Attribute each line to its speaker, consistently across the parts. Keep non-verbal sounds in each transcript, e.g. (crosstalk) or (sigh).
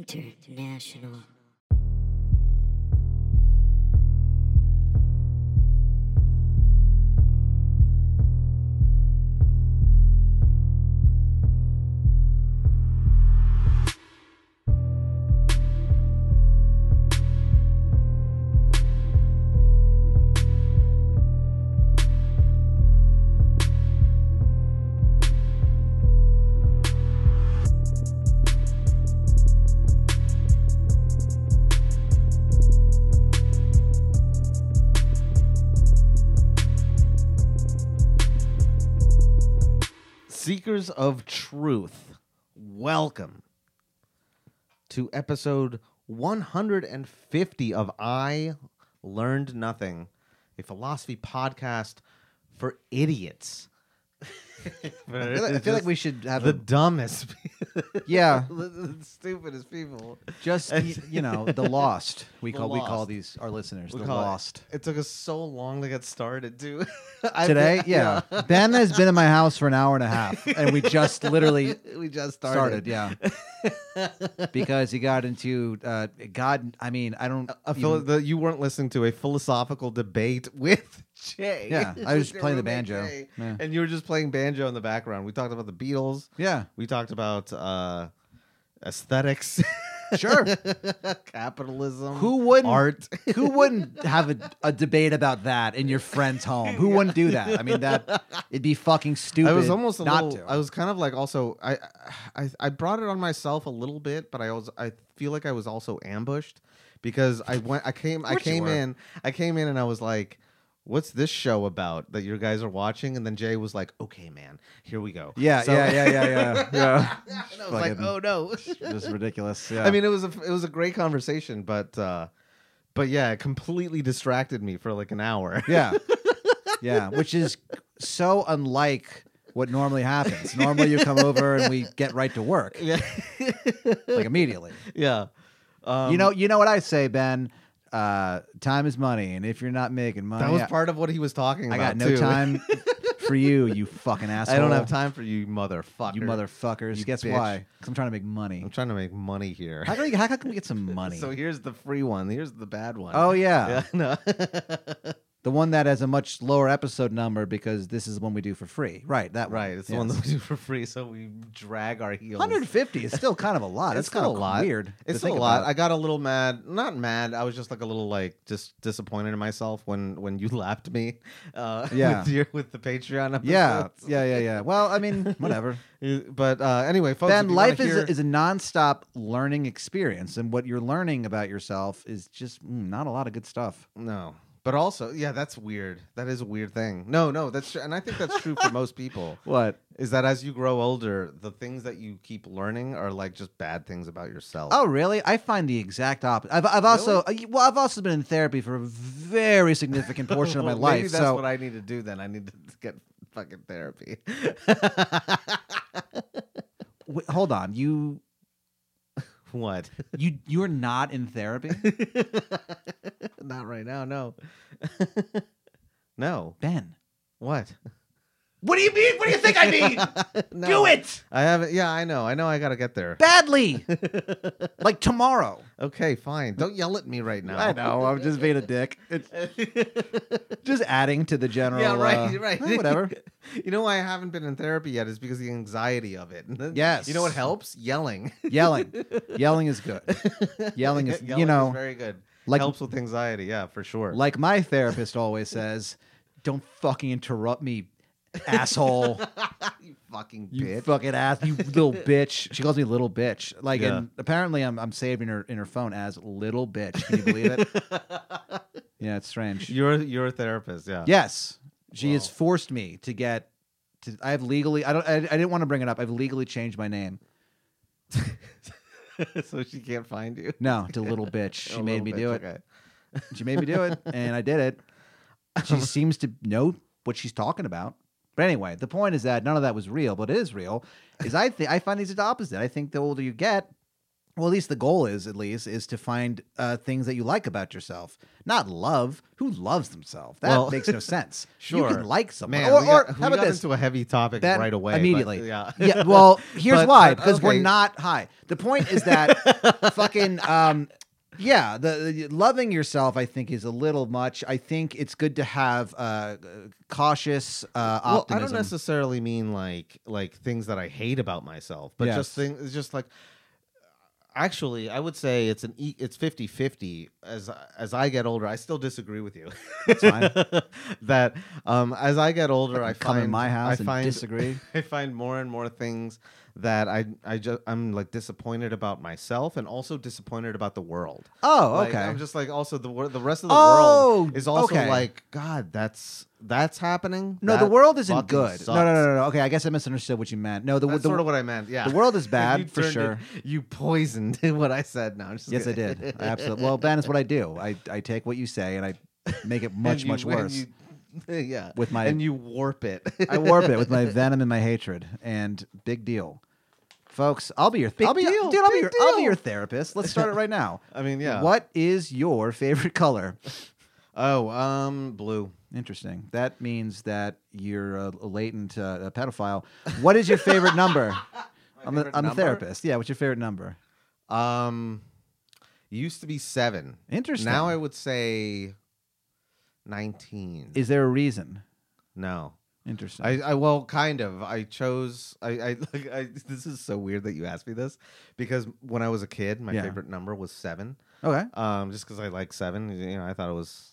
Speaker 1: International.
Speaker 2: Seekers of Truth, welcome to episode 150 of I Learned Nothing, a philosophy podcast for
Speaker 3: (laughs)
Speaker 2: idiots. I feel like, I feel like we
Speaker 3: should
Speaker 2: have
Speaker 3: have
Speaker 2: the
Speaker 3: a,
Speaker 2: dumbest, (laughs) people.
Speaker 3: yeah,
Speaker 2: (laughs) the, the stupidest people.
Speaker 3: just
Speaker 2: (laughs)
Speaker 3: y- you know the lost. We
Speaker 2: The
Speaker 3: call we call
Speaker 2: lost.
Speaker 3: these our listeners
Speaker 2: We
Speaker 3: the
Speaker 2: call it-
Speaker 3: lost.
Speaker 2: It took us so long to get started, too. (laughs) I've
Speaker 3: Today,
Speaker 2: been-
Speaker 3: yeah. Ben has been in my house for an hour and a half, and we just literally
Speaker 2: (laughs) we just
Speaker 3: started.
Speaker 2: started.
Speaker 3: yeah, because he got into uh, God. I mean, I don't.
Speaker 2: A philo-
Speaker 3: even-
Speaker 2: the, you weren't listening to a philosophical debate (laughs) with Jay.
Speaker 3: Yeah, I was
Speaker 2: (laughs) Your
Speaker 3: playing the
Speaker 2: roommate
Speaker 3: banjo.
Speaker 2: Jay.
Speaker 3: Yeah.
Speaker 2: and you were just playing banjo in the background. We talked about the Beatles.
Speaker 3: yeah,
Speaker 2: We talked about uh, aesthetics,
Speaker 3: sure.
Speaker 2: (laughs) capitalism.
Speaker 3: Who wouldn't?
Speaker 2: art?
Speaker 3: Who wouldn't have a, a debate about that in your friend's home? Who wouldn't do that? I mean, that it'd be fucking stupid.
Speaker 2: I was almost a
Speaker 3: not
Speaker 2: little,
Speaker 3: to.
Speaker 2: I was kind of like also I, I I brought it on myself a little bit, but I was I feel like I was also ambushed because I went I came I
Speaker 3: course you
Speaker 2: came
Speaker 3: were.
Speaker 2: in I came in and I was like, what's this show about that your guys are watching? And then Jay was like, okay, man, here we go.
Speaker 3: yeah,
Speaker 2: So-
Speaker 3: yeah, yeah, yeah, yeah, yeah.
Speaker 2: (laughs) and I was like,
Speaker 3: Fucking-
Speaker 2: oh
Speaker 3: (laughs)
Speaker 2: no.
Speaker 3: This is ridiculous. Yeah.
Speaker 2: I mean, it was a it was a great conversation, but uh, but yeah, it completely distracted me for like an hour. (laughs)
Speaker 3: Yeah. Yeah. Which is so unlike what normally happens. Normally you come over and we get right to work.
Speaker 2: yeah,
Speaker 3: Like immediately.
Speaker 2: yeah. Um,
Speaker 3: you know, you know what I say, Ben? Uh, time is money, and if you're not making money,
Speaker 2: that was
Speaker 3: I-
Speaker 2: part of what he was talking
Speaker 3: I,
Speaker 2: about.
Speaker 3: got no
Speaker 2: too.
Speaker 3: time for
Speaker 2: (laughs)
Speaker 3: you, you fucking asshole.
Speaker 2: I don't have time for you, motherfucker.
Speaker 3: You motherfuckers.
Speaker 2: You
Speaker 3: Guess
Speaker 2: bitch.
Speaker 3: why? Because I'm trying to make money.
Speaker 2: I'm trying to make money here. (laughs)
Speaker 3: How can, we, how can we get some money?
Speaker 2: So here's the free one. Here's the bad one.
Speaker 3: oh yeah.
Speaker 2: yeah, (laughs) no.
Speaker 3: the one that has a much lower episode number because this is the one we do for free. Right, that one.
Speaker 2: right. It's the one that we do for free, so we drag our heels.
Speaker 3: 150 is still kind of a
Speaker 2: (laughs)
Speaker 3: lot.
Speaker 2: It's
Speaker 3: That's kind
Speaker 2: still
Speaker 3: of
Speaker 2: a lot.
Speaker 3: weird.
Speaker 2: It's
Speaker 3: to
Speaker 2: still a
Speaker 3: think
Speaker 2: lot.
Speaker 3: about.
Speaker 2: I got a little mad. Not mad. I was just like a little like just disappointed in myself when when you (laughs) lapped me. Uh, (laughs)
Speaker 3: Yeah.
Speaker 2: with, your, with the Patreon episode.
Speaker 3: Yeah, yeah, yeah, yeah. Well, I mean,
Speaker 2: (laughs)
Speaker 3: (laughs) whatever.
Speaker 2: But uh, anyway, folks,
Speaker 3: ben,
Speaker 2: if you wanna
Speaker 3: life is
Speaker 2: hear-
Speaker 3: is a nonstop learning experience, and what you're learning about yourself is just mm, not a lot of good stuff.
Speaker 2: No. But also, yeah, that's weird. That is a weird thing. No, no, that's true. And I think that's (laughs) true for most people
Speaker 3: What?
Speaker 2: is that as you grow older, the things that you keep learning are like just bad things about yourself.
Speaker 3: Oh, really? I find the exact opposite. I've, I've also uh, well, I've also been in therapy for a very significant portion
Speaker 2: (laughs)
Speaker 3: of my
Speaker 2: Well,
Speaker 3: life.
Speaker 2: Maybe that's
Speaker 3: so
Speaker 2: what I need to do then. I need to (laughs) get fucking
Speaker 3: (laughs)
Speaker 2: therapy.
Speaker 3: w- hold on, you (laughs)
Speaker 2: what?
Speaker 3: you you're not in therapy,
Speaker 2: Not right now, no. (laughs) no.
Speaker 3: Ben. (laughs)
Speaker 2: What?
Speaker 3: What do you mean? What do you think I (laughs) mean?
Speaker 2: No.
Speaker 3: Do it
Speaker 2: I haven't yeah, I know. I know I gotta get there. (laughs)
Speaker 3: badly, like tomorrow.
Speaker 2: Okay, fine. Don't yell at me right now.
Speaker 3: I know. I'm just being a dick. It's
Speaker 2: (laughs)
Speaker 3: just adding to the general.
Speaker 2: Yeah, right,
Speaker 3: uh,
Speaker 2: right.
Speaker 3: eh, whatever.
Speaker 2: (laughs) you know why I haven't been in therapy yet is because of the anxiety of it. (laughs) And then-
Speaker 3: Yes.
Speaker 2: You know what helps? Yelling.
Speaker 3: Yelling. Yelling is good.
Speaker 2: (laughs)
Speaker 3: Yelling is, you know,
Speaker 2: very good.
Speaker 3: like-
Speaker 2: helps with anxiety. Yeah, for sure.
Speaker 3: like my therapist always says, don't fucking interrupt me,
Speaker 2: (laughs)
Speaker 3: asshole.
Speaker 2: you fucking
Speaker 3: You
Speaker 2: bitch.
Speaker 3: fucking ass, you little bitch. She calls me little bitch. Like,
Speaker 2: Yeah.
Speaker 3: and apparently, I'm I'm saving her in her phone as little bitch.
Speaker 2: (laughs)
Speaker 3: Can you believe it? yeah, it's strange.
Speaker 2: You're you're a therapist. Yeah.
Speaker 3: Yes, she has
Speaker 2: Wow.
Speaker 3: forced me to get. To, I have legally. I don't. I, I didn't want to bring it up. I've legally changed my name.
Speaker 2: (laughs) so she can't find you. (laughs)
Speaker 3: No, to little bitch. She
Speaker 2: A
Speaker 3: made
Speaker 2: little
Speaker 3: me
Speaker 2: bitch,
Speaker 3: do it.
Speaker 2: okay.
Speaker 3: She made me
Speaker 2: (laughs)
Speaker 3: do it, and I did it. She seems to know what she's talking about. But anyway, the point is that none of that was real, but it is real. Is I think I find these are the opposite. I think the older you get, well, at least the goal is, at least, is to find uh, things that you like about yourself, not love. Who loves themselves? That
Speaker 2: Well, (laughs)
Speaker 3: makes no sense. You
Speaker 2: sure.
Speaker 3: can like someone.
Speaker 2: Man,
Speaker 3: or,
Speaker 2: we got,
Speaker 3: or
Speaker 2: we
Speaker 3: how about
Speaker 2: got
Speaker 3: this?
Speaker 2: into a heavy topic
Speaker 3: That-
Speaker 2: right away. but,
Speaker 3: Immediately.
Speaker 2: (laughs) yeah.
Speaker 3: yeah. Well, here's
Speaker 2: But-
Speaker 3: why.
Speaker 2: but,
Speaker 3: Because
Speaker 2: okay.
Speaker 3: we're not high. The point is
Speaker 2: (laughs)
Speaker 3: that fucking um yeah, the, the- loving yourself I think is a little much. I think it's good to have uh cautious uh
Speaker 2: Well, I
Speaker 3: optimism.
Speaker 2: don't necessarily mean like like things that I hate about myself, but just
Speaker 3: Yes.
Speaker 2: things it's just like actually I would say it's an e- it's 50-50 as as I get older. I still disagree with you. That's
Speaker 3: fine.
Speaker 2: (laughs) that um as I get older
Speaker 3: I
Speaker 2: I
Speaker 3: can come
Speaker 2: find
Speaker 3: in my house
Speaker 2: I
Speaker 3: and
Speaker 2: find
Speaker 3: disagree.
Speaker 2: (laughs) I find more and more things that I I just I'm like disappointed about myself and also disappointed about the world.
Speaker 3: Oh,
Speaker 2: Like,
Speaker 3: okay.
Speaker 2: I'm just like also the wor- the rest of the
Speaker 3: oh,
Speaker 2: world is also
Speaker 3: okay.
Speaker 2: like God. That's that's happening.
Speaker 3: No, the
Speaker 2: That
Speaker 3: world isn't
Speaker 2: fucking
Speaker 3: good.
Speaker 2: sucks."
Speaker 3: No, no, no, no, no. Okay, I guess I misunderstood what you meant. No, the
Speaker 2: That's
Speaker 3: the,
Speaker 2: sort of what I meant. Yeah,
Speaker 3: the world
Speaker 2: (laughs)
Speaker 3: is
Speaker 2: You
Speaker 3: bad for
Speaker 2: turned it-
Speaker 3: sure.
Speaker 2: you poisoned (laughs) what I said. No, I'm just
Speaker 3: Yes, I
Speaker 2: kidding. (laughs)
Speaker 3: did. I absolutely. Well, Ben, is what I do. I, I take what you say and I
Speaker 2: (laughs)
Speaker 3: make it
Speaker 2: And
Speaker 3: much
Speaker 2: you-
Speaker 3: much
Speaker 2: and
Speaker 3: worse
Speaker 2: you- (laughs) yeah,
Speaker 3: with my
Speaker 2: and you warp it.
Speaker 3: (laughs)
Speaker 2: (laughs)
Speaker 3: I warp it with my venom and my hatred, and big deal, folks. I'll be your
Speaker 2: Big
Speaker 3: I'll be,
Speaker 2: deal,
Speaker 3: dude. I'll be
Speaker 2: big
Speaker 3: your I'll be
Speaker 2: deal.
Speaker 3: your therapist. Let's start it right now.
Speaker 2: I mean, (laughs) yeah.
Speaker 3: What is your favorite color?
Speaker 2: Oh, um, blue.
Speaker 3: Interesting. That means that you're a latent uh, a pedophile. What is your favorite
Speaker 2: (laughs)
Speaker 3: number? I'm,
Speaker 2: favorite
Speaker 3: a, I'm a
Speaker 2: number?
Speaker 3: therapist. Yeah. What's your favorite number?
Speaker 2: Um, used to be seven.
Speaker 3: Interesting.
Speaker 2: Now I would say nineteen.
Speaker 3: is there a reason?
Speaker 2: no.
Speaker 3: Interesting.
Speaker 2: I, I well, kind of. I chose. I, I, (laughs) like, I. This is so weird that you asked me this, because when I was a kid, my
Speaker 3: Yeah.
Speaker 2: favorite number was seven.
Speaker 3: okay.
Speaker 2: Um, just because I like seven, you know, I thought it was,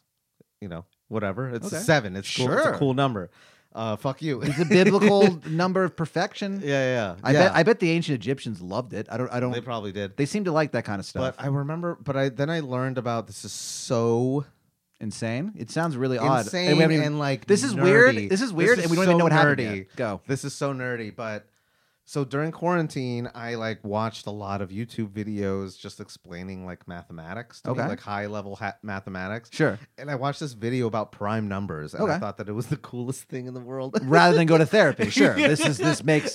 Speaker 2: you know, whatever. It's a
Speaker 3: Okay.
Speaker 2: seven. It's cool. It's a
Speaker 3: Sure.
Speaker 2: cool number. Uh, fuck (laughs) you.
Speaker 3: It's a biblical number of perfection.
Speaker 2: yeah, yeah.
Speaker 3: I
Speaker 2: yeah.
Speaker 3: bet. I bet the ancient Egyptians loved it. I don't. I don't.
Speaker 2: they
Speaker 3: They,
Speaker 2: probably did.
Speaker 3: seem to like that kind of stuff.
Speaker 2: But I remember. But I then I learned about this is so
Speaker 3: Insane. It sounds really odd.
Speaker 2: insane
Speaker 3: And we haven't even-
Speaker 2: and like
Speaker 3: This is
Speaker 2: nerdy.
Speaker 3: weird. This is weird,
Speaker 2: This
Speaker 3: and we don't even
Speaker 2: so
Speaker 3: know what happened.
Speaker 2: nerdy.
Speaker 3: yet. Go.
Speaker 2: This is so nerdy, but so during quarantine, I like watched a lot of YouTube videos just explaining like mathematics to me,
Speaker 3: Okay.
Speaker 2: like high level ha- mathematics.
Speaker 3: Sure.
Speaker 2: And I watched this video about prime numbers, and I
Speaker 3: Okay.
Speaker 2: thought that it was the coolest thing in the world.
Speaker 3: (laughs) (laughs) Rather than go to therapy. Sure. This is this makes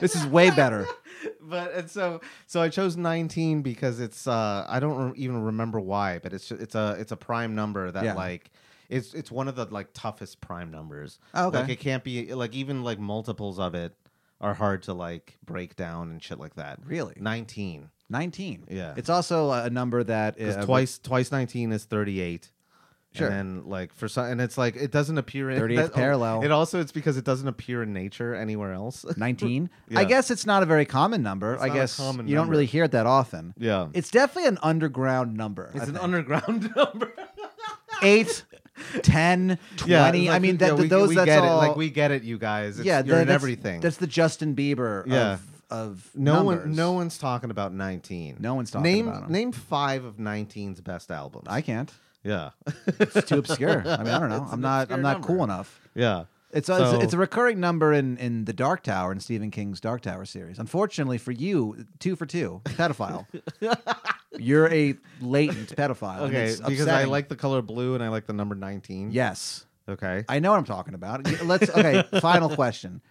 Speaker 3: this is way better.
Speaker 2: (laughs) but and so so I chose 19 because it's uh I don't re- even remember why, but it's it's a it's a prime number that
Speaker 3: Yeah.
Speaker 2: like it's it's one of the like toughest prime numbers.
Speaker 3: Oh,
Speaker 2: Like it can't be like even like multiples of it are hard to like break down and shit like that.
Speaker 3: really?
Speaker 2: 19.
Speaker 3: Nineteen.
Speaker 2: Yeah.
Speaker 3: It's also a a number that
Speaker 2: Cuz
Speaker 3: uh,
Speaker 2: twice twice 19 is 38.
Speaker 3: Sure.
Speaker 2: And then, like for some, and it's like it doesn't appear in
Speaker 3: 38th
Speaker 2: that- oh,
Speaker 3: parallel.
Speaker 2: It also it's because it doesn't appear in nature anywhere else. (laughs)
Speaker 3: Nineteen.
Speaker 2: Yeah.
Speaker 3: I guess it's not a very common number.
Speaker 2: It's
Speaker 3: I
Speaker 2: not a
Speaker 3: guess you
Speaker 2: common
Speaker 3: don't
Speaker 2: number.
Speaker 3: really hear it that often.
Speaker 2: yeah.
Speaker 3: It's definitely an underground number. I
Speaker 2: It's an
Speaker 3: think.
Speaker 2: underground (laughs) number.
Speaker 3: (laughs) eight, ten, twenty.
Speaker 2: like,
Speaker 3: I mean, that
Speaker 2: yeah, we,
Speaker 3: those
Speaker 2: we
Speaker 3: that's
Speaker 2: get
Speaker 3: all.
Speaker 2: it. Like we get it, you guys. It's,
Speaker 3: yeah,
Speaker 2: you're
Speaker 3: that-
Speaker 2: in
Speaker 3: that's,
Speaker 2: everything.
Speaker 3: That's the Justin Bieber.
Speaker 2: Yeah.
Speaker 3: Of, of
Speaker 2: no one,
Speaker 3: numbers.
Speaker 2: no one's talking about nineteen.
Speaker 3: No one's talking
Speaker 2: name,
Speaker 3: about 'em.
Speaker 2: Name five of 19's best albums.
Speaker 3: I can't.
Speaker 2: yeah, (laughs)
Speaker 3: It's too obscure. I mean, I don't know.
Speaker 2: It's
Speaker 3: I'm
Speaker 2: an
Speaker 3: not.
Speaker 2: obscure
Speaker 3: I'm not
Speaker 2: number.
Speaker 3: cool enough.
Speaker 2: yeah.
Speaker 3: It's a, it's,
Speaker 2: So-
Speaker 3: a, it's a recurring number in, in the Dark Tower in Stephen King's Dark Tower series. Unfortunately for you, two for two,
Speaker 2: (laughs)
Speaker 3: pedophile. You're a latent pedophile. and
Speaker 2: Okay,
Speaker 3: it's
Speaker 2: because I
Speaker 3: upsetting.
Speaker 2: like the color blue and I like the number nineteen.
Speaker 3: Yes,
Speaker 2: Okay.
Speaker 3: I know what I'm talking about. Y- Let's.
Speaker 2: (laughs)
Speaker 3: Okay, final question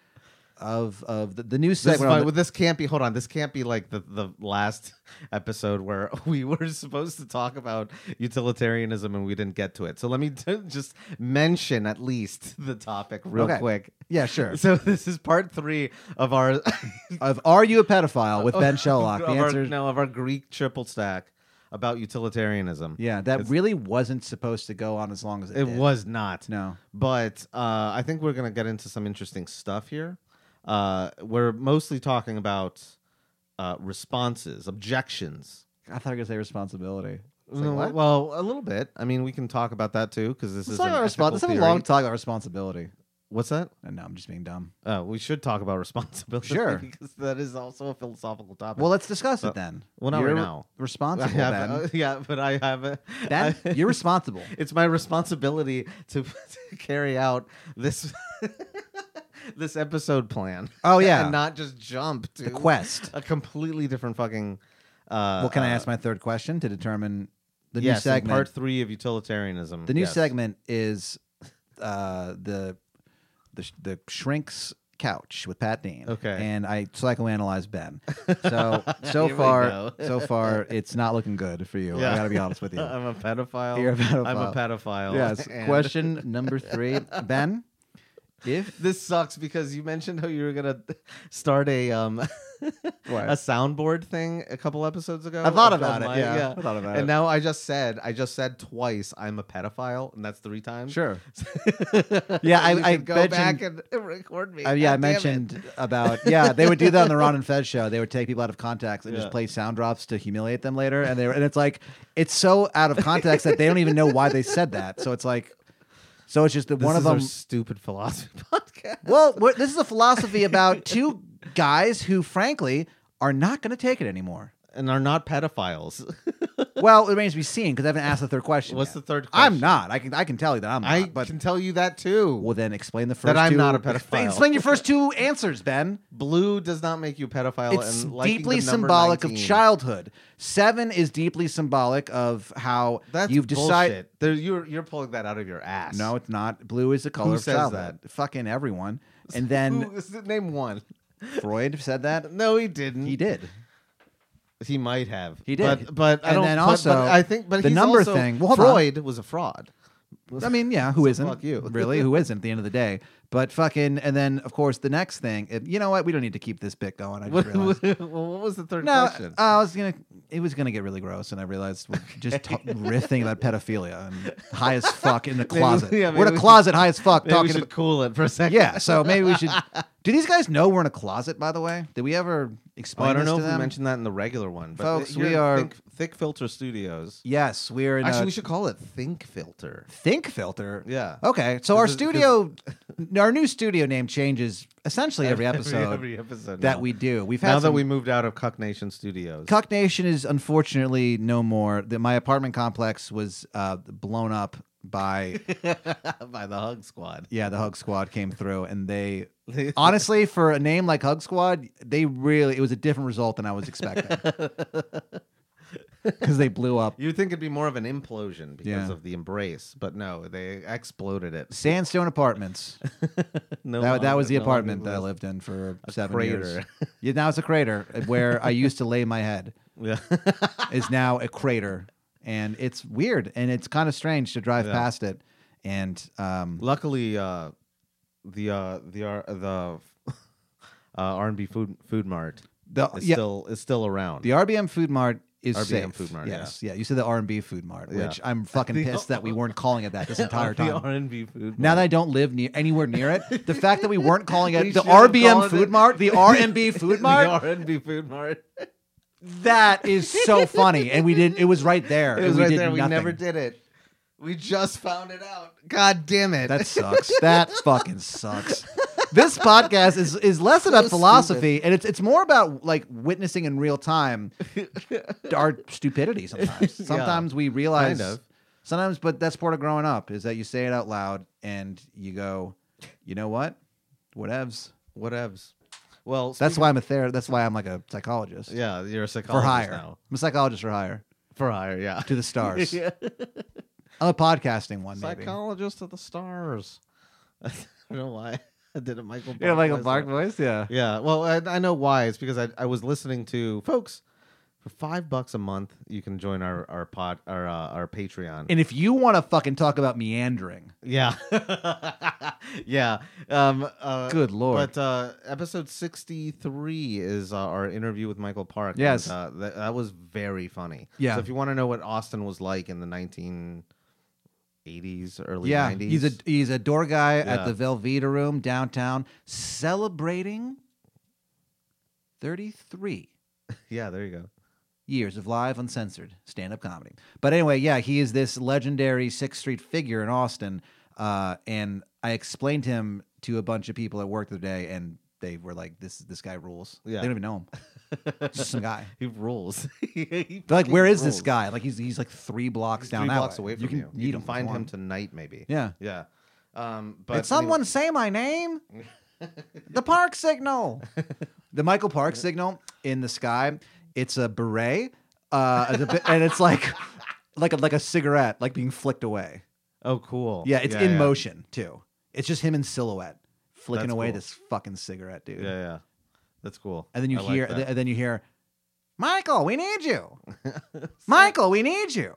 Speaker 3: of of the, the new
Speaker 2: This, is
Speaker 3: segment.
Speaker 2: why,
Speaker 3: on the-
Speaker 2: well, this can't be. Hold on. This can't be like the, the last (laughs) episode where (laughs) we were supposed to talk about utilitarianism and we didn't get to it. So let me (laughs) t- just mention at least the topic real
Speaker 3: Okay.
Speaker 2: quick.
Speaker 3: (laughs) yeah, sure.
Speaker 2: So (laughs) this is part three of our (laughs)
Speaker 3: Of are you a pedophile with Ben Sherlock? The
Speaker 2: of
Speaker 3: answer.
Speaker 2: our, no of our Greek triple stack about utilitarianism.
Speaker 3: Yeah, that
Speaker 2: It's-
Speaker 3: really wasn't supposed to go on as long as it,
Speaker 2: It
Speaker 3: did.
Speaker 2: was not,
Speaker 3: No.
Speaker 2: but uh, I think we're gonna get into some interesting stuff here. Uh, we're mostly talking about uh, responses, objections.
Speaker 3: I thought I was going to say responsibility. It's like,
Speaker 2: No,
Speaker 3: what?
Speaker 2: Mm, Well, a little bit. I mean, we can talk about that too because this
Speaker 3: Let's
Speaker 2: is
Speaker 3: talk
Speaker 2: an
Speaker 3: about
Speaker 2: ethical
Speaker 3: respons- let's have a
Speaker 2: theory.
Speaker 3: long talk about responsibility.
Speaker 2: What's that?
Speaker 3: And no, I'm just being dumb.
Speaker 2: Uh, we should talk about (laughs) responsibility.
Speaker 3: Sure.
Speaker 2: because that is also a philosophical topic.
Speaker 3: Well, let's discuss
Speaker 2: Uh,
Speaker 3: it then.
Speaker 2: well, not
Speaker 3: you're
Speaker 2: right now. (laughs) I
Speaker 3: (laughs) Responsible,
Speaker 2: have,
Speaker 3: Ben.
Speaker 2: uh, yeah, but I have a
Speaker 3: Ben, (laughs)
Speaker 2: I-
Speaker 3: you're responsible.
Speaker 2: (laughs) it's my responsibility to, (laughs) to carry out this (laughs) this episode plan.
Speaker 3: Oh, yeah.
Speaker 2: and not just jump to
Speaker 3: The quest.
Speaker 2: a completely different fucking. Uh,
Speaker 3: Well, can I
Speaker 2: uh,
Speaker 3: ask my third question to determine the
Speaker 2: yes,
Speaker 3: new
Speaker 2: in
Speaker 3: segment?
Speaker 2: part three of utilitarianism.
Speaker 3: the new
Speaker 2: yes.
Speaker 3: segment is uh, the the sh- the shrinks couch with Pat Dean.
Speaker 2: Okay.
Speaker 3: and I psychoanalyzed (laughs) Ben. So so
Speaker 2: Here we
Speaker 3: far,
Speaker 2: go.
Speaker 3: so (laughs) far, it's not looking good for you. I
Speaker 2: Yeah.
Speaker 3: gotta be honest with
Speaker 2: (laughs)
Speaker 3: you.
Speaker 2: I'm a pedophile.
Speaker 3: You're a
Speaker 2: I'm
Speaker 3: pedophile.
Speaker 2: a pedophile.
Speaker 3: (laughs)
Speaker 2: (laughs)
Speaker 3: yes.
Speaker 2: And
Speaker 3: Question number (laughs) three, Ben. If
Speaker 2: This sucks because you mentioned how you were gonna (laughs) start a um a (laughs)
Speaker 3: what?
Speaker 2: soundboard thing a couple episodes ago.
Speaker 3: I thought
Speaker 2: of- of
Speaker 3: about it.
Speaker 2: my-
Speaker 3: yeah, I thought about
Speaker 2: And
Speaker 3: it.
Speaker 2: now I just said, I just said twice, I'm a pedophile, and that's three times. (laughs)
Speaker 3: sure.
Speaker 2: yeah,
Speaker 3: I- I
Speaker 2: go back and (laughs) record me.
Speaker 3: Uh, yeah, I
Speaker 2: God damn it.
Speaker 3: mentioned about yeah they would do that on the Ron and Fez show. They would take people out of context and just
Speaker 2: Yeah.
Speaker 3: play sound drops to humiliate them later. And they were, and it's like it's so out of context that they don't even know why they said that. So it's like, so it's just that
Speaker 2: This
Speaker 3: one of
Speaker 2: is our
Speaker 3: them.
Speaker 2: stupid philosophy (laughs) podcast.
Speaker 3: (laughs) well, what, this is a philosophy about two guys who, frankly, are not going to take it anymore.
Speaker 2: and are not pedophiles.
Speaker 3: Well, it remains to be seen because I haven't asked the third question.
Speaker 2: What's
Speaker 3: yet.
Speaker 2: the third question?
Speaker 3: I'm not. I can I can tell you that I'm not.
Speaker 2: I
Speaker 3: but
Speaker 2: can tell you that too.
Speaker 3: well, then explain the first.
Speaker 2: That I'm
Speaker 3: two-
Speaker 2: not a pedophile.
Speaker 3: Explain your first two answers, Ben.
Speaker 2: Blue does not make you a pedophile.
Speaker 3: it's
Speaker 2: Oh, and liking
Speaker 3: deeply
Speaker 2: the number
Speaker 3: symbolic
Speaker 2: 19.
Speaker 3: of childhood. Seven is deeply symbolic of how
Speaker 2: That's
Speaker 3: you've decided.
Speaker 2: bullshit. There- you're you're pulling that out of your ass.
Speaker 3: No, it's not. Blue is the color
Speaker 2: Who
Speaker 3: of
Speaker 2: says
Speaker 3: childhood. Fucking
Speaker 2: (laughs)
Speaker 3: everyone. And then
Speaker 2: Who- is it- name one.
Speaker 3: Freud
Speaker 2: (laughs)
Speaker 3: said that.
Speaker 2: No, he didn't.
Speaker 3: He did.
Speaker 2: He might have.
Speaker 3: He did.
Speaker 2: But, but I
Speaker 3: And
Speaker 2: don't.
Speaker 3: then
Speaker 2: but-
Speaker 3: also,
Speaker 2: but I think. But
Speaker 3: the
Speaker 2: he's
Speaker 3: number
Speaker 2: also-
Speaker 3: thing- well, hold on.
Speaker 2: Freud was a fraud.
Speaker 3: I mean, yeah, who
Speaker 2: So
Speaker 3: isn't?
Speaker 2: fuck you. (laughs)
Speaker 3: really, who isn't at the end of the day? But fucking, and then of course the next thing. It, you know what? We don't need to keep this bit going. I just
Speaker 2: (laughs) What,
Speaker 3: realized.
Speaker 2: what, what was the third
Speaker 3: No, uh,
Speaker 2: question?
Speaker 3: I was gonna. It was gonna get really gross, and I realized we're
Speaker 2: (laughs)
Speaker 3: just ta- riffing about pedophilia and high as fuck in the
Speaker 2: Maybe-
Speaker 3: closet.
Speaker 2: yeah,
Speaker 3: we're in
Speaker 2: maybe
Speaker 3: a
Speaker 2: we
Speaker 3: closet, high as fuck,
Speaker 2: Maybe we
Speaker 3: talking
Speaker 2: should
Speaker 3: about.
Speaker 2: cool it for a second.
Speaker 3: Yeah, so maybe
Speaker 2: (laughs)
Speaker 3: we should. Do these guys know we're in a closet? By the way, did we ever
Speaker 2: Oh,
Speaker 3: explain
Speaker 2: I don't
Speaker 3: this
Speaker 2: know
Speaker 3: to
Speaker 2: if
Speaker 3: them?
Speaker 2: we mentioned that in the regular one, but
Speaker 3: Folks,
Speaker 2: here
Speaker 3: we
Speaker 2: at
Speaker 3: are-
Speaker 2: Think, Thick Filter Studios.
Speaker 3: yes, we're in.
Speaker 2: Actually,
Speaker 3: a
Speaker 2: we should call it Think Filter.
Speaker 3: think filter.
Speaker 2: Yeah.
Speaker 3: Okay, so our
Speaker 2: This is- 'cause-
Speaker 3: studio, our new studio name changes essentially every episode
Speaker 2: (laughs) every episode
Speaker 3: that
Speaker 2: now.
Speaker 3: we do. We've had
Speaker 2: now that
Speaker 3: some-
Speaker 2: we moved out of Cuck Nation Studios.
Speaker 3: Cuck Nation is unfortunately no more. The, my apartment complex was uh, blown up
Speaker 2: (laughs)
Speaker 3: by
Speaker 2: by the Hug Squad.
Speaker 3: yeah the Hug Squad came through and they honestly for a name like Hug Squad they really it was a different result than I
Speaker 2: (laughs)
Speaker 3: was expecting because they blew up.
Speaker 2: You'd think it'd be more of an implosion because
Speaker 3: Yeah.
Speaker 2: of the embrace, but no, they exploded
Speaker 3: (laughs)
Speaker 2: it.
Speaker 3: Sandstone Apartments.
Speaker 2: (laughs) No
Speaker 3: That, that
Speaker 2: longer-
Speaker 3: was the
Speaker 2: no longer
Speaker 3: apartment that I
Speaker 2: exists.
Speaker 3: lived in for
Speaker 2: A
Speaker 3: seven years.
Speaker 2: crater.
Speaker 3: Yeah, now it's a crater where I used to lay my head. (laughs)
Speaker 2: Yeah. (laughs)
Speaker 3: is now a crater, and it's weird and it's kind of strange to drive
Speaker 2: Yeah.
Speaker 3: past it. And um,
Speaker 2: Luckily, uh, the uh, the uh, the (laughs) uh, R&B food food mart
Speaker 3: the
Speaker 2: is
Speaker 3: yeah,
Speaker 2: still is still around. (laughs)
Speaker 3: the RBM Food Mart is
Speaker 2: RBM
Speaker 3: safe.
Speaker 2: Food Mart,
Speaker 3: yes, yeah. You said the R&B Food Mart,
Speaker 2: Yeah.
Speaker 3: which I'm
Speaker 2: (laughs)
Speaker 3: fucking
Speaker 2: The-
Speaker 3: pissed that we weren't calling it
Speaker 2: (laughs)
Speaker 3: that this entire
Speaker 2: the
Speaker 3: time.
Speaker 2: R&B food.
Speaker 3: Now that I
Speaker 2: mart.
Speaker 3: don't live near anywhere near it, the fact that we weren't calling
Speaker 2: (laughs) We
Speaker 3: it the
Speaker 2: should have
Speaker 3: RBM
Speaker 2: called
Speaker 3: Food
Speaker 2: it- (laughs)
Speaker 3: Mart, (laughs) the RMB Food Mart,
Speaker 2: the R&B food mart.
Speaker 3: that is so funny. And we didn't. It was right there.
Speaker 2: (laughs) It
Speaker 3: and
Speaker 2: was
Speaker 3: we
Speaker 2: right
Speaker 3: did
Speaker 2: there. We
Speaker 3: nothing.
Speaker 2: never did it. We just found it out. God damn it.
Speaker 3: That sucks. that fucking sucks. This podcast is is less about
Speaker 2: stupid.
Speaker 3: philosophy and it's it's more about like witnessing in real time our
Speaker 2: (laughs)
Speaker 3: stupidity sometimes.
Speaker 2: Yeah.
Speaker 3: Sometimes we realize
Speaker 2: Kind of.
Speaker 3: sometimes but that's part of growing up is that you say it out loud and you go, you know what? Whatevs.
Speaker 2: (laughs) Whatevs. Well,
Speaker 3: That's
Speaker 2: speaking-
Speaker 3: why I'm a therapist. That's why I'm like a psychologist.
Speaker 2: Yeah, you're a
Speaker 3: For
Speaker 2: psychologist
Speaker 3: hire.
Speaker 2: now.
Speaker 3: I'm a psychologist for hire.
Speaker 2: For hire, yeah.
Speaker 3: To the
Speaker 2: (laughs)
Speaker 3: stars.
Speaker 2: Yeah.
Speaker 3: I'm a podcasting one, maybe.
Speaker 2: Psychologist of the stars. (laughs) I don't know why I did a Michael. Bach
Speaker 3: yeah, like a
Speaker 2: voice
Speaker 3: black
Speaker 2: there.
Speaker 3: voice, yeah.
Speaker 2: Yeah. Well, I, I know why. It's because I, I was listening to folks for five bucks a month. You can join our our pod our uh, our Patreon.
Speaker 3: And if you want to fucking talk about meandering,
Speaker 2: yeah. (laughs) yeah. Um. Uh,
Speaker 3: good lord.
Speaker 2: But uh, episode sixty three is uh, our interview with Michael Park. and,
Speaker 3: Yes.
Speaker 2: uh, that, that was very funny.
Speaker 3: Yeah.
Speaker 2: So if you want to know what Austin was like in the nineteen eighties, early
Speaker 3: yeah,
Speaker 2: nineties,
Speaker 3: he's a he's a door guy at
Speaker 2: Yeah.
Speaker 3: the Velveeta Room downtown, celebrating thirty three
Speaker 2: yeah. There you go.
Speaker 3: years of live uncensored stand up comedy. But anyway, yeah, he is this legendary Sixth Street figure in Austin, uh, and I explained him to a bunch of people at work the other day, and they were like, "This this guy rules."
Speaker 2: Yeah.
Speaker 3: they don't even know him.
Speaker 2: (laughs)
Speaker 3: Just some guy.
Speaker 2: He rules. (laughs) He
Speaker 3: They're like, "Where is this
Speaker 2: rules.
Speaker 3: guy?" Like he's he's like three blocks
Speaker 2: He's
Speaker 3: down
Speaker 2: three
Speaker 3: that
Speaker 2: blocks
Speaker 3: way.
Speaker 2: away from you.
Speaker 3: can meet
Speaker 2: you can
Speaker 3: if
Speaker 2: find
Speaker 3: you
Speaker 2: him
Speaker 3: want.
Speaker 2: tonight, maybe.
Speaker 3: Yeah.
Speaker 2: Yeah. Um, but
Speaker 3: Did someone say my (laughs) name? the park signal. (laughs) The Michael Park signal in the sky. It's a beret, uh, it's a bit- and it's (laughs) like, like a, like a cigarette, like being flicked away.
Speaker 2: Oh, cool.
Speaker 3: Yeah, it's in motion too. It's just him in silhouette, flicking
Speaker 2: That's
Speaker 3: away
Speaker 2: cool.
Speaker 3: this fucking cigarette, dude.
Speaker 2: Yeah, yeah. That's cool.
Speaker 3: And then you
Speaker 2: I like
Speaker 3: hear,
Speaker 2: that.
Speaker 3: and then you hear, Michael, we need you. (laughs) Michael, we need (laughs) you.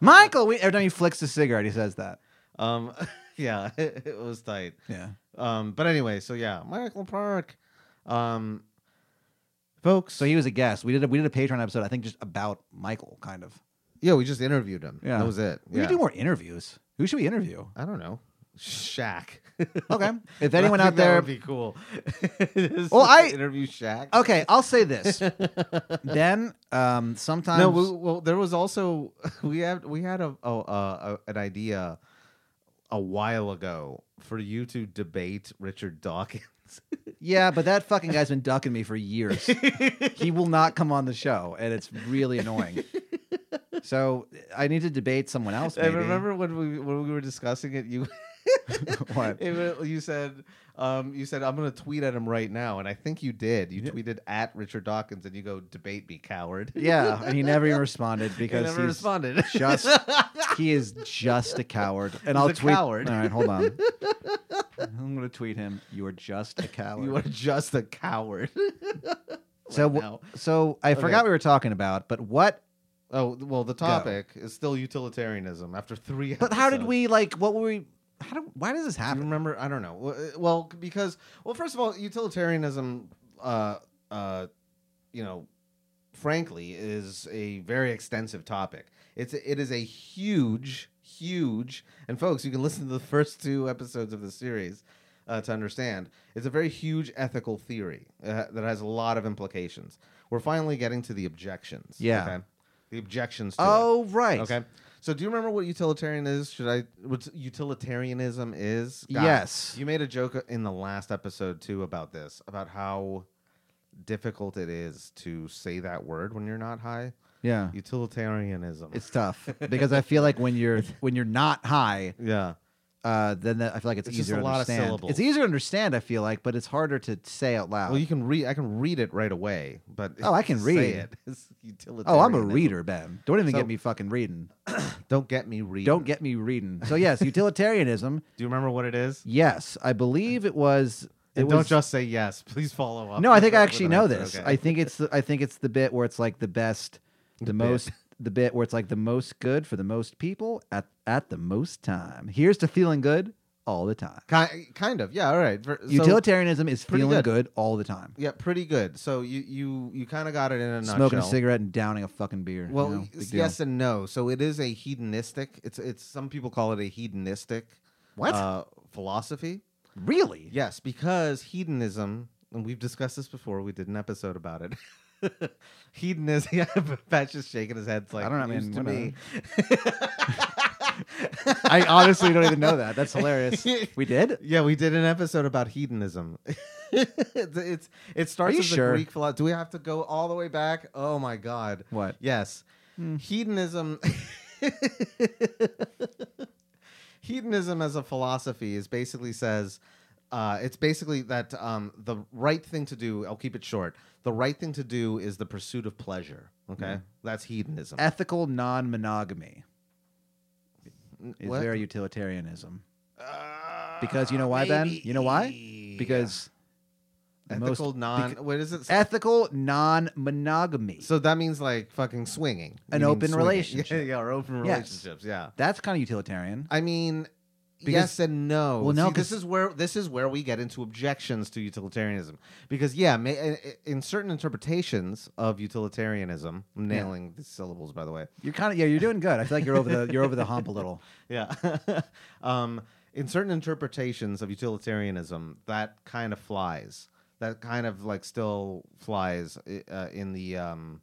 Speaker 3: Michael, we. Every time he flicks the cigarette, he says that.
Speaker 2: um, (laughs) yeah, it, was tight.
Speaker 3: Yeah.
Speaker 2: Um, but anyway, so yeah, Michael Park, um, folks.
Speaker 3: So he was a guest. We did a, we did a Patreon episode, I think, just about Michael, kind of.
Speaker 2: yeah, we just interviewed him.
Speaker 3: Yeah.
Speaker 2: that was it.
Speaker 3: We
Speaker 2: yeah.
Speaker 3: should do more interviews. Who should we interview?
Speaker 2: I don't know, Shaq. (laughs)
Speaker 3: Okay. If
Speaker 2: I
Speaker 3: anyone
Speaker 2: think
Speaker 3: out
Speaker 2: that
Speaker 3: there,
Speaker 2: would be cool. (laughs) Just
Speaker 3: Well, I-
Speaker 2: interview Shaq.
Speaker 3: okay, I'll say this.
Speaker 2: (laughs)
Speaker 3: then um, sometimes
Speaker 2: No, we, well, there was also (laughs) we had we had a, a, a an idea a while ago for you to debate Richard Dawkins.
Speaker 3: Yeah, but that fucking guy's been ducking me for years. he will not come on the show, and it's
Speaker 2: (laughs)
Speaker 3: really annoying. So I need to debate someone else.
Speaker 2: I
Speaker 3: Maybe.
Speaker 2: remember when we when we were discussing it, you
Speaker 3: (laughs)
Speaker 2: (laughs)
Speaker 3: what?
Speaker 2: it wa- you said um, you said I'm going to tweet at him right now, and I think you did. You tweeted at Richard Dawkins, and you go debate me, (laughs) coward.
Speaker 3: Yeah, and he never even responded
Speaker 2: (laughs) He
Speaker 3: because
Speaker 2: never (laughs)
Speaker 3: he's
Speaker 2: responded.
Speaker 3: just he is just a coward.
Speaker 2: He's
Speaker 3: And I'll
Speaker 2: a
Speaker 3: tweet.
Speaker 2: coward.
Speaker 3: All right,
Speaker 2: (laughs)
Speaker 3: hold on. I'm gonna tweet him. You are just a coward.
Speaker 2: you are just a coward. (laughs)
Speaker 3: so
Speaker 2: right
Speaker 3: w-
Speaker 2: now.
Speaker 3: so I
Speaker 2: Okay.
Speaker 3: forgot we were talking about, but what?
Speaker 2: Oh well, the topic is still utilitarianism after three.
Speaker 3: But how did
Speaker 2: episodes.
Speaker 3: we like? What were we? How do? Why does this
Speaker 2: Do you
Speaker 3: happen?
Speaker 2: remember? I don't know. Well, uh, Well, because well, first of all, utilitarianism, uh, uh, you know, frankly, is a very extensive topic. It's it is a huge, huge, and folks, you can listen to the first two episodes of the series uh, to understand. It's a very huge ethical theory uh, that has a lot of implications. We're finally getting to the objections.
Speaker 3: Yeah.
Speaker 2: Okay? The objections. To it.
Speaker 3: Oh right.
Speaker 2: Okay. So do you remember what utilitarian is? Should I what utilitarianism is? God,
Speaker 3: Yes.
Speaker 2: You made a joke in the last episode too about this, about how difficult it is to say that word when you're not high.
Speaker 3: Yeah.
Speaker 2: Utilitarianism.
Speaker 3: It's tough because I feel like
Speaker 2: (laughs)
Speaker 3: when you're when you're not high,
Speaker 2: yeah.
Speaker 3: uh, then that, I feel like it's,
Speaker 2: It's just
Speaker 3: easier
Speaker 2: a
Speaker 3: to
Speaker 2: lot of
Speaker 3: understand.
Speaker 2: syllables.
Speaker 3: It's easier to understand, I feel like, but it's harder to say out loud.
Speaker 2: Well, you can read. I can read it right away, but
Speaker 3: Oh, I
Speaker 2: (laughs)
Speaker 3: can
Speaker 2: say
Speaker 3: read.
Speaker 2: it. It's
Speaker 3: oh,
Speaker 2: utilitarian.
Speaker 3: I'm a reader, Ben. Don't even
Speaker 2: So-
Speaker 3: get me fucking reading.
Speaker 2: Don't get me reading.
Speaker 3: Don't get me reading. So
Speaker 2: (laughs)
Speaker 3: yes, utilitarianism.
Speaker 2: Do you remember what it is?
Speaker 3: Yes, I believe it was. It
Speaker 2: And
Speaker 3: was
Speaker 2: don't just say yes. Please follow up.
Speaker 3: no, I think I
Speaker 2: with
Speaker 3: actually
Speaker 2: an
Speaker 3: know
Speaker 2: answer.
Speaker 3: this.
Speaker 2: Okay.
Speaker 3: I think it's the, I think it's the bit where it's like the best, the,
Speaker 2: The bit.
Speaker 3: most, the bit where it's like the most good for the most people at at the most time. Here's to feeling good all the time.
Speaker 2: Ki- kind of. Yeah. All right. Ver- so-
Speaker 3: Utilitarianism is
Speaker 2: pretty
Speaker 3: feeling
Speaker 2: good.
Speaker 3: good. all the time.
Speaker 2: Yeah, pretty good. So you you you kind of got it in a
Speaker 3: Smoking a
Speaker 2: nutshell.
Speaker 3: cigarette and downing a fucking beer. you
Speaker 2: Well,
Speaker 3: know,
Speaker 2: y-
Speaker 3: big deal.
Speaker 2: yes and no. So it is a hedonistic. It's it's some people call it a hedonistic
Speaker 3: What?
Speaker 2: uh, philosophy.
Speaker 3: really?
Speaker 2: Yes, because hedonism, and we've discussed this before. We did an episode about it. (laughs) hedonism. (laughs) Yeah, but Pat's just shaking his head. It's like
Speaker 3: I don't know,
Speaker 2: news
Speaker 3: man,
Speaker 2: to me.
Speaker 3: (laughs) (laughs) I honestly don't even know that. That's hilarious. We did?
Speaker 2: (laughs) Yeah, we did an episode about hedonism. (laughs) it's, it's it starts
Speaker 3: you
Speaker 2: as
Speaker 3: sure?
Speaker 2: a Greek philosophy. Do we have to go all the way back? Oh my god.
Speaker 3: What?
Speaker 2: Yes.
Speaker 3: Hmm.
Speaker 2: Hedonism (laughs) Hedonism as a philosophy is basically says uh, it's basically that um, the right thing to do, I'll keep it short. The right thing to do is the pursuit of pleasure. Okay?
Speaker 3: Yeah.
Speaker 2: That's hedonism.
Speaker 3: Ethical non monogamy is
Speaker 2: What?
Speaker 3: very utilitarianism.
Speaker 2: Uh,
Speaker 3: Because you know why, Ben? You know why?
Speaker 2: maybe.
Speaker 3: Because the most-
Speaker 2: ethical non what is it?
Speaker 3: ethical non monogamy.
Speaker 2: So that means like fucking swinging.
Speaker 3: An
Speaker 2: You mean
Speaker 3: open
Speaker 2: swinging. (laughs) Yeah,
Speaker 3: relationship.
Speaker 2: yeah, or open
Speaker 3: Yes.
Speaker 2: relationships. Yeah.
Speaker 3: That's kind of utilitarian.
Speaker 2: I mean,
Speaker 3: Because-
Speaker 2: yes and no.
Speaker 3: Well, no,
Speaker 2: See, this
Speaker 3: 'cause-
Speaker 2: is where this is where we get into objections to utilitarianism because yeah, ma- i- i- in certain interpretations of utilitarianism, I'm
Speaker 3: Yeah.
Speaker 2: nailing the syllables by the way.
Speaker 3: You're kind of yeah. You're doing good. I feel like you're over the you're over the hump a little.
Speaker 2: Yeah. (laughs) um, in certain interpretations of utilitarianism, that kind of flies. That kind of like still flies i- uh, in the um,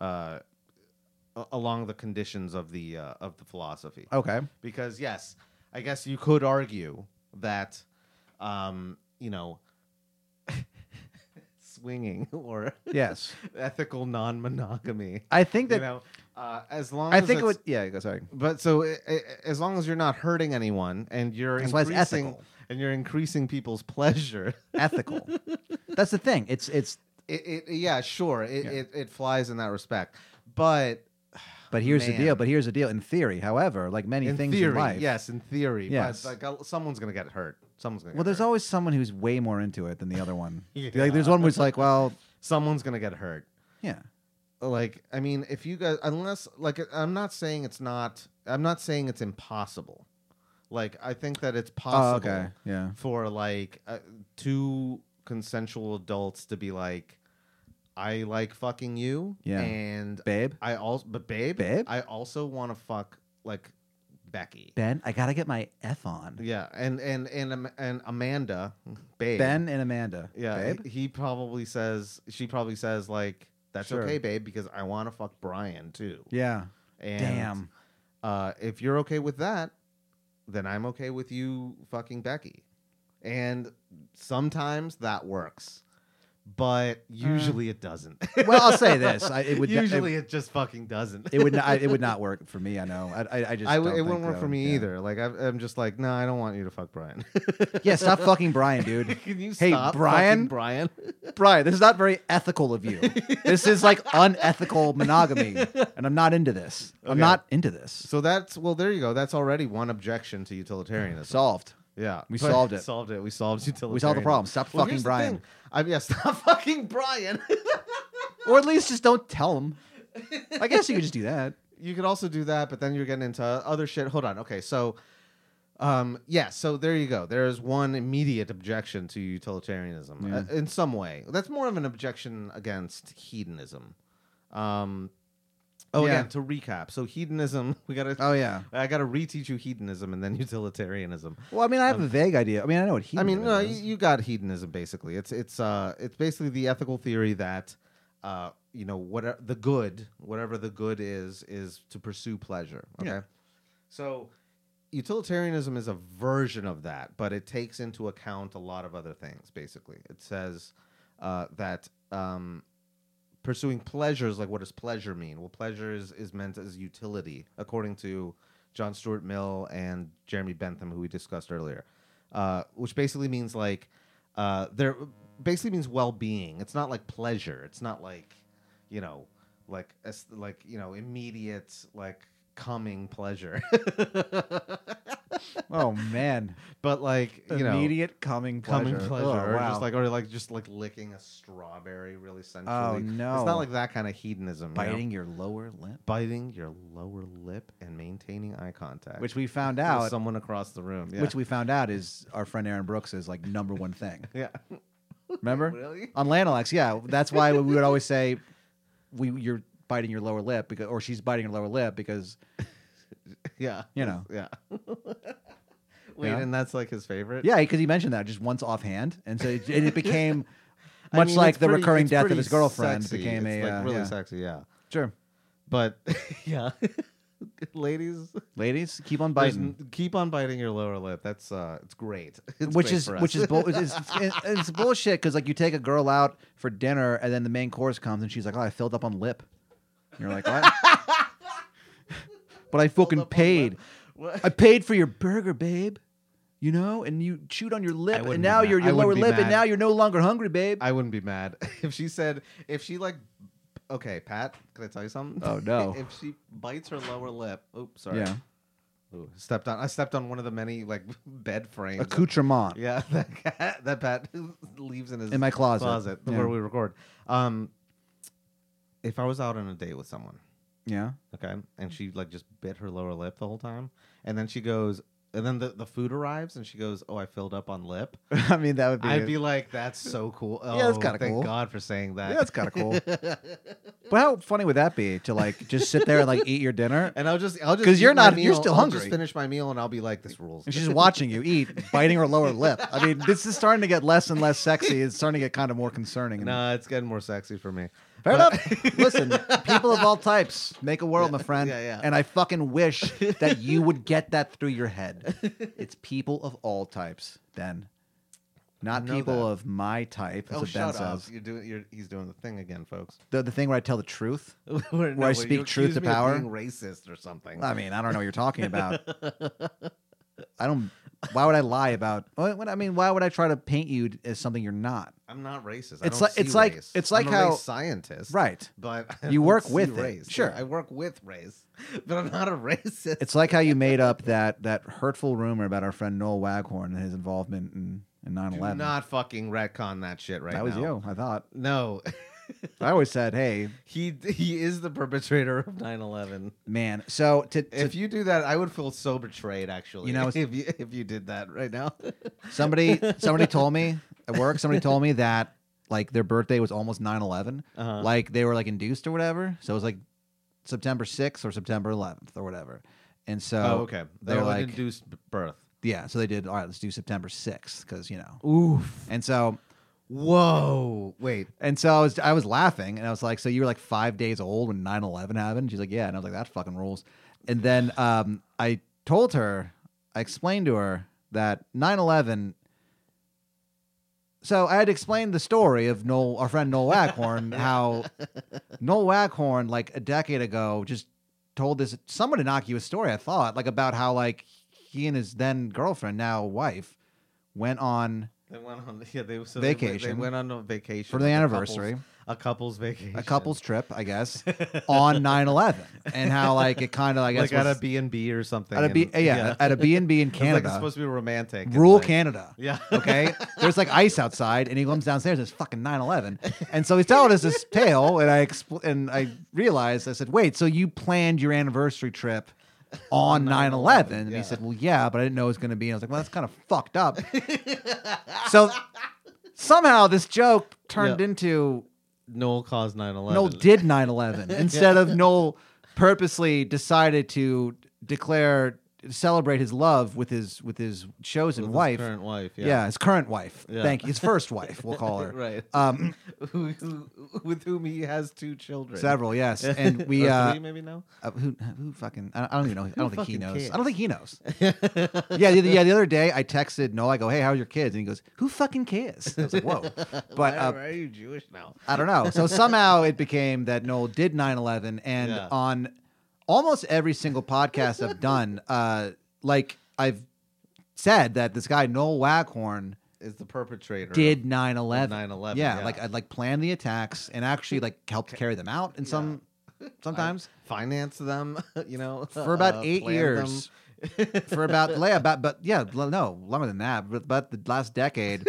Speaker 2: uh, a- along the conditions of the uh, of the philosophy.
Speaker 3: Okay.
Speaker 2: Because yes, I guess you could argue that um, you know (laughs) swinging (laughs) or
Speaker 3: Yes.
Speaker 2: ethical non-monogamy.
Speaker 3: I think
Speaker 2: You
Speaker 3: that
Speaker 2: know, uh, as long
Speaker 3: I
Speaker 2: as
Speaker 3: think it
Speaker 2: it's-
Speaker 3: would. Yeah. go- Sorry.
Speaker 2: but so i i as long as you're not hurting anyone and you're
Speaker 3: That's why it's
Speaker 2: increasing
Speaker 3: ethical.
Speaker 2: and you're increasing people's pleasure, (laughs)
Speaker 3: Ethical. That's the thing. It's it's
Speaker 2: it, it yeah, sure, it,
Speaker 3: Yeah.
Speaker 2: It, it flies in that respect. But
Speaker 3: But here's the deal.
Speaker 2: Man.
Speaker 3: But here's the deal. In theory, however, like many
Speaker 2: in
Speaker 3: things
Speaker 2: theory,
Speaker 3: in life,
Speaker 2: yes, in theory.
Speaker 3: Yes.
Speaker 2: But like uh, someone's gonna get hurt. Someone's gonna.
Speaker 3: Well,
Speaker 2: get
Speaker 3: there's
Speaker 2: hurt.
Speaker 3: always someone who's way more into it than the
Speaker 2: (laughs)
Speaker 3: other one.
Speaker 2: Yeah.
Speaker 3: Like there's one who's like, well,
Speaker 2: someone's gonna get hurt.
Speaker 3: yeah,
Speaker 2: Like I mean, if you guys, unless like I'm not saying it's not. I'm not saying it's impossible. Like I think that it's
Speaker 3: oh,
Speaker 2: possible.
Speaker 3: okay, yeah,
Speaker 2: for like uh, two consensual adults to be like, I like fucking you,
Speaker 3: Yeah.
Speaker 2: and
Speaker 3: babe,
Speaker 2: I also, but babe,
Speaker 3: Babe?
Speaker 2: I also want to fuck like Becky,
Speaker 3: Ben, I gotta get my f on.
Speaker 2: yeah, and and and Am- and Amanda, babe,
Speaker 3: Ben and Amanda,
Speaker 2: yeah,
Speaker 3: babe,
Speaker 2: he- he probably says she probably says like that's
Speaker 3: Sure.
Speaker 2: okay, babe, because I want to fuck Brian too,
Speaker 3: yeah,
Speaker 2: and
Speaker 3: damn,
Speaker 2: uh, if you're okay with that, then I'm okay with you fucking Becky. And sometimes that works, but usually it
Speaker 3: (laughs)
Speaker 2: doesn't.
Speaker 3: well, I'll say this.
Speaker 2: (laughs)
Speaker 3: I, it would
Speaker 2: usually it, just fucking doesn't.
Speaker 3: it, it would not, I, it would not work for me. I know. I I, I just
Speaker 2: I w-
Speaker 3: don't
Speaker 2: it wouldn't
Speaker 3: think
Speaker 2: work
Speaker 3: so.
Speaker 2: for me
Speaker 3: Yeah.
Speaker 2: either. Like I, I'm just like, no, I don't want you to fuck Brian. (laughs)
Speaker 3: Yeah, stop fucking Brian, dude.
Speaker 2: Can you
Speaker 3: Hey,
Speaker 2: stop, fucking (laughs)
Speaker 3: Brian? (laughs)
Speaker 2: Brian?
Speaker 3: Brian, this is not very ethical of you. (laughs) This is like unethical monogamy, and I'm not into this. I'm
Speaker 2: Okay.
Speaker 3: not into this.
Speaker 2: So that's well, there you go. That's already one objection to utilitarianism.
Speaker 3: Solved.
Speaker 2: yeah,
Speaker 3: we solved it.
Speaker 2: Solved it. We solved utilitarianism.
Speaker 3: We solved the problem. Stop
Speaker 2: Well,
Speaker 3: fucking
Speaker 2: here's the
Speaker 3: Brian,
Speaker 2: thing. I yeah, (laughs) stop fucking Brian. (laughs)
Speaker 3: or at least just don't tell him. I guess you could just do that.
Speaker 2: you could also do that, but then you're getting into other shit. Hold on. Okay, so um yeah, so there you go. There is one immediate objection to utilitarianism
Speaker 3: Yeah.
Speaker 2: uh, in some way. That's more of an objection against hedonism. Um Oh,
Speaker 3: Yeah.
Speaker 2: again, to recap. So hedonism, (laughs) we got to
Speaker 3: Oh yeah.
Speaker 2: I got to reteach you hedonism and then (laughs) utilitarianism.
Speaker 3: Well, I mean, I have a vague idea. I mean, I know what he.
Speaker 2: Um, I mean, no, you, you got hedonism basically. It's it's uh it's basically the ethical theory that uh you know whatever the good, whatever the good is, is to pursue pleasure. Okay,
Speaker 3: Yeah.
Speaker 2: so utilitarianism is a version of that, but it takes into account a lot of other things. Basically, it says uh, that. Um, Pursuing pleasures, like what does pleasure mean? Well, pleasure is, is meant as utility, according to John Stuart Mill and Jeremy Bentham, who we discussed earlier, uh, which basically means like uh, there basically means well-being. It's not like pleasure. It's not like you know, like as, like you know, immediate like coming pleasure. (laughs)
Speaker 3: (laughs) oh man,
Speaker 2: but like (laughs) you know,
Speaker 3: immediate coming pleasure.
Speaker 2: coming pleasure,
Speaker 3: Oh,
Speaker 2: or
Speaker 3: wow.
Speaker 2: just like or like just like licking a strawberry really sensually.
Speaker 3: oh
Speaker 2: It's
Speaker 3: no,
Speaker 2: not like that kind of hedonism. you know?
Speaker 3: biting your lower lip,
Speaker 2: biting your lower lip and maintaining eye contact.
Speaker 3: which we found
Speaker 2: with
Speaker 3: out.
Speaker 2: someone across the room. Yeah.
Speaker 3: Which we found out is our friend Aaron Brooks is like number one thing.
Speaker 2: (laughs) yeah.
Speaker 3: Remember
Speaker 2: Really?
Speaker 3: on Lanolax? Yeah, that's why we would always say we you're biting your lower lip because or she's biting her lower
Speaker 2: (laughs)
Speaker 3: lip because
Speaker 2: Yeah.
Speaker 3: you know
Speaker 2: (laughs)
Speaker 3: (laughs)
Speaker 2: Yeah. Wait,
Speaker 3: Yeah.
Speaker 2: and that's like his favorite.
Speaker 3: yeah because he mentioned that just once offhand and so it, it became
Speaker 2: (laughs) I
Speaker 3: much
Speaker 2: mean,
Speaker 3: like
Speaker 2: it's
Speaker 3: the
Speaker 2: pretty-
Speaker 3: recurring
Speaker 2: it's
Speaker 3: death of
Speaker 2: pretty
Speaker 3: his girlfriend
Speaker 2: sexy.
Speaker 3: became
Speaker 2: It's,
Speaker 3: a
Speaker 2: like
Speaker 3: uh,
Speaker 2: really
Speaker 3: yeah.
Speaker 2: sexy. Yeah,
Speaker 3: sure
Speaker 2: but (laughs) yeah, ladies,
Speaker 3: ladies keep on
Speaker 2: there's
Speaker 3: biting
Speaker 2: n- keep on biting your lower lip. That's uh, it's great. (laughs) It's
Speaker 3: which
Speaker 2: great
Speaker 3: is
Speaker 2: for
Speaker 3: which
Speaker 2: us.
Speaker 3: is
Speaker 2: (laughs)
Speaker 3: bull. it's, it's, it's bullshit because like you take a girl out for dinner and then the main course comes and she's like, "Oh, I filled up on lip." And you're like, "What?" but I fucking
Speaker 2: up on lip.
Speaker 3: paid.
Speaker 2: What?
Speaker 3: I paid for your burger, babe. You know, and you chewed on your lip,
Speaker 2: wouldn't
Speaker 3: and
Speaker 2: be
Speaker 3: now
Speaker 2: mad.
Speaker 3: you're
Speaker 2: I
Speaker 3: your
Speaker 2: wouldn't
Speaker 3: lower
Speaker 2: be
Speaker 3: lip, and
Speaker 2: mad.
Speaker 3: now you're no longer hungry, babe.
Speaker 2: I wouldn't be mad (laughs) if she said if she like. Okay, Pat, can I tell you something?
Speaker 3: Oh, no.
Speaker 2: (laughs) if she bites her lower lip, oops, sorry.
Speaker 3: yeah,
Speaker 2: Ooh, stepped on. I stepped on one of the many like (laughs) bed frames.
Speaker 3: (laughs) accoutrement.
Speaker 2: Yeah, (laughs) that cat, that Pat (laughs) leaves in his
Speaker 3: In my closet.
Speaker 2: closet
Speaker 3: Yeah.
Speaker 2: where we record. Um, if I was out on a date with someone,
Speaker 3: Yeah,
Speaker 2: (laughs)
Speaker 3: (laughs)
Speaker 2: okay, and she like just bit her lower lip the whole time, and then she goes, and then the, the food arrives, and she goes, "Oh, I filled up on lip."
Speaker 3: I mean that would be.
Speaker 2: I'd be like, "That's so cool." Oh,
Speaker 3: (laughs) Yeah, that's kinda
Speaker 2: thank
Speaker 3: cool.
Speaker 2: God for saying that.
Speaker 3: yeah, that's kind
Speaker 2: (laughs)
Speaker 3: of cool. but how funny would that be to like just sit there and like eat your dinner,
Speaker 2: and I'll just, I'll just
Speaker 3: 'Cause you're
Speaker 2: eat my
Speaker 3: not- you're
Speaker 2: meal-
Speaker 3: still
Speaker 2: I'll just
Speaker 3: hungry.
Speaker 2: finish my meal, and I'll be like, "This rules." (laughs)
Speaker 3: And she's just watching you eat, biting her lower lip. I mean, this is starting to get less and less sexy. It's starting to get kind of more concerning.
Speaker 2: Nah, it's getting more sexy for me.
Speaker 3: Fair
Speaker 2: But-
Speaker 3: enough. Listen, people of all types make a world, my friend.
Speaker 2: yeah, yeah.
Speaker 3: And I fucking wish that you would get that through your head. It's people of all types, Ben. Not
Speaker 2: I know
Speaker 3: people
Speaker 2: that.
Speaker 3: of my type, as
Speaker 2: Oh,
Speaker 3: what Ben
Speaker 2: shut up!
Speaker 3: says.
Speaker 2: You're doing. You're, he's doing the thing again,
Speaker 3: (laughs)
Speaker 2: folks.
Speaker 3: The, the thing where I tell the truth.
Speaker 2: where, no,
Speaker 3: I
Speaker 2: you
Speaker 3: speak truth
Speaker 2: accuse
Speaker 3: to
Speaker 2: me of
Speaker 3: power?
Speaker 2: being racist or something. (laughs)
Speaker 3: I mean, I don't know what you're talking about. I don't Why would I lie about? What, what- I mean, why would I try to paint you as something you're not?
Speaker 2: I'm not racist.
Speaker 3: It's like- it's like- it's like
Speaker 2: i
Speaker 3: how-
Speaker 2: scientist,
Speaker 3: Right.
Speaker 2: But (laughs) I
Speaker 3: You
Speaker 2: don't
Speaker 3: work
Speaker 2: see
Speaker 3: with it.
Speaker 2: race. Yeah,
Speaker 3: Sure.
Speaker 2: I work with race, (laughs) but I'm not a racist.
Speaker 3: It's like how you made up that that hurtful rumor about our friend Noel Waghorn and his involvement in in 9
Speaker 2: Do
Speaker 3: 11.
Speaker 2: not fucking retcon that shit right
Speaker 3: that was
Speaker 2: now.
Speaker 3: you, I thought.
Speaker 2: No, (laughs)
Speaker 3: I always said, "Hey,
Speaker 2: he he is the perpetrator of 9/11.
Speaker 3: man." So to, to
Speaker 2: If you do that, I would feel so betrayed. Actually,
Speaker 3: You know,
Speaker 2: (laughs)
Speaker 3: it's-
Speaker 2: if you if you did that right now, (laughs)
Speaker 3: somebody somebody told me at work, somebody told me that like their birthday was almost 9/11,
Speaker 2: uh-huh.
Speaker 3: like they were like induced or whatever. So it was like September 6th or September 11th or whatever. And so
Speaker 2: oh, okay, they
Speaker 3: uh, they're
Speaker 2: were like
Speaker 3: like-
Speaker 2: induced b- birth.
Speaker 3: yeah, so they did, "All right, let's do September 6th cuz, you know."
Speaker 2: Oof.
Speaker 3: And so
Speaker 2: Whoa. Wait.
Speaker 3: and so I was I was laughing and I was like, "So you were like 5 days old when 9/11 happened?" She's like, "Yeah." And I was like, "That fucking rules." And then um I told her, I explained to her that 9/11 so I had explained the story of Noel, our friend
Speaker 2: (laughs)
Speaker 3: Noel Waghorn, how Noel Waghorn, like a decade ago, just told this somewhat innocuous story. I thought, like about how like he and his then girlfriend, now wife, went on
Speaker 2: They went on yeah they so they went- They
Speaker 3: Vacation.
Speaker 2: went on a vacation
Speaker 3: for the
Speaker 2: like a
Speaker 3: anniversary,
Speaker 2: couple's- a couple's vacation.
Speaker 3: a couple's trip, I guess,
Speaker 2: (laughs)
Speaker 3: on 9/11, and how like it kind of I guess
Speaker 2: like at
Speaker 3: was-
Speaker 2: a B and B or something.
Speaker 3: at a B,
Speaker 2: and-
Speaker 3: yeah, at a B and
Speaker 2: (laughs)
Speaker 3: B in
Speaker 2: It's like it's
Speaker 3: Canada,
Speaker 2: supposed to be romantic. and
Speaker 3: rural
Speaker 2: like-
Speaker 3: Canada.
Speaker 2: (laughs) Yeah.
Speaker 3: okay? There's like ice outside, and he comes downstairs. It's fucking 9/11, and so he's telling
Speaker 2: (laughs)
Speaker 3: us this tale, and I expl- and I realized I said, "Wait, so you planned your anniversary trip on 9/11?" And
Speaker 2: yeah.
Speaker 3: he said, "Well, yeah, but I didn't know it was going to be." And I was like, "Well, that's kind of
Speaker 2: (laughs)
Speaker 3: fucked up." so somehow this joke turned
Speaker 2: Yeah.
Speaker 3: into
Speaker 2: Noel caused 9/11.
Speaker 3: Noel
Speaker 2: (laughs)
Speaker 3: did 9/11 instead of Noel purposely decided to declare celebrate his love with his with his chosen
Speaker 2: with his
Speaker 3: wife
Speaker 2: current wife.
Speaker 3: yeah.
Speaker 2: Yeah. (laughs)
Speaker 3: his current wife.
Speaker 2: Yeah.
Speaker 3: Thank you.
Speaker 2: (laughs)
Speaker 3: His first wife, we'll call her.
Speaker 2: right. (laughs)
Speaker 3: Um,
Speaker 2: who, who, with whom he has two children. (laughs)
Speaker 3: several, yes. And we,
Speaker 2: Or
Speaker 3: uh,
Speaker 2: three maybe now.
Speaker 3: uh, who, who fucking, I I don't even know. I don't think he
Speaker 2: fucking
Speaker 3: knows.
Speaker 2: cares?
Speaker 3: I don't think
Speaker 2: (laughs)
Speaker 3: he knows. yeah, the, yeah. The other day, I texted Noel. I go, "Hey, how are your kids?" And he goes, "Who fucking cares?" I was
Speaker 2: (laughs)
Speaker 3: like, "Whoa," but
Speaker 2: Why
Speaker 3: uh,
Speaker 2: are you Jewish now?
Speaker 3: I don't know. So somehow it became that Noel did 9/11 and
Speaker 2: Yeah.
Speaker 3: on almost every single podcast I've done, uh, like I've said that this guy Noel Waghorn
Speaker 2: Is the perpetrator
Speaker 3: did
Speaker 2: of
Speaker 3: 9/11.
Speaker 2: 9/11?
Speaker 3: yeah, like uh, I'd like plan the attacks and actually like helped carry them out in some sometimes
Speaker 2: finance them. (laughs) You know,
Speaker 3: (laughs) for about
Speaker 2: uh,
Speaker 3: eight
Speaker 2: plan
Speaker 3: years. for about yeah, about but yeah, l- no, longer than that. But about the
Speaker 2: (laughs)
Speaker 3: last decade,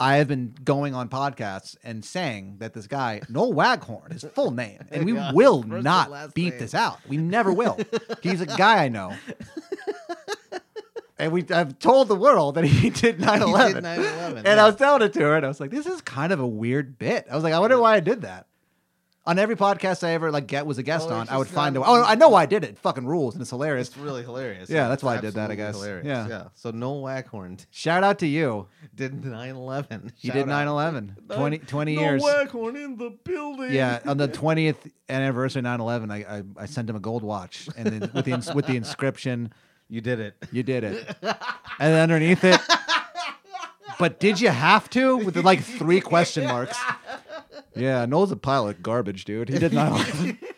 Speaker 3: I have been going on podcasts and saying that this guy Noel Waghorn, his full name, and
Speaker 2: (laughs)
Speaker 3: we
Speaker 2: Yeah,
Speaker 3: will
Speaker 2: first and
Speaker 3: not
Speaker 2: last
Speaker 3: beat
Speaker 2: name.
Speaker 3: this out. We never will. He's a guy I
Speaker 2: (laughs)
Speaker 3: know. And we, I've told the world that
Speaker 2: (laughs)
Speaker 3: he did 9
Speaker 2: them.
Speaker 3: 11.
Speaker 2: 9/11,
Speaker 3: And
Speaker 2: yeah.
Speaker 3: I was telling it to her, and I was like, "This is kind of a weird bit." I was like, "I wonder why I did that." On every podcast I ever like get was a guest
Speaker 2: Oh,
Speaker 3: on,
Speaker 2: it's
Speaker 3: I would
Speaker 2: just
Speaker 3: find a.
Speaker 2: not-
Speaker 3: Oh, I know why I did it. Fucking rules, and it's hilarious.
Speaker 2: It's really hilarious.
Speaker 3: Yeah, that's
Speaker 2: it's
Speaker 3: why I did that, I
Speaker 2: absolutely
Speaker 3: guess.
Speaker 2: Hilarious.
Speaker 3: Yeah.
Speaker 2: So Noel Waghorn (laughs)
Speaker 3: Shout out to you.
Speaker 2: did 9/11.
Speaker 3: You
Speaker 2: Shout
Speaker 3: did
Speaker 2: out.
Speaker 3: 9 11. 20, 20
Speaker 2: Noel
Speaker 3: years.
Speaker 2: Waghorn in the building.
Speaker 3: Yeah, on the 20th anniversary of 9 11, I, I, I sent him a gold watch and then with the, ins- with the inscription,
Speaker 2: you did (laughs) it.
Speaker 3: you did it. And then underneath it, but did you have to? With like three question marks. Yeah, Noel's a pile of garbage, dude. He did 9 11.
Speaker 2: (laughs)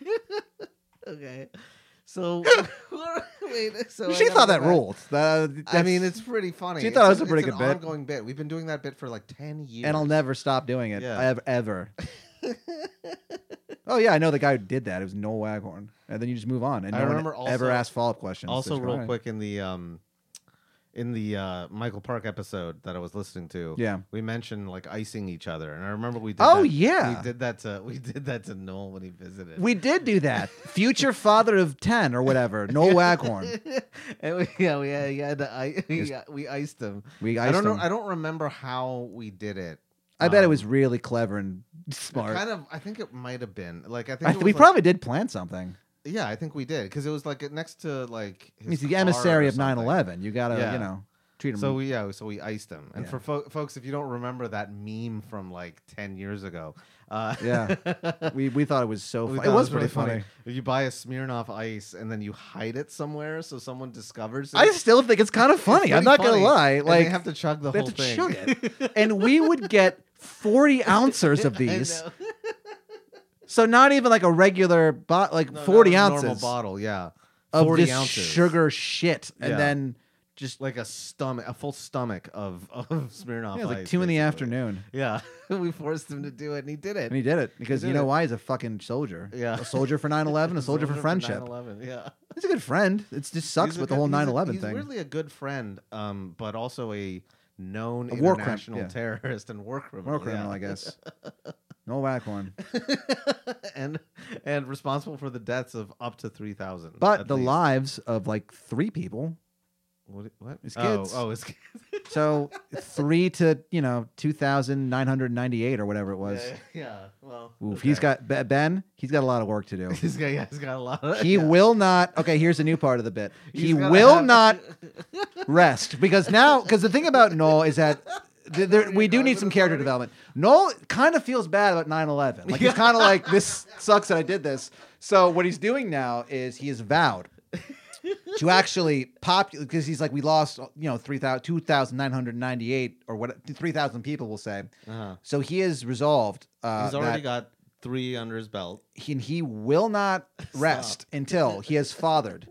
Speaker 2: Okay. (laughs) So wait, so I
Speaker 3: She
Speaker 2: gotta
Speaker 3: thought
Speaker 2: go
Speaker 3: that
Speaker 2: back.
Speaker 3: ruled. That-
Speaker 2: I
Speaker 3: that's-
Speaker 2: mean, it's pretty funny.
Speaker 3: She thought it
Speaker 2: It's
Speaker 3: was a pretty
Speaker 2: it's
Speaker 3: good
Speaker 2: an
Speaker 3: bit.
Speaker 2: Ongoing bit. We've been doing that bit for like ten years.
Speaker 3: and I'll never stop doing it
Speaker 2: Yeah.
Speaker 3: ev-
Speaker 2: (laughs)
Speaker 3: ever. oh yeah, I know the guy who did that. It was Noel Waghorn, and then you just move on, and
Speaker 2: I
Speaker 3: no one
Speaker 2: remember also-
Speaker 3: ever asked follow up questions.
Speaker 2: also
Speaker 3: Just,
Speaker 2: real
Speaker 3: "Alright."
Speaker 2: quick in the um in the uh Michael Park episode that I was listening to.
Speaker 3: Yeah.
Speaker 2: We mentioned like icing each other, and I remember we did.
Speaker 3: Oh
Speaker 2: that-
Speaker 3: yeah,
Speaker 2: we did that to (laughs) we did that to Noel when he visited.
Speaker 3: we did do
Speaker 2: (laughs)
Speaker 3: that. Future father of ten or whatever, Noel Waghorn.
Speaker 2: and we, yeah, we, yeah, yeah, the, I,
Speaker 3: Yes.
Speaker 2: yeah, we iced him.
Speaker 3: We
Speaker 2: I
Speaker 3: iced
Speaker 2: don't know.
Speaker 3: him.
Speaker 2: I don't remember how we did it.
Speaker 3: I, bet it
Speaker 2: um,
Speaker 3: was really clever and smart.
Speaker 2: Kind of. I think it might have been like I think
Speaker 3: I
Speaker 2: it
Speaker 3: th-
Speaker 2: was
Speaker 3: we
Speaker 2: like-
Speaker 3: probably did plan something.
Speaker 2: Yeah, I think we did because it was like next to like. his
Speaker 3: He's the
Speaker 2: car
Speaker 3: emissary
Speaker 2: or
Speaker 3: of 9-11. You gotta,
Speaker 2: Yeah.
Speaker 3: you know, treat him.
Speaker 2: something. So we, yeah, so we iced him. And
Speaker 3: Yeah.
Speaker 2: for fo- folks, if you don't remember that meme from like ten years ago, uh, (laughs)
Speaker 3: Yeah. we we thought it was so.
Speaker 2: we
Speaker 3: Fun.
Speaker 2: thought
Speaker 3: It was pretty funny.
Speaker 2: You buy a Smirnoff Ice and then you hide it somewhere so someone discovers it.
Speaker 3: I still think it's kind
Speaker 2: (laughs)
Speaker 3: of
Speaker 2: It's
Speaker 3: funny. I'm
Speaker 2: pretty
Speaker 3: not gonna
Speaker 2: funny.
Speaker 3: lie.
Speaker 2: And
Speaker 3: Like
Speaker 2: they have to chug the
Speaker 3: they have
Speaker 2: whole
Speaker 3: to
Speaker 2: thing.
Speaker 3: chug
Speaker 2: (laughs)
Speaker 3: it. and we would get 40 ounces
Speaker 2: (laughs)
Speaker 3: of
Speaker 2: I
Speaker 3: these.
Speaker 2: know.
Speaker 3: So not even like a regular bot, like
Speaker 2: No,
Speaker 3: 40
Speaker 2: not a normal
Speaker 3: ounces
Speaker 2: bottle. Yeah,
Speaker 3: of
Speaker 2: 40
Speaker 3: this
Speaker 2: ounces.
Speaker 3: sugar shit, and
Speaker 2: Yeah.
Speaker 3: then just
Speaker 2: like a stomach, a full stomach of of (laughs) Smirnoff.
Speaker 3: yeah, it was like
Speaker 2: Ice,
Speaker 3: two in the
Speaker 2: basically.
Speaker 3: afternoon,
Speaker 2: Yeah, (laughs) we forced him to do it, and he did it.
Speaker 3: and he did it because
Speaker 2: did
Speaker 3: you know
Speaker 2: it.
Speaker 3: why? He's a fucking soldier.
Speaker 2: Yeah.
Speaker 3: a soldier
Speaker 2: (laughs)
Speaker 3: for 9/11, a soldier for friendship.
Speaker 2: 9/11, Yeah,
Speaker 3: He's a good friend. It just sucks
Speaker 2: He's a
Speaker 3: with the
Speaker 2: good-
Speaker 3: whole
Speaker 2: he's a-
Speaker 3: 9/11 thing.
Speaker 2: He's really a good friend, um, but also a known
Speaker 3: A war crim-
Speaker 2: international
Speaker 3: yeah.
Speaker 2: terrorist and war criminal.
Speaker 3: War criminal,
Speaker 2: (laughs)
Speaker 3: I guess. No whack one.
Speaker 2: guess. (laughs) and and responsible for the deaths of up to three thousand.
Speaker 3: But the lives of like three people.
Speaker 2: What? what?
Speaker 3: His
Speaker 2: Oh,
Speaker 3: kids.
Speaker 2: Oh, his kids. (laughs)
Speaker 3: So three to, you know, 2,998 or whatever it was.
Speaker 2: (laughs) Yeah, yeah. Well,
Speaker 3: Oof,
Speaker 2: okay.
Speaker 3: he's got, Be- Ben, he's got a lot of work to
Speaker 2: (laughs)
Speaker 3: do.
Speaker 2: He's got. Yeah, he's got a lot. Of,
Speaker 3: He
Speaker 2: yeah.
Speaker 3: will not, okay, here's a new part of
Speaker 2: (laughs)
Speaker 3: the bit.
Speaker 2: He's
Speaker 3: he
Speaker 2: gotta
Speaker 3: will
Speaker 2: have- (laughs)
Speaker 3: not rest because now, because the thing about Noel
Speaker 2: (laughs)
Speaker 3: is that. th- There, we do need some character development. Noel kind of feels bad about 9 11. Like, he's kind
Speaker 2: (laughs)
Speaker 3: of like, this sucks that I did this. So, what he's doing now is he is vowed to actually pop because he's like we lost you know 3,000 2,998 or what 3,000 people will say.
Speaker 2: Uh-huh.
Speaker 3: So he is resolved uh
Speaker 2: He's already
Speaker 3: that
Speaker 2: got three under his belt.
Speaker 3: he, he will
Speaker 2: (laughs)
Speaker 3: not rest until he has fathered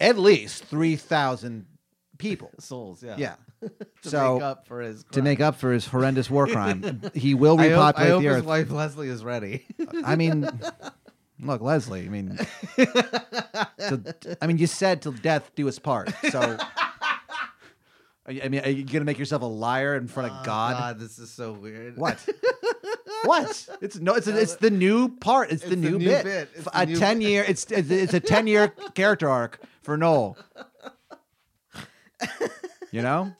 Speaker 3: at least 3,000 people.
Speaker 2: Souls, yeah.
Speaker 3: Yeah.
Speaker 2: (laughs) To
Speaker 3: So-
Speaker 2: make up for his
Speaker 3: To
Speaker 2: crime.
Speaker 3: make up for his
Speaker 2: (laughs)
Speaker 3: horrendous war crime, he will
Speaker 2: I hope, I
Speaker 3: repopulate
Speaker 2: hope
Speaker 3: the
Speaker 2: his
Speaker 3: earth.
Speaker 2: wife Leslie is
Speaker 3: (laughs)
Speaker 2: ready.
Speaker 3: I
Speaker 2: (laughs)
Speaker 3: mean, look, Leslie. I mean, till- I mean, you said till death do us part.
Speaker 2: (laughs)
Speaker 3: So, Are you- I mean, are you gonna make yourself a liar in front of
Speaker 2: Oh,
Speaker 3: God?
Speaker 2: this is so weird.
Speaker 3: What? what? It's no. It's it's the new part. It's, the,
Speaker 2: It's the
Speaker 3: new
Speaker 2: new
Speaker 3: bit.
Speaker 2: bit. It's
Speaker 3: F-
Speaker 2: the
Speaker 3: a
Speaker 2: new
Speaker 3: ten year. It's it's it's a ten
Speaker 2: (laughs)
Speaker 3: year character arc for Noel. You know.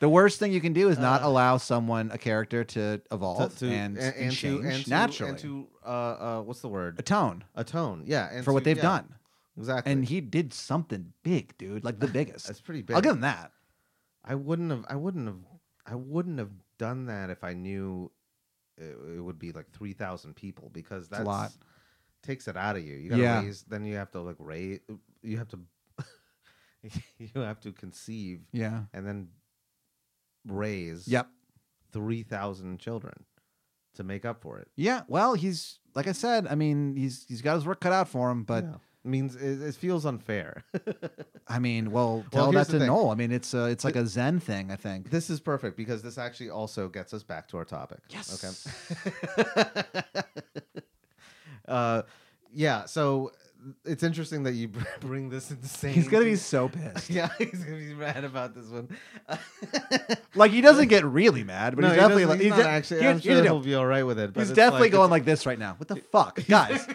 Speaker 3: The worst thing you can do is not allow someone a character to
Speaker 2: (laughs) Uh. To,
Speaker 3: evolve
Speaker 2: to,
Speaker 3: and,
Speaker 2: and, and to,
Speaker 3: change
Speaker 2: and to,
Speaker 3: naturally.
Speaker 2: And to, uh, uh, what's the word?
Speaker 3: atone
Speaker 2: Atone. Yeah. And
Speaker 3: for what
Speaker 2: to-
Speaker 3: they've
Speaker 2: yeah,
Speaker 3: done.
Speaker 2: Exactly.
Speaker 3: And he did something big,
Speaker 2: (laughs)
Speaker 3: dude. Like the biggest.
Speaker 2: That's pretty big.
Speaker 3: I'll give him that.
Speaker 2: I wouldn't have. I wouldn't have. I wouldn't have done that if I knew it, it would be like three thousand people because
Speaker 3: a
Speaker 2: that's
Speaker 3: lot.
Speaker 2: Takes it out of you. You gotta
Speaker 3: Yeah.
Speaker 2: raise. Then you have to like raise. You have to. (laughs) you have to conceive
Speaker 3: Yeah.
Speaker 2: and then raise.
Speaker 3: Yep.
Speaker 2: Three thousand children to make up for it.
Speaker 3: Yeah. Well, he's like I said. I mean, he's he's got his work cut out for him. But
Speaker 2: Yeah. means it, it feels unfair. (laughs)
Speaker 3: I mean, well, tell
Speaker 2: here's
Speaker 3: that
Speaker 2: the
Speaker 3: to
Speaker 2: thing.
Speaker 3: Noel. I mean, it's uh, it's like a Zen thing. I think.
Speaker 2: This is perfect because this actually also gets us back to our topic.
Speaker 3: Yes. (laughs)
Speaker 2: Okay. (laughs) uh, yeah. So it's interesting that you (laughs) br- bring this insane.
Speaker 3: He's gonna be so
Speaker 2: (laughs)
Speaker 3: pissed. (laughs)
Speaker 2: Yeah, he's gonna be mad about this one. (laughs)
Speaker 3: Like he doesn't get really mad, but
Speaker 2: No,
Speaker 3: he's
Speaker 2: he
Speaker 3: definitely
Speaker 2: doesn't-
Speaker 3: like
Speaker 2: he's
Speaker 3: he's
Speaker 2: not
Speaker 3: de-
Speaker 2: actually.
Speaker 3: here's-
Speaker 2: I'm
Speaker 3: here's the
Speaker 2: sure
Speaker 3: deal.
Speaker 2: he'll be all right with it. But
Speaker 3: He's
Speaker 2: it's
Speaker 3: definitely
Speaker 2: like,
Speaker 3: going like this right now.
Speaker 2: (laughs)
Speaker 3: What the fuck, guys?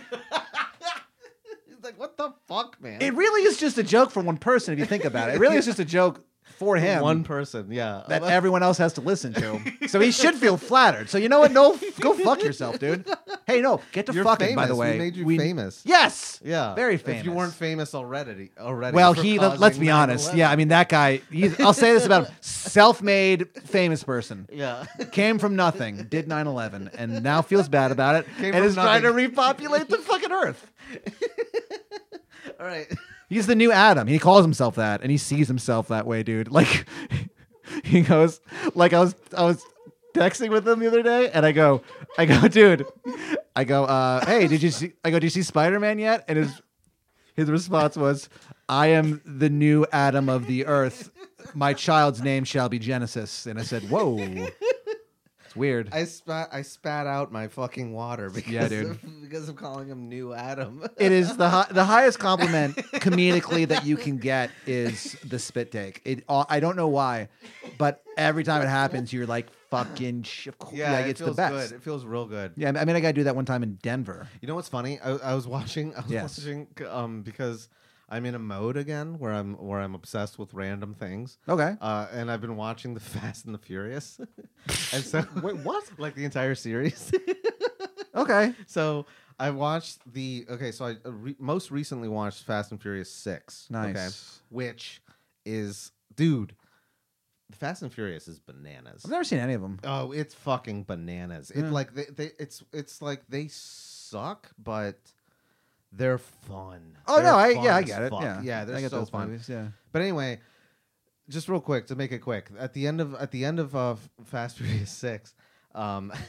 Speaker 2: He's like, what the fuck, man?
Speaker 3: it really is just a joke for one person if you think about it. It really is just a joke
Speaker 2: (laughs)
Speaker 3: for him.
Speaker 2: One person. Yeah.
Speaker 3: that everyone else has to listen to.
Speaker 2: (laughs)
Speaker 3: So he should feel flattered. So you know what? No, go fuck yourself,
Speaker 2: (laughs)
Speaker 3: dude. Hey, no, get to
Speaker 2: You're
Speaker 3: fucking.
Speaker 2: famous.
Speaker 3: By the way,
Speaker 2: we made you
Speaker 3: we-
Speaker 2: famous.
Speaker 3: Yes.
Speaker 2: Yeah,
Speaker 3: Very
Speaker 2: If you weren't
Speaker 3: famous.
Speaker 2: famous already, already.
Speaker 3: Well,
Speaker 2: for
Speaker 3: he. Let, us
Speaker 2: causing
Speaker 3: be honest.
Speaker 2: 9/11.
Speaker 3: Yeah, I mean that guy. He's, I'll say
Speaker 2: (laughs)
Speaker 3: this about him: self-made famous person.
Speaker 2: yeah. (laughs)
Speaker 3: Came from nothing, did 9/11, and now feels bad about it,
Speaker 2: Came
Speaker 3: and
Speaker 2: from
Speaker 3: is trying to repopulate the fucking earth.
Speaker 2: All right.
Speaker 3: He's the new Adam. He calls himself that, and he sees himself that way, dude. (laughs) Like he goes, like I was, I was texting with him the other day, and I go, I go, (laughs) dude, I go, uh, hey, did you see? I go, did you see Spider Man yet? And his his response was, I am the new Adam of the earth. My child's name shall be Genesis. And I said, whoa, it's weird.
Speaker 2: I spat. I spat out my fucking water because
Speaker 3: Yeah, dude.
Speaker 2: Of, because of calling him New (laughs) Adam.
Speaker 3: it is the hi- the highest compliment comedically that you can get is the spit take. It all, I don't know why, but every time it happens, you're like fucking. Sh- of course,
Speaker 2: yeah,
Speaker 3: like,
Speaker 2: it
Speaker 3: it's
Speaker 2: feels
Speaker 3: the best.
Speaker 2: good. It feels real good.
Speaker 3: Yeah, I mean, I got to do that one time in Denver.
Speaker 2: You know what's funny? I, I was watching. I was
Speaker 3: Yes.
Speaker 2: watching um, because I'm in a mode again where I'm where I'm obsessed with random things.
Speaker 3: Okay.
Speaker 2: Uh, and I've been watching the (laughs) Fast and the Furious, (laughs) and so
Speaker 3: (laughs) Wait, what?
Speaker 2: (laughs) like the entire series. (laughs)
Speaker 3: Okay.
Speaker 2: so I watched the okay. So I uh, re- most recently watched Fast and Furious Six.
Speaker 3: Nice.
Speaker 2: Okay, which is dude, Fast and Furious is bananas.
Speaker 3: I've never seen any of them.
Speaker 2: Oh, it's fucking bananas. It
Speaker 3: Yeah.
Speaker 2: like they, they it's it's like they suck, but they're fun.
Speaker 3: Oh
Speaker 2: They're
Speaker 3: no, I
Speaker 2: fun
Speaker 3: yeah, I
Speaker 2: as
Speaker 3: get it.
Speaker 2: fuck.
Speaker 3: Yeah,
Speaker 2: yeah, they're
Speaker 3: I get
Speaker 2: so
Speaker 3: those
Speaker 2: fun.
Speaker 3: movies. Yeah.
Speaker 2: But anyway, just real quick to make it quick, at the end of at the end of uh, F- Fast (laughs) Furious Six, um, (laughs)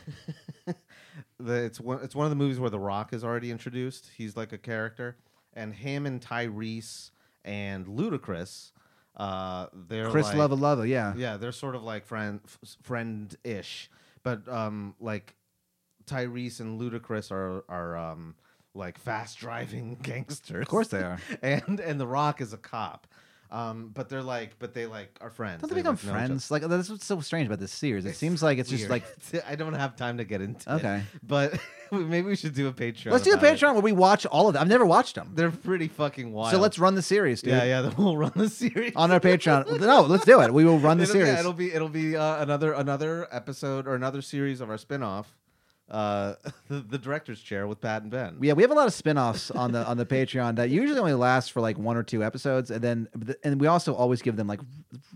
Speaker 2: the, it's one it's one of the movies where The Rock is already introduced. He's like a character, and him and Tyrese and Ludacris. Uh, they're
Speaker 3: Chris
Speaker 2: like,
Speaker 3: Lovalova, yeah.
Speaker 2: Yeah, they're sort of like friend friend ish, but um, like Tyrese and Ludacris are are um like fast driving (laughs) gangsters.
Speaker 3: Of course they are.
Speaker 2: (laughs) and and The Rock is a cop. Um, but they're like, but they like are friends.
Speaker 3: Don't they
Speaker 2: They,
Speaker 3: become
Speaker 2: like, know each other.
Speaker 3: friends? Like that's what's so strange about this series. It
Speaker 2: It's
Speaker 3: seems like it's just
Speaker 2: Weird. (laughs)
Speaker 3: like
Speaker 2: I don't have time to get into. it,
Speaker 3: okay.
Speaker 2: but (laughs) maybe we should do a Patreon.
Speaker 3: Let's do a
Speaker 2: about it.
Speaker 3: Patreon where we watch all of them. I've never watched them.
Speaker 2: They're pretty fucking wild.
Speaker 3: So let's run the series, dude.
Speaker 2: Yeah, yeah. (laughs) Then we'll run the series
Speaker 3: On our Patreon. no, let's do it. We will run the
Speaker 2: it'll,
Speaker 3: series.
Speaker 2: Yeah, it'll be it'll be uh, another another episode or another series of our spinoff, uh, (laughs) the, the director's chair with Pat and Ben.
Speaker 3: Yeah, we have a lot of spin-offs on the on the Patreon that usually only last for like one or two episodes, and then and we also always give them like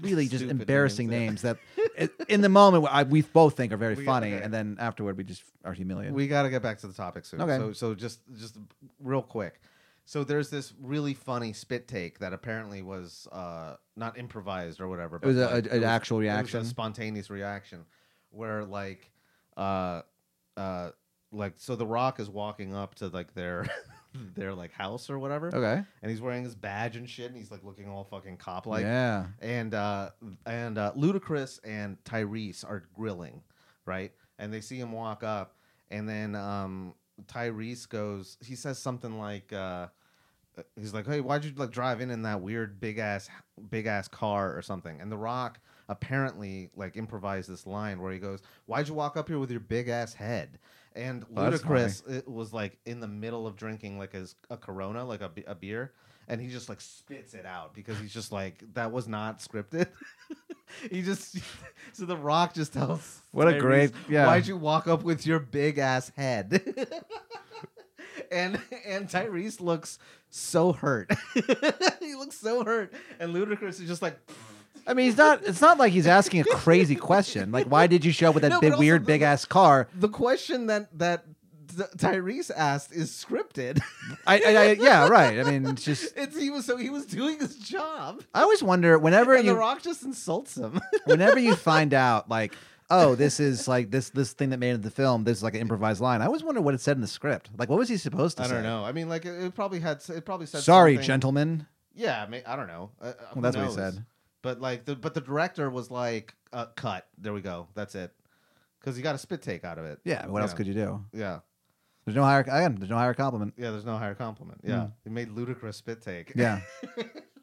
Speaker 3: really just
Speaker 2: Stupid
Speaker 3: embarrassing names
Speaker 2: names,
Speaker 3: that in the moment I, we both think are very
Speaker 2: We-
Speaker 3: funny,
Speaker 2: okay.
Speaker 3: and then afterward we just are humiliated.
Speaker 2: We got to get back to the topic soon.
Speaker 3: Okay.
Speaker 2: So so just just real quick. So there's this really funny spit take that apparently was uh, not improvised or whatever.
Speaker 3: it was a,
Speaker 2: like,
Speaker 3: a- an
Speaker 2: it was-
Speaker 3: actual
Speaker 2: it was
Speaker 3: reaction.
Speaker 2: a spontaneous reaction, where like, uh, uh, like so the Rock is walking up to like their (laughs) their like house or whatever,
Speaker 3: okay.
Speaker 2: and he's wearing his badge and shit, and he's like looking all fucking cop like.
Speaker 3: yeah.
Speaker 2: And uh, and uh, Ludacris and Tyrese are grilling, right? And they see him walk up, and then um, Tyrese goes. He says something like, uh, "He's like, hey, why'd you like drive in in that weird big ass big ass car or something?" And The Rock apparently like improvised this line where he goes, "Why'd you walk up here with your big ass head?" And
Speaker 3: Oh, that's
Speaker 2: Ludacris it was like in the middle of drinking like his, a Corona, like a, be- a beer, and he just like spits it out because he's just like that was not scripted. (laughs) he just (laughs) so the Rock just tells
Speaker 3: What a
Speaker 2: Tyrese,
Speaker 3: great- yeah.
Speaker 2: Why'd you walk up with your big ass head? (laughs) and and Tyrese looks so hurt. (laughs) he looks so hurt, and Ludacris is just like.
Speaker 3: I mean, he's not. It's not like he's asking a crazy question. Like, why did you show up with that
Speaker 2: No, but
Speaker 3: big,
Speaker 2: also
Speaker 3: weird,
Speaker 2: the-
Speaker 3: big ass car?
Speaker 2: the question that that T- Tyrese asked is scripted.
Speaker 3: I, I, I, yeah, right. I mean, it's (laughs) just.
Speaker 2: (laughs) It's he was so he was doing his job.
Speaker 3: I always wonder whenever
Speaker 2: and
Speaker 3: you
Speaker 2: The Rock just insults him.
Speaker 3: whenever you find out like oh this is like this this thing that made it the film this is like an improvised line i always wonder what it said in the script like what was he supposed to
Speaker 2: I
Speaker 3: say
Speaker 2: don't know. I mean, like it, it probably had it probably said.
Speaker 3: sorry
Speaker 2: something-
Speaker 3: gentlemen
Speaker 2: Yeah, I, mean, I don't know. Uh,
Speaker 3: well that's what he said
Speaker 2: But like the but the director was like, uh, cut. There we go. That's it. Because you got a spit take out of it.
Speaker 3: yeah what else
Speaker 2: Yeah.
Speaker 3: could you do
Speaker 2: Yeah,
Speaker 3: there's no higher again there's no higher compliment
Speaker 2: yeah. There's no higher compliment. Yeah, he made ludicrous spit take.
Speaker 3: Hmm. yeah
Speaker 2: (laughs)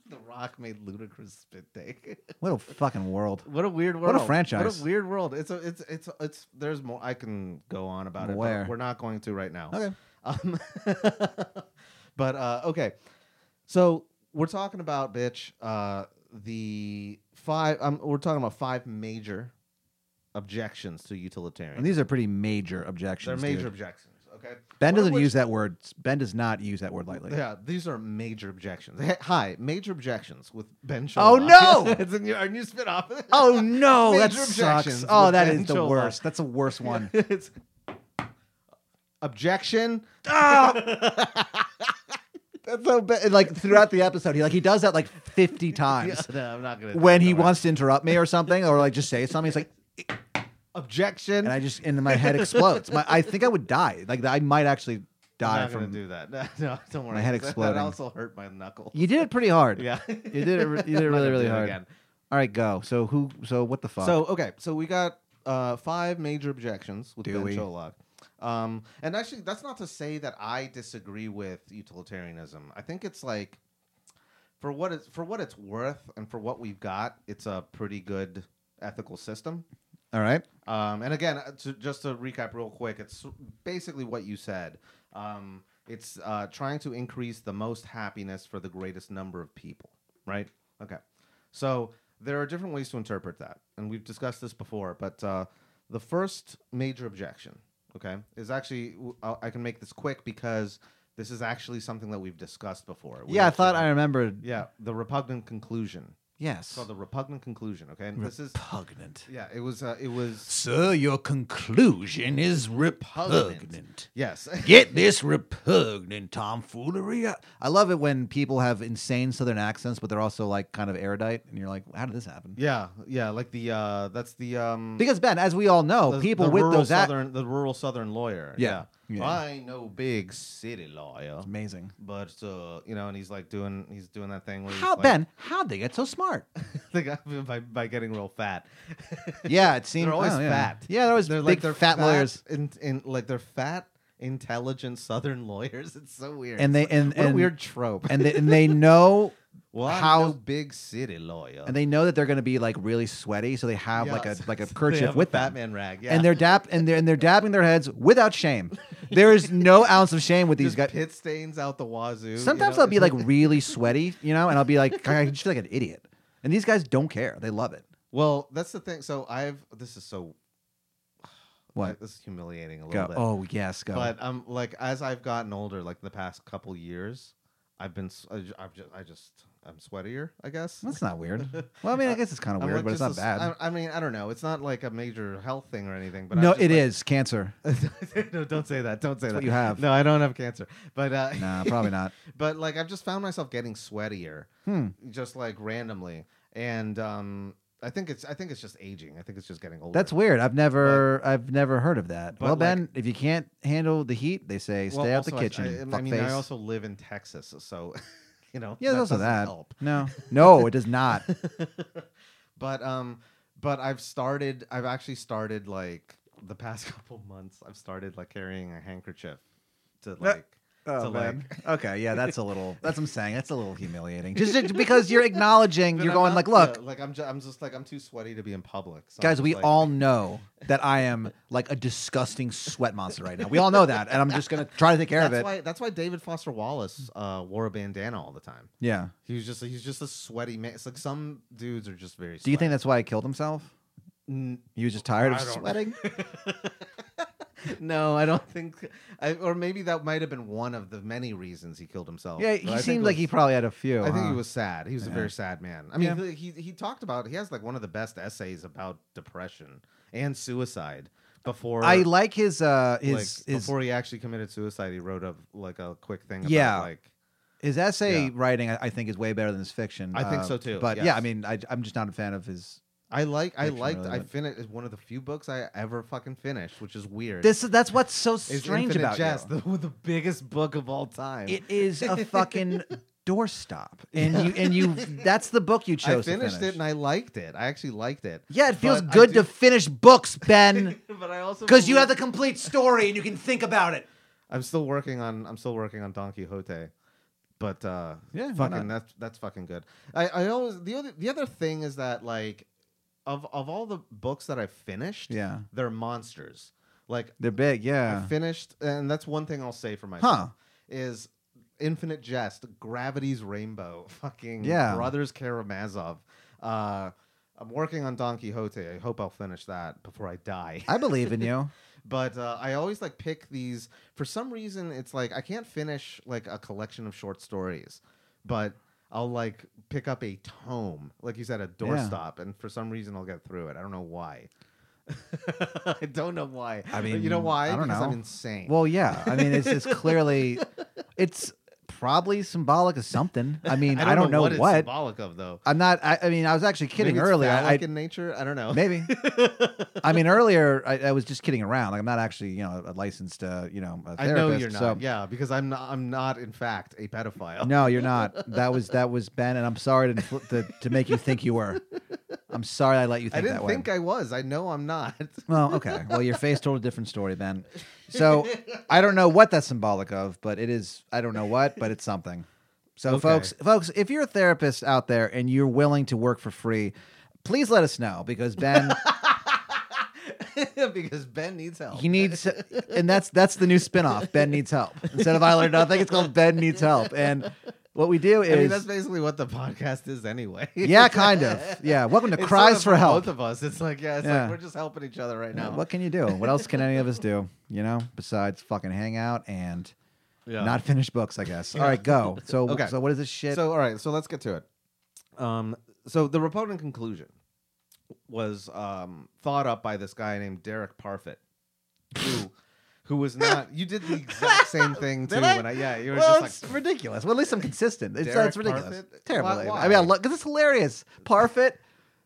Speaker 2: the Rock made ludicrous spit take. (laughs)
Speaker 3: what a fucking world
Speaker 2: What a weird
Speaker 3: What
Speaker 2: world.
Speaker 3: a franchise.
Speaker 2: What a weird world. It's a, it's it's it's there's more I can go on about it. but
Speaker 3: Where?
Speaker 2: We're not going to right now.
Speaker 3: okay
Speaker 2: Um, (laughs) but uh okay. So we're talking about bitch uh the five um, we're talking about five major objections to utilitarian.
Speaker 3: and these are pretty major
Speaker 2: They're
Speaker 3: objections
Speaker 2: major
Speaker 3: dude.
Speaker 2: objections, okay?
Speaker 3: ben
Speaker 2: One of
Speaker 3: doesn't
Speaker 2: which-
Speaker 3: use that word ben does not use that word lightly
Speaker 2: Yeah, these are major objections. Hey, Hi, major objections with Ben
Speaker 3: Oh,
Speaker 2: Sherlock.
Speaker 3: no!
Speaker 2: it's (laughs) in your, our new spinoff.
Speaker 3: (laughs) oh no that
Speaker 2: (laughs) Major
Speaker 3: sucks
Speaker 2: objections
Speaker 3: oh
Speaker 2: with
Speaker 3: that
Speaker 2: Ben
Speaker 3: is the
Speaker 2: Sholok.
Speaker 3: worst that's
Speaker 2: (laughs)
Speaker 3: the worst (laughs) one
Speaker 2: it's objection. Ah!
Speaker 3: that's so bad like throughout the episode he like he does that like 50 (laughs) times
Speaker 2: (laughs) Yeah, no, I'm not gonna.
Speaker 3: when
Speaker 2: no,
Speaker 3: he
Speaker 2: no, no.
Speaker 3: wants to interrupt me or something, or like just say something, he's like,
Speaker 2: objection,
Speaker 3: and I just and my head explodes. My, I think I would die. Like I might actually
Speaker 2: I'm
Speaker 3: die
Speaker 2: not
Speaker 3: from.
Speaker 2: gonna do that. (laughs) No, no, don't worry.
Speaker 3: My head
Speaker 2: That-
Speaker 3: exploding.
Speaker 2: That also hurt my knuckle.
Speaker 3: You did it pretty
Speaker 2: (laughs)
Speaker 3: hard.
Speaker 2: Yeah, you
Speaker 3: You did it. re-
Speaker 2: (laughs)
Speaker 3: You did it really, really hard. All right, go. So who? So what the fuck?
Speaker 2: So okay, so we got uh, five major objections with
Speaker 3: Do
Speaker 2: Ben
Speaker 3: we?
Speaker 2: Cholak. Um, and actually, that's not to say that I disagree with utilitarianism. I think it's like, for what it's for what it's worth, and for what we've got, it's a pretty good ethical system.
Speaker 3: all right.
Speaker 2: Um, and again, uh, to, just to recap real quick, it's basically what you said. Um, it's uh, trying to increase the most happiness for the greatest number of people, right? Okay. So there are different ways to interpret that. And we've discussed this before, but uh, the first major objection, okay, is actually, w- I I can make this quick because this is actually something that we've discussed before. We
Speaker 3: yeah, I
Speaker 2: actually-
Speaker 3: thought I remembered.
Speaker 2: Yeah, the repugnant conclusion. It's
Speaker 3: Yes.
Speaker 2: called the repugnant conclusion, okay? And this is.
Speaker 3: Repugnant.
Speaker 2: Yeah, it was. Uh, it was.
Speaker 3: Sir, your conclusion is
Speaker 2: Yes. (laughs)
Speaker 3: Get this repugnant tomfoolery. out- I love it when people have insane southern accents, but they're also like kind of erudite, and you're like, how did this happen?
Speaker 2: Yeah, yeah, like the uh that's the um
Speaker 3: Because Ben, as we all know,
Speaker 2: the-
Speaker 3: people
Speaker 2: the
Speaker 3: with
Speaker 2: rural
Speaker 3: those ac-
Speaker 2: southern the rural southern lawyer.
Speaker 3: Yeah. Yeah.
Speaker 2: I know big city lawyer,
Speaker 3: Amazing.
Speaker 2: but uh, you know, and he's like doing he's doing that thing where he's
Speaker 3: How
Speaker 2: like, (laughs)
Speaker 3: Ben? How'd they get so smart?
Speaker 2: they got- by by getting real fat. (laughs)
Speaker 3: Yeah, it seems
Speaker 2: They're always
Speaker 3: Oh, yeah.
Speaker 2: fat.
Speaker 3: Yeah, they're always
Speaker 2: They're
Speaker 3: big
Speaker 2: like they're
Speaker 3: fat, lawyers,
Speaker 2: in, in like they're fat, intelligent Southern (laughs) lawyers. It's so weird.
Speaker 3: and they
Speaker 2: It's like, (laughs)
Speaker 3: and
Speaker 2: what
Speaker 3: and,
Speaker 2: a weird trope.
Speaker 3: (laughs) and they,
Speaker 2: (laughs)
Speaker 3: and they know
Speaker 2: well, I'm
Speaker 3: how-
Speaker 2: no big city lawyer
Speaker 3: and they know that they're going to be like really sweaty, so they have like a
Speaker 2: Oh. Yes.
Speaker 3: like a
Speaker 2: (laughs) They
Speaker 3: kerchief
Speaker 2: have
Speaker 3: with
Speaker 2: a
Speaker 3: them.
Speaker 2: Batman rag. Yeah,
Speaker 3: and they're dap and they're and they're dabbing their heads without shame. There is
Speaker 2: (laughs)
Speaker 3: no ounce of shame with these
Speaker 2: these
Speaker 3: guys.
Speaker 2: pit stains out the wazoo. you
Speaker 3: Sometimes
Speaker 2: know? (laughs)
Speaker 3: I'll be like really sweaty, you know, and I'll be like, I just feel like an idiot. And these guys don't care; they love it.
Speaker 2: well, that's the thing. So I've this is so
Speaker 3: What?
Speaker 2: this is humiliating a little
Speaker 3: Go.
Speaker 2: bit.
Speaker 3: Oh yes, go.
Speaker 2: But um, like as I've gotten older, like the past couple years, I've been s- I ju- I've just I just I'm sweatier, I guess.
Speaker 3: That's
Speaker 2: (laughs)
Speaker 3: not weird. Well, I mean, I guess it's kind of
Speaker 2: I'm,
Speaker 3: weird,
Speaker 2: like,
Speaker 3: but it's not
Speaker 2: just a s-
Speaker 3: bad.
Speaker 2: I, I mean, I don't know. It's not like a major health thing or anything. But I'm
Speaker 3: no,
Speaker 2: just
Speaker 3: it
Speaker 2: like-
Speaker 3: is cancer.
Speaker 2: (laughs) no, don't say that. Don't say that.
Speaker 3: That's what you have.
Speaker 2: No, I don't have cancer. But uh, (laughs)
Speaker 3: Nah, probably not.
Speaker 2: but like I've just found myself getting sweatier,
Speaker 3: Hmm.
Speaker 2: just like randomly, and um, I think it's I think it's just aging. I think it's just getting older.
Speaker 3: That's weird. I've never, I've never heard of that.
Speaker 2: but,
Speaker 3: Well,
Speaker 2: like-
Speaker 3: Ben, if you can't handle the heat, they say stay
Speaker 2: Well,
Speaker 3: out the
Speaker 2: also, I-
Speaker 3: kitchen.
Speaker 2: I, I
Speaker 3: fuckface.
Speaker 2: mean, I also live in Texas, so (laughs) you know.
Speaker 3: yeah,
Speaker 2: that
Speaker 3: there's also
Speaker 2: doesn't
Speaker 3: that.
Speaker 2: help.
Speaker 3: (laughs)
Speaker 2: (laughs)
Speaker 3: No, no, it does not.
Speaker 2: but um but I've started I've actually started like the past (laughs) couple months I've started like carrying a handkerchief to like
Speaker 3: Oh,
Speaker 2: to,
Speaker 3: man.
Speaker 2: like-
Speaker 3: (laughs) okay, yeah, that's a little. That's what I'm saying. That's a little humiliating.
Speaker 2: (laughs)
Speaker 3: Just, just because you're acknowledging,
Speaker 2: But
Speaker 3: you're
Speaker 2: I'm
Speaker 3: going like,
Speaker 2: not-
Speaker 3: look,
Speaker 2: yeah, like I'm just I'm just like I'm too sweaty to be in public. So I'm
Speaker 3: guys,
Speaker 2: just,
Speaker 3: we
Speaker 2: like-
Speaker 3: all
Speaker 2: (laughs)
Speaker 3: know that I am like a disgusting sweat monster right now. We all know that, and I'm just gonna try to take care
Speaker 2: That's
Speaker 3: of it.
Speaker 2: why that's why David Foster Wallace uh, wore a bandana all the time.
Speaker 3: yeah.
Speaker 2: He was just he's just a sweaty man. It's like some dudes are just very.
Speaker 3: Do you think that's why he killed himself?
Speaker 2: think
Speaker 3: He was just tired of
Speaker 2: I don't-
Speaker 3: sweating.
Speaker 2: (laughs)
Speaker 3: (laughs)
Speaker 2: that? No, I don't think. (laughs) I, or maybe that might have been one of the many reasons he killed himself. (laughs) But I
Speaker 3: Yeah, he
Speaker 2: think
Speaker 3: seemed
Speaker 2: it
Speaker 3: like he
Speaker 2: was-
Speaker 3: probably had a few.
Speaker 2: I think
Speaker 3: huh?
Speaker 2: he was sad. He was a
Speaker 3: Yeah.
Speaker 2: very sad man. I mean,
Speaker 3: Yeah.
Speaker 2: he- he he talked about he has like one of the best essays about depression and suicide before
Speaker 3: I like his uh
Speaker 2: like,
Speaker 3: his his
Speaker 2: before he actually committed suicide. He wrote up like a quick thing. About,
Speaker 3: Yeah.
Speaker 2: like
Speaker 3: his essay
Speaker 2: Yeah.
Speaker 3: writing. I, I think is way better than his fiction.
Speaker 2: I think
Speaker 3: uh,
Speaker 2: so too,
Speaker 3: But yeah,
Speaker 2: yes.
Speaker 3: I mean, I, I'm just not a fan of his.
Speaker 2: I like I
Speaker 3: Fiction
Speaker 2: liked
Speaker 3: really,
Speaker 2: I
Speaker 3: but-
Speaker 2: finished it's one of the few books I ever fucking finished, which is weird.
Speaker 3: This is that's what's so
Speaker 2: is
Speaker 3: strange
Speaker 2: Infinite
Speaker 3: about
Speaker 2: Jest, (laughs)
Speaker 3: you.
Speaker 2: the, the biggest book of all time.
Speaker 3: It
Speaker 2: (laughs)
Speaker 3: is a fucking doorstop, and you and you. That's the book you
Speaker 2: I
Speaker 3: chose.
Speaker 2: finished
Speaker 3: to
Speaker 2: it and I liked it. I actually liked it.
Speaker 3: yeah, it feels
Speaker 2: but I
Speaker 3: good
Speaker 2: do-
Speaker 3: to finish books, Ben,
Speaker 2: (laughs) but I also
Speaker 3: because you have
Speaker 2: believe-
Speaker 3: the complete story and you can think about it.
Speaker 2: I'm still working on I'm still working on Don Quixote. But uh
Speaker 3: Yeah, why
Speaker 2: fucking
Speaker 3: not?
Speaker 2: that's that's fucking good. I, I always the other the other thing is that like of of all the books that I finished,
Speaker 3: Yeah,
Speaker 2: they're monsters. Like
Speaker 3: they're big. Yeah,
Speaker 2: I finished and that's one thing I'll say for myself
Speaker 3: huh?
Speaker 2: is Infinite Jest, Gravity's Rainbow, (laughs) fucking
Speaker 3: Yeah.
Speaker 2: Brothers Karamazov. Uh I'm working on Don Quixote. I hope I'll finish that before I die
Speaker 3: I believe in you.
Speaker 2: (laughs) but uh, I always like pick these for some reason. It's like I can't finish like a collection of short stories, but I'll like pick up a tome, like you said, a doorstop, and for some reason I'll get through it. I don't know why. (laughs) I don't know why.
Speaker 3: I
Speaker 2: you know
Speaker 3: mean,
Speaker 2: why?
Speaker 3: I don't
Speaker 2: because I'm
Speaker 3: know.
Speaker 2: insane.
Speaker 3: Well, yeah. I mean, it's,
Speaker 2: (laughs)
Speaker 3: it's clearly, it's probably symbolic of something. I mean, I don't, know,
Speaker 2: it's
Speaker 3: what.
Speaker 2: symbolic of though.
Speaker 3: I'm not. I, I mean, I was actually kidding
Speaker 2: Maybe it's
Speaker 3: earlier. I,
Speaker 2: (laughs) phallic in nature. I don't know.
Speaker 3: maybe. I mean, earlier I, I was just kidding around. Like, I'm not actually, you know, a licensed, uh, you know, a
Speaker 2: I
Speaker 3: therapist.
Speaker 2: know you're not.
Speaker 3: so-
Speaker 2: Yeah, because I'm not. I'm not in fact a pedophile.
Speaker 3: No, you're not. That was that was Ben, and I'm sorry to, infl- to
Speaker 2: (laughs)
Speaker 3: to make you think you were. I'm sorry I let you
Speaker 2: (laughs) I
Speaker 3: think
Speaker 2: didn't
Speaker 3: that
Speaker 2: think
Speaker 3: way.
Speaker 2: I was. I know I'm not. (laughs)
Speaker 3: Well, okay. Well, your face told a different story, Ben. So I don't know what that's symbolic of, but it is. I don't know what, but it's something. So,
Speaker 2: Okay.
Speaker 3: folks, folks, if you're a therapist out there and you're willing to work for free, please let us know because Ben.
Speaker 2: because Oh, Ben needs help. (laughs)
Speaker 3: He needs, and that's that's the new spinoff. Ben needs help instead of I learned nothing. It's called Ben needs help. And what we do
Speaker 2: I mean,
Speaker 3: is,
Speaker 2: that's basically what the podcast is anyway.
Speaker 3: (laughs) yeah, kind of,
Speaker 2: (laughs)
Speaker 3: yeah. Welcome to
Speaker 2: It's
Speaker 3: Cries
Speaker 2: sort of
Speaker 3: for Help.
Speaker 2: Both of us. It's like, yeah, it's
Speaker 3: Yeah.
Speaker 2: like we're just helping each other right
Speaker 3: Yeah,
Speaker 2: now.
Speaker 3: What can you do? What else can any of us do? You know, besides fucking hang out and
Speaker 2: Yeah.
Speaker 3: not finish books, I guess. All right, go.
Speaker 2: (laughs)
Speaker 3: So,
Speaker 2: Okay.
Speaker 3: so what is this shit?
Speaker 2: So, all right, so let's get to it. Um, so the repugnant conclusion was um, thought up by this guy named Derek Parfit, who, who was not. You did the exact
Speaker 3: (laughs)
Speaker 2: same thing too.
Speaker 3: Did I?
Speaker 2: When I, yeah, you were
Speaker 3: well,
Speaker 2: just
Speaker 3: it's
Speaker 2: like.
Speaker 3: ridiculous. Well, at least I'm consistent. It's,
Speaker 2: Derek
Speaker 3: it's ridiculous.
Speaker 2: Parfit?
Speaker 3: Terrible.
Speaker 2: Why-
Speaker 3: name.
Speaker 2: why?
Speaker 3: I mean, I love because it's hilarious. Parfit.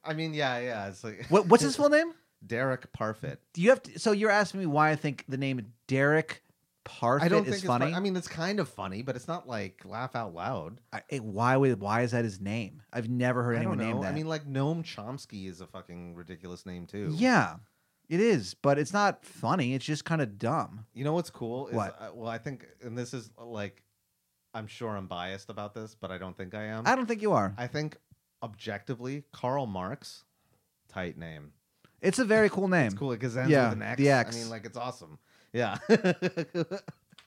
Speaker 2: I mean, yeah, yeah. It's like
Speaker 3: What, what's his full name?
Speaker 2: (laughs) Derek Parfit.
Speaker 3: Do you have to? So you're asking me why I think the name Derek part
Speaker 2: I
Speaker 3: of
Speaker 2: don't
Speaker 3: it
Speaker 2: think
Speaker 3: is
Speaker 2: it's
Speaker 3: funny.
Speaker 2: I mean, it's kind of funny, but it's not like laugh out loud.
Speaker 3: I- it- why would why is that his name? I've never heard
Speaker 2: I
Speaker 3: anyone
Speaker 2: don't
Speaker 3: name
Speaker 2: know.
Speaker 3: that.
Speaker 2: I mean, like Noam Chomsky is a fucking ridiculous name too.
Speaker 3: yeah, it is, but it's not funny. It's just kind of dumb.
Speaker 2: You know what's cool? Is,
Speaker 3: What?
Speaker 2: uh, well, I think, and this is uh, like, I'm sure I'm biased about this, but I don't think I am.
Speaker 3: I don't think you are.
Speaker 2: I think objectively, Karl Marx, tight name.
Speaker 3: It's a very cool
Speaker 2: (laughs)
Speaker 3: name.
Speaker 2: It's cool because it ends
Speaker 3: Yeah,
Speaker 2: with an X.
Speaker 3: the
Speaker 2: I
Speaker 3: X.
Speaker 2: mean, like it's awesome. Yeah, (laughs)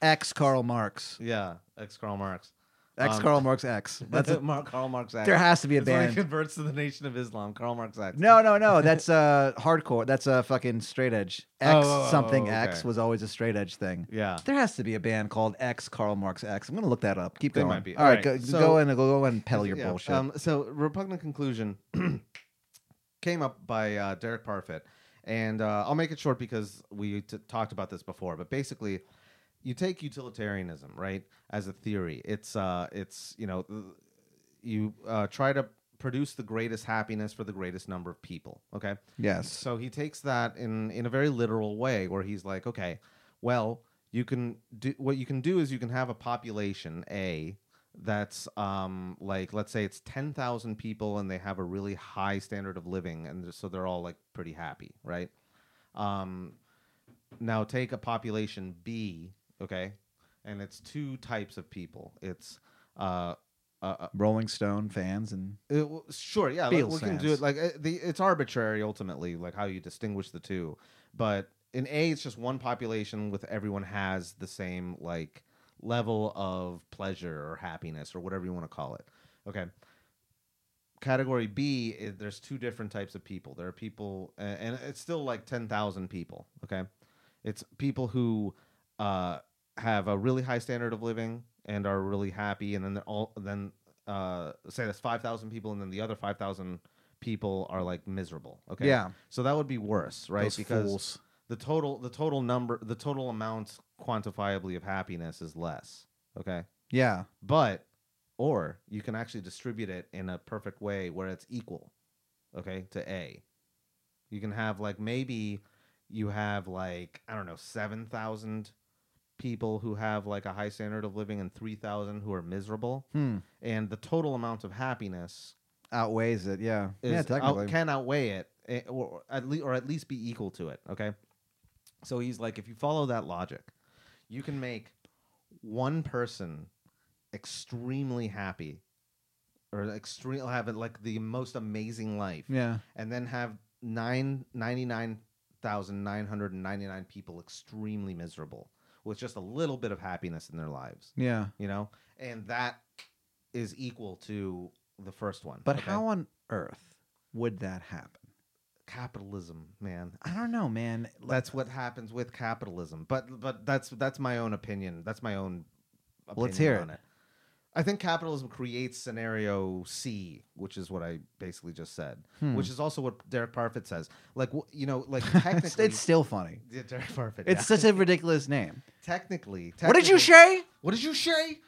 Speaker 3: Ex Karl Marx.
Speaker 2: yeah. Ex Karl Marx.
Speaker 3: Ex
Speaker 2: Um,
Speaker 3: Karl Marx
Speaker 2: (laughs)
Speaker 3: X. That's a,
Speaker 2: Mar- Karl Marx. X.
Speaker 3: there has to be a
Speaker 2: That's when he
Speaker 3: band.
Speaker 2: converts to the Nation of Islam. Karl Marx. X.
Speaker 3: No, no, no. That's uh hardcore. That's a uh, fucking straight edge.
Speaker 2: Oh,
Speaker 3: X
Speaker 2: oh, oh,
Speaker 3: something
Speaker 2: okay.
Speaker 3: X was always a straight edge thing.
Speaker 2: Yeah.
Speaker 3: There has to be a band called X Karl Marx X. I'm gonna look that up. Keep
Speaker 2: There
Speaker 3: going.
Speaker 2: might be.
Speaker 3: All right,
Speaker 2: All right,
Speaker 3: go,
Speaker 2: so-
Speaker 3: go and go and peddle your
Speaker 2: (laughs) Yeah,
Speaker 3: bullshit.
Speaker 2: Um, so repugnant conclusion (clears throat) came up by uh, Derek Parfit, and uh, I'll make it short because we t- talked about this before. But basically, you take utilitarianism right as a theory. It's uh, it's you know, th- you uh, try to produce the greatest happiness for the greatest number of people. Okay,
Speaker 3: yes.
Speaker 2: so he takes that in in a very literal way, where he's like, okay, well, you can do what you can do is you can have a population A that's um like let's say it's ten thousand people and they have a really high standard of living and so they're all like pretty happy, right? Um, now take a population B, okay, and it's two types of people. It's uh, uh,
Speaker 3: Rolling Stone fans and
Speaker 2: it, w- Uh, sure, yeah, like,
Speaker 3: Beatles
Speaker 2: we can do
Speaker 3: fans.
Speaker 2: it. Like uh, the, it's arbitrary ultimately, like how you distinguish the two. But in A, it's just one population with everyone has the same like level of pleasure or happiness or whatever you want to call it. Okay. Category B, i- there's two different types of people. There are people, a- and it's still like ten thousand people. Okay, it's people who uh, have a really high standard of living and are really happy, and then they're all then uh, say that's five thousand people, and then the other five thousand people are like miserable. Okay,
Speaker 3: yeah,
Speaker 2: So that would be worse, right?
Speaker 3: those
Speaker 2: because
Speaker 3: fools.
Speaker 2: the total the total number the total amount quantifiably of happiness is less. Okay,
Speaker 3: Yeah,
Speaker 2: but or you can actually distribute it in a perfect way where it's equal okay to a you can have like maybe you have like i don't know 7000 people who have like a high standard of living and 3000 who are miserable
Speaker 3: hmm.
Speaker 2: and the total amount of happiness
Speaker 3: outweighs it. Yeah,
Speaker 2: is
Speaker 3: yeah,
Speaker 2: out-
Speaker 3: technically.
Speaker 2: can outweigh it, eh, or at least or at least be equal to it. Okay, so he's like, if you follow that logic, you can make one person extremely happy, or extreme have it like the most amazing life,
Speaker 3: Yeah,
Speaker 2: and then have nine ninety nine thousand nine hundred and ninety nine people extremely miserable with just a little bit of happiness in their lives.
Speaker 3: yeah.
Speaker 2: You know, and that is equal to the first one.
Speaker 3: But
Speaker 2: okay?
Speaker 3: how on earth would that happen?
Speaker 2: capitalism, man.
Speaker 3: I don't know, man.
Speaker 2: That's what happens with capitalism. But but that's that's my own opinion. That's my own opinion
Speaker 3: Let's hear
Speaker 2: on it. I think capitalism creates scenario C, which is what I basically just said,
Speaker 3: Hmm.
Speaker 2: which is also what Derek Parfit says. Like wh- you know, like technically,
Speaker 3: (laughs) it's still funny.
Speaker 2: (laughs) Yeah, Derek Parfit.
Speaker 3: It's
Speaker 2: yeah.
Speaker 3: such a ridiculous name.
Speaker 2: technically,
Speaker 3: What did you
Speaker 2: technically-
Speaker 3: say?
Speaker 2: What did you say?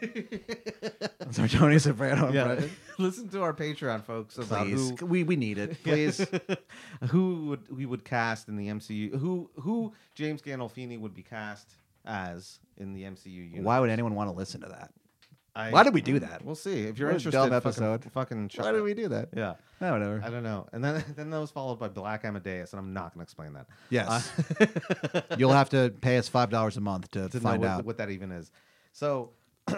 Speaker 3: (laughs) I'm sorry, Tony Soprano. and
Speaker 2: yeah,
Speaker 3: Brendan.
Speaker 2: (laughs) listen to our Patreon, folks, about
Speaker 3: please.
Speaker 2: who
Speaker 3: We we (laughs) need it. Please.
Speaker 2: please (laughs) who would we would cast in the MCU who who James Gandolfini would be cast as in the MCU universe?
Speaker 3: Why would anyone want to listen to that?
Speaker 2: I-
Speaker 3: Why did we do that?
Speaker 2: We'll see. If you're
Speaker 3: What a
Speaker 2: interested
Speaker 3: dumb
Speaker 2: fucking-
Speaker 3: episode.
Speaker 2: fucking check it.
Speaker 3: do that?
Speaker 2: Yeah.
Speaker 3: No, Ah, whatever.
Speaker 2: I don't know. And then (laughs) then that was followed by Black Amadeus and I'm not going to explain that.
Speaker 3: yes,
Speaker 2: Uh,
Speaker 3: (laughs) you'll have to pay us five dollars a month to,
Speaker 2: to
Speaker 3: find
Speaker 2: know
Speaker 3: out.
Speaker 2: What, what that even is. So (clears throat)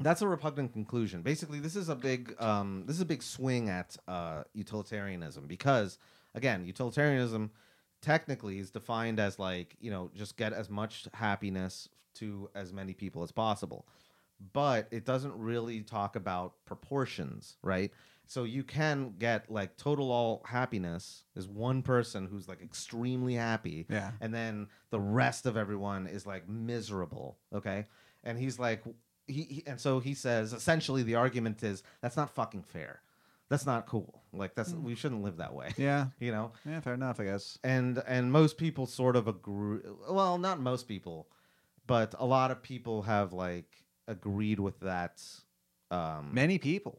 Speaker 2: that's a repugnant conclusion. Basically, this is a big um, this is a big swing at uh, utilitarianism because again, utilitarianism technically is defined as like you know just get as much happiness to as many people as possible but it doesn't really talk about proportions, right? So you can get like total all happiness is one person who's like extremely happy,
Speaker 3: Yeah.
Speaker 2: and then the rest of everyone is like miserable, okay? And he's like, he, he and so he says essentially the argument is that's not fucking fair, that's not cool, like that's
Speaker 3: Mm.
Speaker 2: we shouldn't live that way, (laughs)
Speaker 3: yeah,
Speaker 2: you know?
Speaker 3: yeah, fair enough, I guess.
Speaker 2: and and most people sort of agree well not most people but a lot of people have like agreed with that um
Speaker 3: Many people,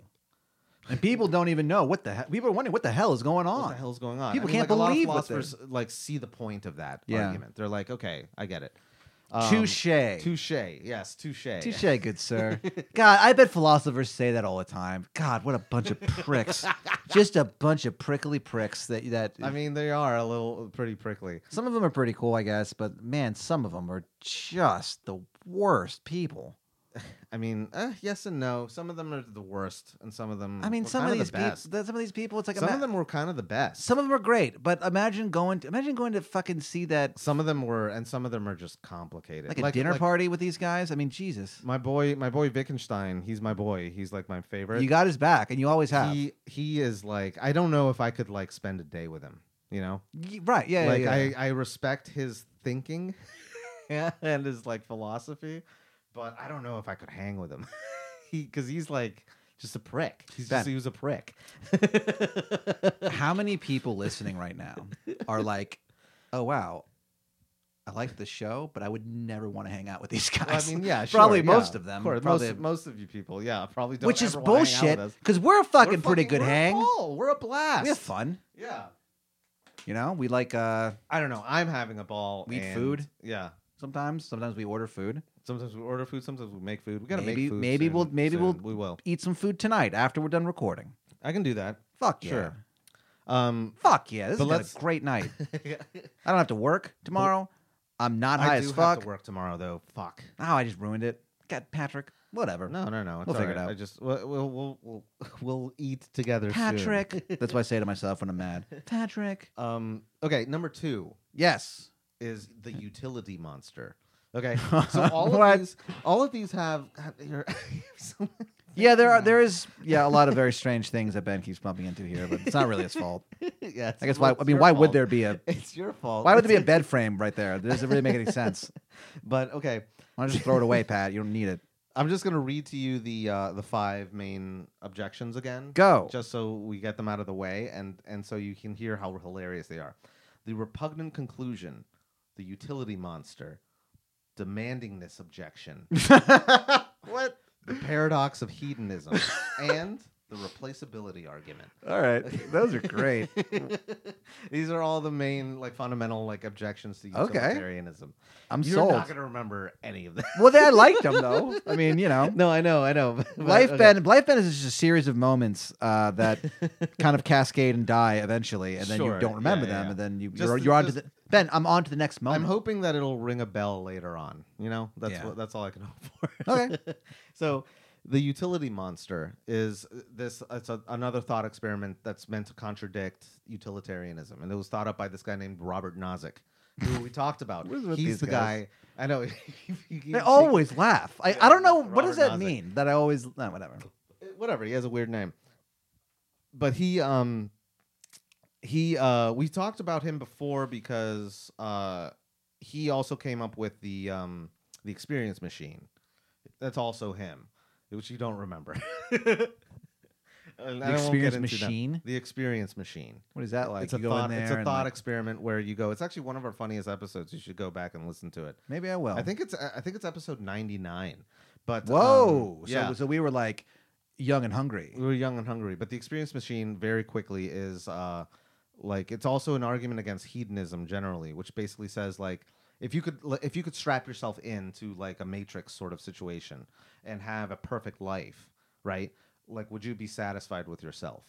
Speaker 3: and people don't even know what the hell. People are wondering what the hell is going
Speaker 2: what
Speaker 3: on.
Speaker 2: the hell's going on
Speaker 3: People
Speaker 2: I mean,
Speaker 3: can't
Speaker 2: like, a lot of
Speaker 3: believe what they're-
Speaker 2: philosophers like see the point of that
Speaker 3: Yeah.
Speaker 2: argument they're like okay i get it Um,
Speaker 3: Touche.
Speaker 2: Touche. Yes, touche.
Speaker 3: Touche,
Speaker 2: (laughs)
Speaker 3: good sir. God, I bet philosophers say that all the time. God, what a bunch
Speaker 2: (laughs)
Speaker 3: of pricks! Just a bunch of prickly pricks that that.
Speaker 2: I mean, they are a little uh, pretty prickly.
Speaker 3: some of them are pretty cool, I guess, but man, some of them are just the worst people.
Speaker 2: I mean, uh, yes and no. Some of them are the worst, and some of them.
Speaker 3: I mean,
Speaker 2: were
Speaker 3: some
Speaker 2: kind
Speaker 3: of these
Speaker 2: the
Speaker 3: people,
Speaker 2: best.
Speaker 3: some of these people, it's like
Speaker 2: some
Speaker 3: ima-
Speaker 2: of them were kind of the best.
Speaker 3: some of them are great, but imagine going, to, imagine going to fucking see that
Speaker 2: Some of them were, and some of them are just complicated.
Speaker 3: like a dinner
Speaker 2: like
Speaker 3: party with these guys. I mean, Jesus,
Speaker 2: My boy, my boy Wittgenstein. He's my boy. He's like my favorite.
Speaker 3: you got his back, and you always have.
Speaker 2: he he is like I don't know if I could like spend a day with him. You know,
Speaker 3: Y- right? Yeah,
Speaker 2: like
Speaker 3: yeah. yeah.
Speaker 2: I I respect his thinking, (laughs) and his like philosophy, but I don't know if I could hang with him. (laughs) he because he's like just a prick. He's just,
Speaker 3: Ben.
Speaker 2: he was a
Speaker 3: (laughs)
Speaker 2: prick.
Speaker 3: (laughs) how many people listening right now are like, oh wow, I like the show, but I would never want to hang out with these (laughs)
Speaker 2: Well,
Speaker 3: guys.
Speaker 2: I mean, yeah,
Speaker 3: Probably
Speaker 2: sure,
Speaker 3: most
Speaker 2: yeah,
Speaker 3: of them,
Speaker 2: course,
Speaker 3: probably-
Speaker 2: most, most of you people, yeah, probably don't.
Speaker 3: which is
Speaker 2: ever wanna hang out with
Speaker 3: bullshit
Speaker 2: us.
Speaker 3: because we're a
Speaker 2: We're
Speaker 3: fucking pretty good
Speaker 2: we're a
Speaker 3: hang.
Speaker 2: ball, We're a blast.
Speaker 3: We have fun,
Speaker 2: Yeah.
Speaker 3: you know. We like uh
Speaker 2: I don't know. I'm having a ball.
Speaker 3: We eat
Speaker 2: and-
Speaker 3: food?
Speaker 2: Yeah.
Speaker 3: sometimes. Sometimes we order food.
Speaker 2: Sometimes we order food. Sometimes we make food. We gotta
Speaker 3: Maybe-
Speaker 2: make food.
Speaker 3: maybe
Speaker 2: soon-
Speaker 3: we'll- maybe
Speaker 2: soon.
Speaker 3: we'll-
Speaker 2: We will.
Speaker 3: Eat some food tonight after we're done recording.
Speaker 2: I can do that.
Speaker 3: Fuck yeah.
Speaker 2: Sure.
Speaker 3: (laughs)
Speaker 2: Um,
Speaker 3: Fuck yeah. This
Speaker 2: But
Speaker 3: is gonna be
Speaker 2: let's-
Speaker 3: a
Speaker 2: (laughs)
Speaker 3: great night. I don't have to work tomorrow. I'm not high
Speaker 2: I
Speaker 3: as
Speaker 2: do
Speaker 3: fuck.
Speaker 2: have to work tomorrow though. Fuck.
Speaker 3: Oh, I just ruined it. Got Patrick. Whatever.
Speaker 2: No, no, no. It's
Speaker 3: We'll
Speaker 2: all
Speaker 3: figure it
Speaker 2: right.
Speaker 3: out.
Speaker 2: I just we'll we'll we'll, we'll, we'll eat together. soon. (laughs)
Speaker 3: Patrick. That's what I say to myself when I'm mad. Patrick.
Speaker 2: Um. Okay. Number two
Speaker 3: Yes.
Speaker 2: is the utility monster. Okay. So
Speaker 3: (laughs)
Speaker 2: all
Speaker 3: What?
Speaker 2: of these, all of these have. (laughs) Here, so-
Speaker 3: Yeah, there are there is yeah a lot of very strange things that Ben keeps bumping into here, but it's not really his fault.
Speaker 2: yeah. it's-
Speaker 3: I guess why
Speaker 2: it's
Speaker 3: I mean
Speaker 2: your
Speaker 3: why
Speaker 2: fault.
Speaker 3: would there be a
Speaker 2: (laughs) It's your fault.
Speaker 3: why would there
Speaker 2: It's
Speaker 3: be a
Speaker 2: your-
Speaker 3: bed frame right there? That doesn't really make any sense.
Speaker 2: But okay.
Speaker 3: Why don't you just throw it away, Pat? You don't need it.
Speaker 2: I'm just gonna read to you the uh, the five main objections again.
Speaker 3: Go.
Speaker 2: Just so we get them out of the way, and and so you can hear how hilarious they are. The repugnant conclusion, the utility monster, demandingness objection,
Speaker 3: what?
Speaker 2: the paradox of hedonism, and the replaceability argument.
Speaker 3: (laughs) All right, those are great.
Speaker 2: (laughs) These are all the main like fundamental like objections to
Speaker 3: Okay.
Speaker 2: utilitarianism.
Speaker 3: I'm
Speaker 2: You're
Speaker 3: sold.
Speaker 2: not gonna remember any of them.
Speaker 3: Well, then I liked them though. I mean, you know,
Speaker 2: no, I know, I (laughs) know. but-
Speaker 3: life
Speaker 2: okay.
Speaker 3: Ben life Ben is just a series of moments uh, that kind of cascade and die eventually, and then
Speaker 2: Sure,
Speaker 3: you don't remember
Speaker 2: yeah, yeah,
Speaker 3: them,
Speaker 2: yeah.
Speaker 3: and then you,
Speaker 2: Just
Speaker 3: you're
Speaker 2: the-
Speaker 3: you're on to
Speaker 2: just-
Speaker 3: the Ben. I'm on to the next moment.
Speaker 2: I'm hoping that it'll ring a bell later on. You know, that's
Speaker 3: Yeah.
Speaker 2: what that's all I can (laughs) hope for.
Speaker 3: Okay.
Speaker 2: (laughs) so the utility monster is uh, this. It's a, another thought experiment that's meant to contradict utilitarianism, and it was thought up by this guy named Robert Nozick, who we talked about.
Speaker 3: (laughs) What is with
Speaker 2: He's
Speaker 3: these
Speaker 2: the
Speaker 3: guys?
Speaker 2: guy. I know. (laughs)
Speaker 3: They
Speaker 2: He's-
Speaker 3: always laugh. I, I don't know what does that
Speaker 2: Robert Nozick.
Speaker 3: mean that I always no, whatever.
Speaker 2: whatever. He has a weird name. But he um he uh we talked about him before because uh he also came up with the um the experience machine. That's also him, which you don't remember. (laughs) the
Speaker 3: The experience machine.
Speaker 2: The experience machine.
Speaker 3: What is that like?
Speaker 2: it's a
Speaker 3: You go in
Speaker 2: thought. It's
Speaker 3: there
Speaker 2: a
Speaker 3: and,
Speaker 2: thought
Speaker 3: like,
Speaker 2: experiment where you go. It's actually one of our funniest episodes. You should go back and listen to it.
Speaker 3: maybe I will.
Speaker 2: I think it's. I think it's episode ninety nine. But um,
Speaker 3: Whoa. so,
Speaker 2: yeah.
Speaker 3: so we were like young and hungry.
Speaker 2: we were young and hungry but the experience machine very quickly is uh like it's also an argument against hedonism generally which basically says like if you could if you could strap yourself into like a matrix sort of situation and have a perfect life right like would you be satisfied with yourself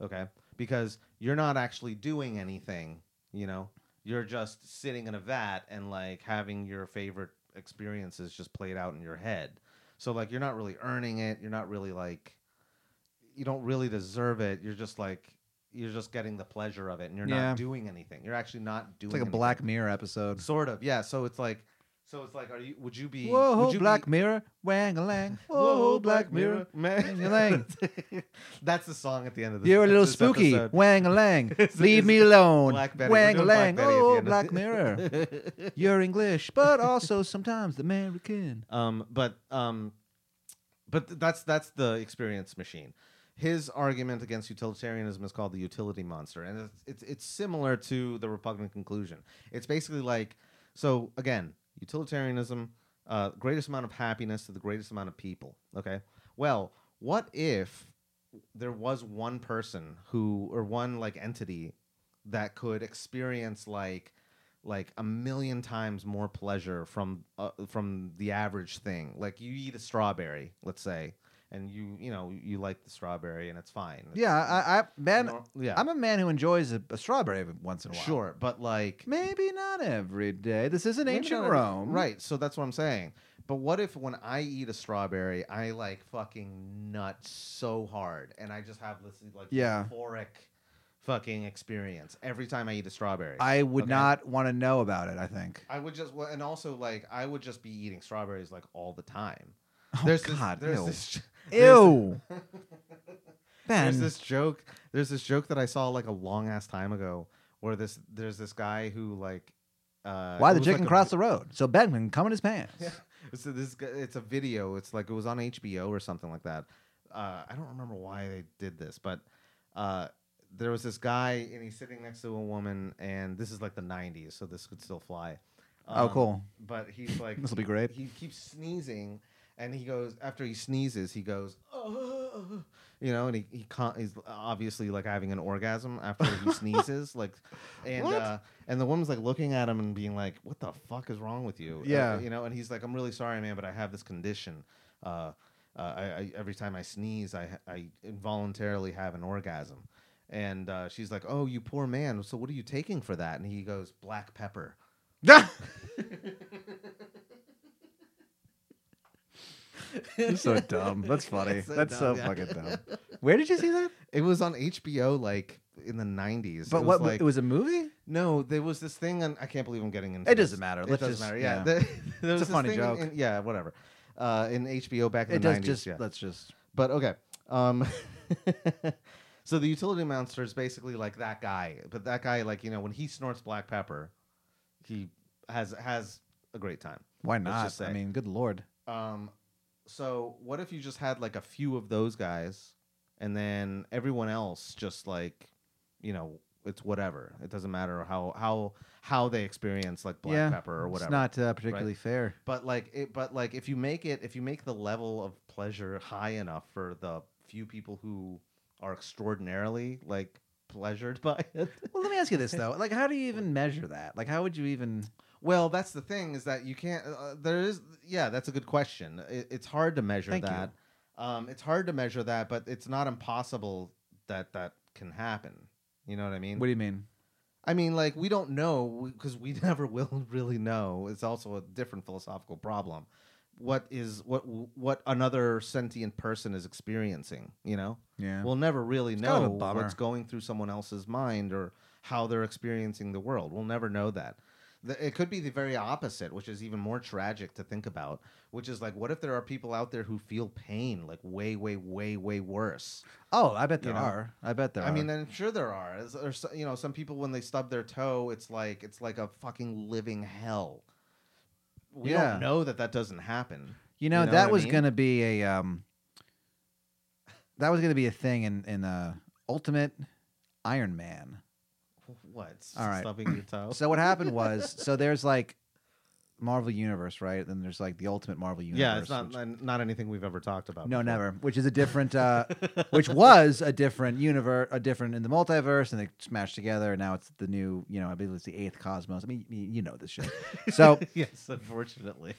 Speaker 2: okay because you're not actually doing anything you know you're just sitting in a vat and like having your favorite experiences just played out in your head so like you're not really earning it you're not really like you don't really deserve it. You're just like you're just getting the pleasure of it, and you're
Speaker 3: Yeah.
Speaker 2: not doing anything. You're actually not doing
Speaker 3: It's like a
Speaker 2: anything.
Speaker 3: Black Mirror episode.
Speaker 2: sort of yeah. So it's like so it's like are you would you be
Speaker 3: Whoa,
Speaker 2: would you
Speaker 3: Black
Speaker 2: be,
Speaker 3: Mirror, wang a
Speaker 2: (laughs)
Speaker 3: lang. Whoa, Black Mirror, (laughs)
Speaker 2: man.
Speaker 3: Lang.
Speaker 2: (laughs) That's the song at the end of this.
Speaker 3: you're a little
Speaker 2: this
Speaker 3: spooky.
Speaker 2: episode.
Speaker 3: Wang
Speaker 2: (laughs)
Speaker 3: a lang,
Speaker 2: It's-
Speaker 3: leave
Speaker 2: it's
Speaker 3: me alone.
Speaker 2: Black Betty. We're
Speaker 3: Wang a
Speaker 2: doing Black
Speaker 3: lang,
Speaker 2: Betty at the
Speaker 3: oh
Speaker 2: end of (laughs) it.
Speaker 3: Black Mirror. You're English, but also sometimes American.
Speaker 2: (laughs) Um, but um, but th- that's that's the experience machine. His argument against utilitarianism is called the utility monster, and it's it's, it's similar to the repugnant conclusion. It's basically like so again, utilitarianism, uh, greatest amount of happiness to the greatest amount of people. Okay, well, what if there was one person who or one like entity that could experience like like a million times more pleasure from uh, from the average thing. Like you eat a strawberry, let's say, and you you know you like the strawberry and it's fine. It's-
Speaker 3: Yeah, I, I man,
Speaker 2: Nor- yeah.
Speaker 3: I'm a man who enjoys a, a strawberry every once in a while.
Speaker 2: sure, but like
Speaker 3: Maybe not every day. This isn't
Speaker 2: Maybe
Speaker 3: ancient
Speaker 2: not every-
Speaker 3: Rome.
Speaker 2: Right. So that's what I'm saying. But what if when I eat a strawberry, I like fucking nut so hard and I just have this like
Speaker 3: Yeah.
Speaker 2: euphoric fucking experience every time I eat a strawberry.
Speaker 3: I would
Speaker 2: Okay.
Speaker 3: not want to know about it,
Speaker 2: (laughs)
Speaker 3: I think.
Speaker 2: I would just well, and also like I would just be eating strawberries like all the time.
Speaker 3: Oh,
Speaker 2: there's
Speaker 3: God.
Speaker 2: this, there's
Speaker 3: ew. (laughs)
Speaker 2: this there's-
Speaker 3: ew. (laughs)
Speaker 2: there's
Speaker 3: Ben.
Speaker 2: this joke there's this joke that I saw like a long ass time ago where this there's this guy who like uh
Speaker 3: why
Speaker 2: it
Speaker 3: the
Speaker 2: was, like,
Speaker 3: chicken
Speaker 2: a-
Speaker 3: crossed the road? So Ben can come in his pants.
Speaker 2: Yeah. (laughs) So this g- it's a video. It's like it was on HBO or something like that. Uh, I don't remember why they did this, but uh, there was this guy and he's sitting next to a woman, and this is like the '90s, so this could still fly.
Speaker 3: Oh,
Speaker 2: Um,
Speaker 3: cool.
Speaker 2: But he's like,
Speaker 3: (laughs) This will
Speaker 2: (laughs)
Speaker 3: be great.
Speaker 2: he keeps sneezing, and he goes after he sneezes, he goes, "Ugh," you know, and he he can't, he's obviously like having an orgasm after
Speaker 3: (laughs)
Speaker 2: he sneezes, like, and
Speaker 3: What?
Speaker 2: uh, and the woman's like looking at him and being like, "What the fuck is wrong with you?" Uh,
Speaker 3: Yeah.
Speaker 2: you know, and he's like, "I'm really sorry, man, but I have this condition. Uh, uh, I, I every time I sneeze, I I involuntarily have an orgasm." And uh, she's like, "Oh, you poor man. So what are you taking for that?" And he goes, "Black pepper."
Speaker 3: You're so dumb. That's funny.
Speaker 2: It's so
Speaker 3: That's
Speaker 2: dumb,
Speaker 3: so
Speaker 2: yeah.
Speaker 3: fucking dumb.
Speaker 2: (laughs)
Speaker 3: Where did you see that?
Speaker 2: It was on HBO like in the nineties.
Speaker 3: But
Speaker 2: it
Speaker 3: what?
Speaker 2: Was like,
Speaker 3: it was a movie.
Speaker 2: no, there was this thing, and I can't believe I'm getting into.
Speaker 3: It
Speaker 2: this.
Speaker 3: doesn't matter.
Speaker 2: It
Speaker 3: Let's
Speaker 2: doesn't
Speaker 3: just-
Speaker 2: matter. Yeah,
Speaker 3: yeah.
Speaker 2: (laughs) There- there was
Speaker 3: a
Speaker 2: this
Speaker 3: funny
Speaker 2: thing in-
Speaker 3: joke.
Speaker 2: in- yeah, whatever. Uh, in HBO back in
Speaker 3: It
Speaker 2: the
Speaker 3: does.
Speaker 2: nineties.
Speaker 3: Just
Speaker 2: Yeah.
Speaker 3: let's just.
Speaker 2: But okay. Um, (laughs) so the utility monster is basically like that guy, but that guy, like you know, when he snorts black pepper, he has has a great time.
Speaker 3: Why
Speaker 2: Let's
Speaker 3: not?
Speaker 2: just
Speaker 3: I
Speaker 2: say.
Speaker 3: mean, good lord.
Speaker 2: Um, so what if you just had like a few of those guys, and then everyone else just like, you know, it's whatever. It doesn't matter how how how they experience like black
Speaker 3: Yeah,
Speaker 2: pepper or whatever.
Speaker 3: It's not uh, particularly fair.
Speaker 2: but like it, but like if you make it, if you make the level of pleasure high enough for the few people who are extraordinarily like pleasured (laughs) by it.
Speaker 3: Well, let me ask you this though. Like, how do you even measure that? Like, how would
Speaker 2: (laughs)
Speaker 3: you even?
Speaker 2: Well, that's the thing is that you can't. Uh, there is, yeah, that's a good question. It, it's hard to measure
Speaker 3: Thank you.
Speaker 2: that. Um, it's hard to measure that, but it's not impossible that that can happen. You know what I mean?
Speaker 3: What do you mean?
Speaker 2: I mean, like we don't know because we (laughs) never will really know. It's also a different philosophical problem. What is what what another sentient person is experiencing? You know,
Speaker 3: Yeah.
Speaker 2: we'll never really
Speaker 3: kind of a
Speaker 2: know
Speaker 3: bummer.
Speaker 2: what's going through someone else's mind or how they're experiencing the world. We'll never know that. The- It could be the very opposite, which is even more tragic to think about. Which is like, what if there are people out there who feel pain like way, way, way, way worse?
Speaker 3: oh, I bet there
Speaker 2: you know,
Speaker 3: are. I bet there
Speaker 2: I
Speaker 3: are.
Speaker 2: mean, uh, I'm sure there are. There's- There's, you know, some people when they stub their toe, it's like it's like a fucking living hell. We
Speaker 3: Yeah.
Speaker 2: don't know that that doesn't happen.
Speaker 3: You know,
Speaker 2: You know what
Speaker 3: that
Speaker 2: I
Speaker 3: was
Speaker 2: mean?
Speaker 3: gonna be a um that was gonna be a thing in in uh Ultimate Iron Man.
Speaker 2: What?
Speaker 3: All right.
Speaker 2: Stubbing your toe.
Speaker 3: (clears throat) So what
Speaker 2: (laughs)
Speaker 3: happened was so there's like Marvel Universe, right? Then there's like the Ultimate Marvel Universe.
Speaker 2: yeah, it's not
Speaker 3: which-
Speaker 2: not anything we've ever talked about.
Speaker 3: no,
Speaker 2: before.
Speaker 3: never. Which is a different, uh,
Speaker 2: (laughs)
Speaker 3: which was a different universe, a different in the multiverse, and they smashed together. And now it's the new, you know, I believe it's the eighth cosmos. I mean, you you know this shit.
Speaker 2: (laughs)
Speaker 3: (laughs) So
Speaker 2: yes, unfortunately.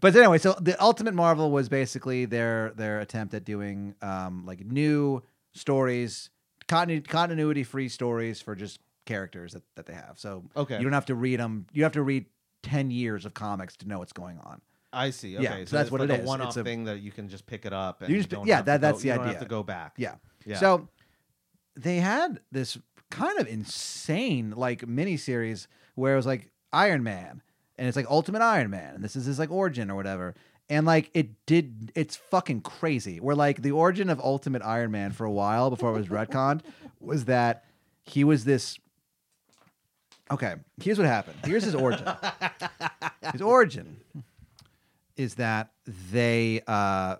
Speaker 3: But anyway, so the Ultimate Marvel was basically their their attempt at doing um, like new stories, continu- continuity free stories for just characters that, that they have. So
Speaker 2: Okay.
Speaker 3: you don't have to read them. You have to read ten years of comics to know what's going on.
Speaker 2: I see. Okay.
Speaker 3: Yeah, so
Speaker 2: so,
Speaker 3: that's
Speaker 2: it's
Speaker 3: what
Speaker 2: like
Speaker 3: it
Speaker 2: a
Speaker 3: is.
Speaker 2: one-off
Speaker 3: It's a-
Speaker 2: thing that you can just pick it up and
Speaker 3: You
Speaker 2: you
Speaker 3: just-
Speaker 2: don't
Speaker 3: yeah,
Speaker 2: have to
Speaker 3: that-
Speaker 2: go-
Speaker 3: that's the
Speaker 2: you don't
Speaker 3: idea.
Speaker 2: have to go back.
Speaker 3: Yeah.
Speaker 2: Yeah.
Speaker 3: So they had this kind of insane like miniseries where it was like Iron Man and it's like Ultimate Iron Man and this is his like origin or whatever. And like it did it's fucking crazy. Where like the origin of Ultimate Iron Man for a while before it was retconned (laughs) was that he was this Okay, here's what happened. Here's his origin. his origin is that they uh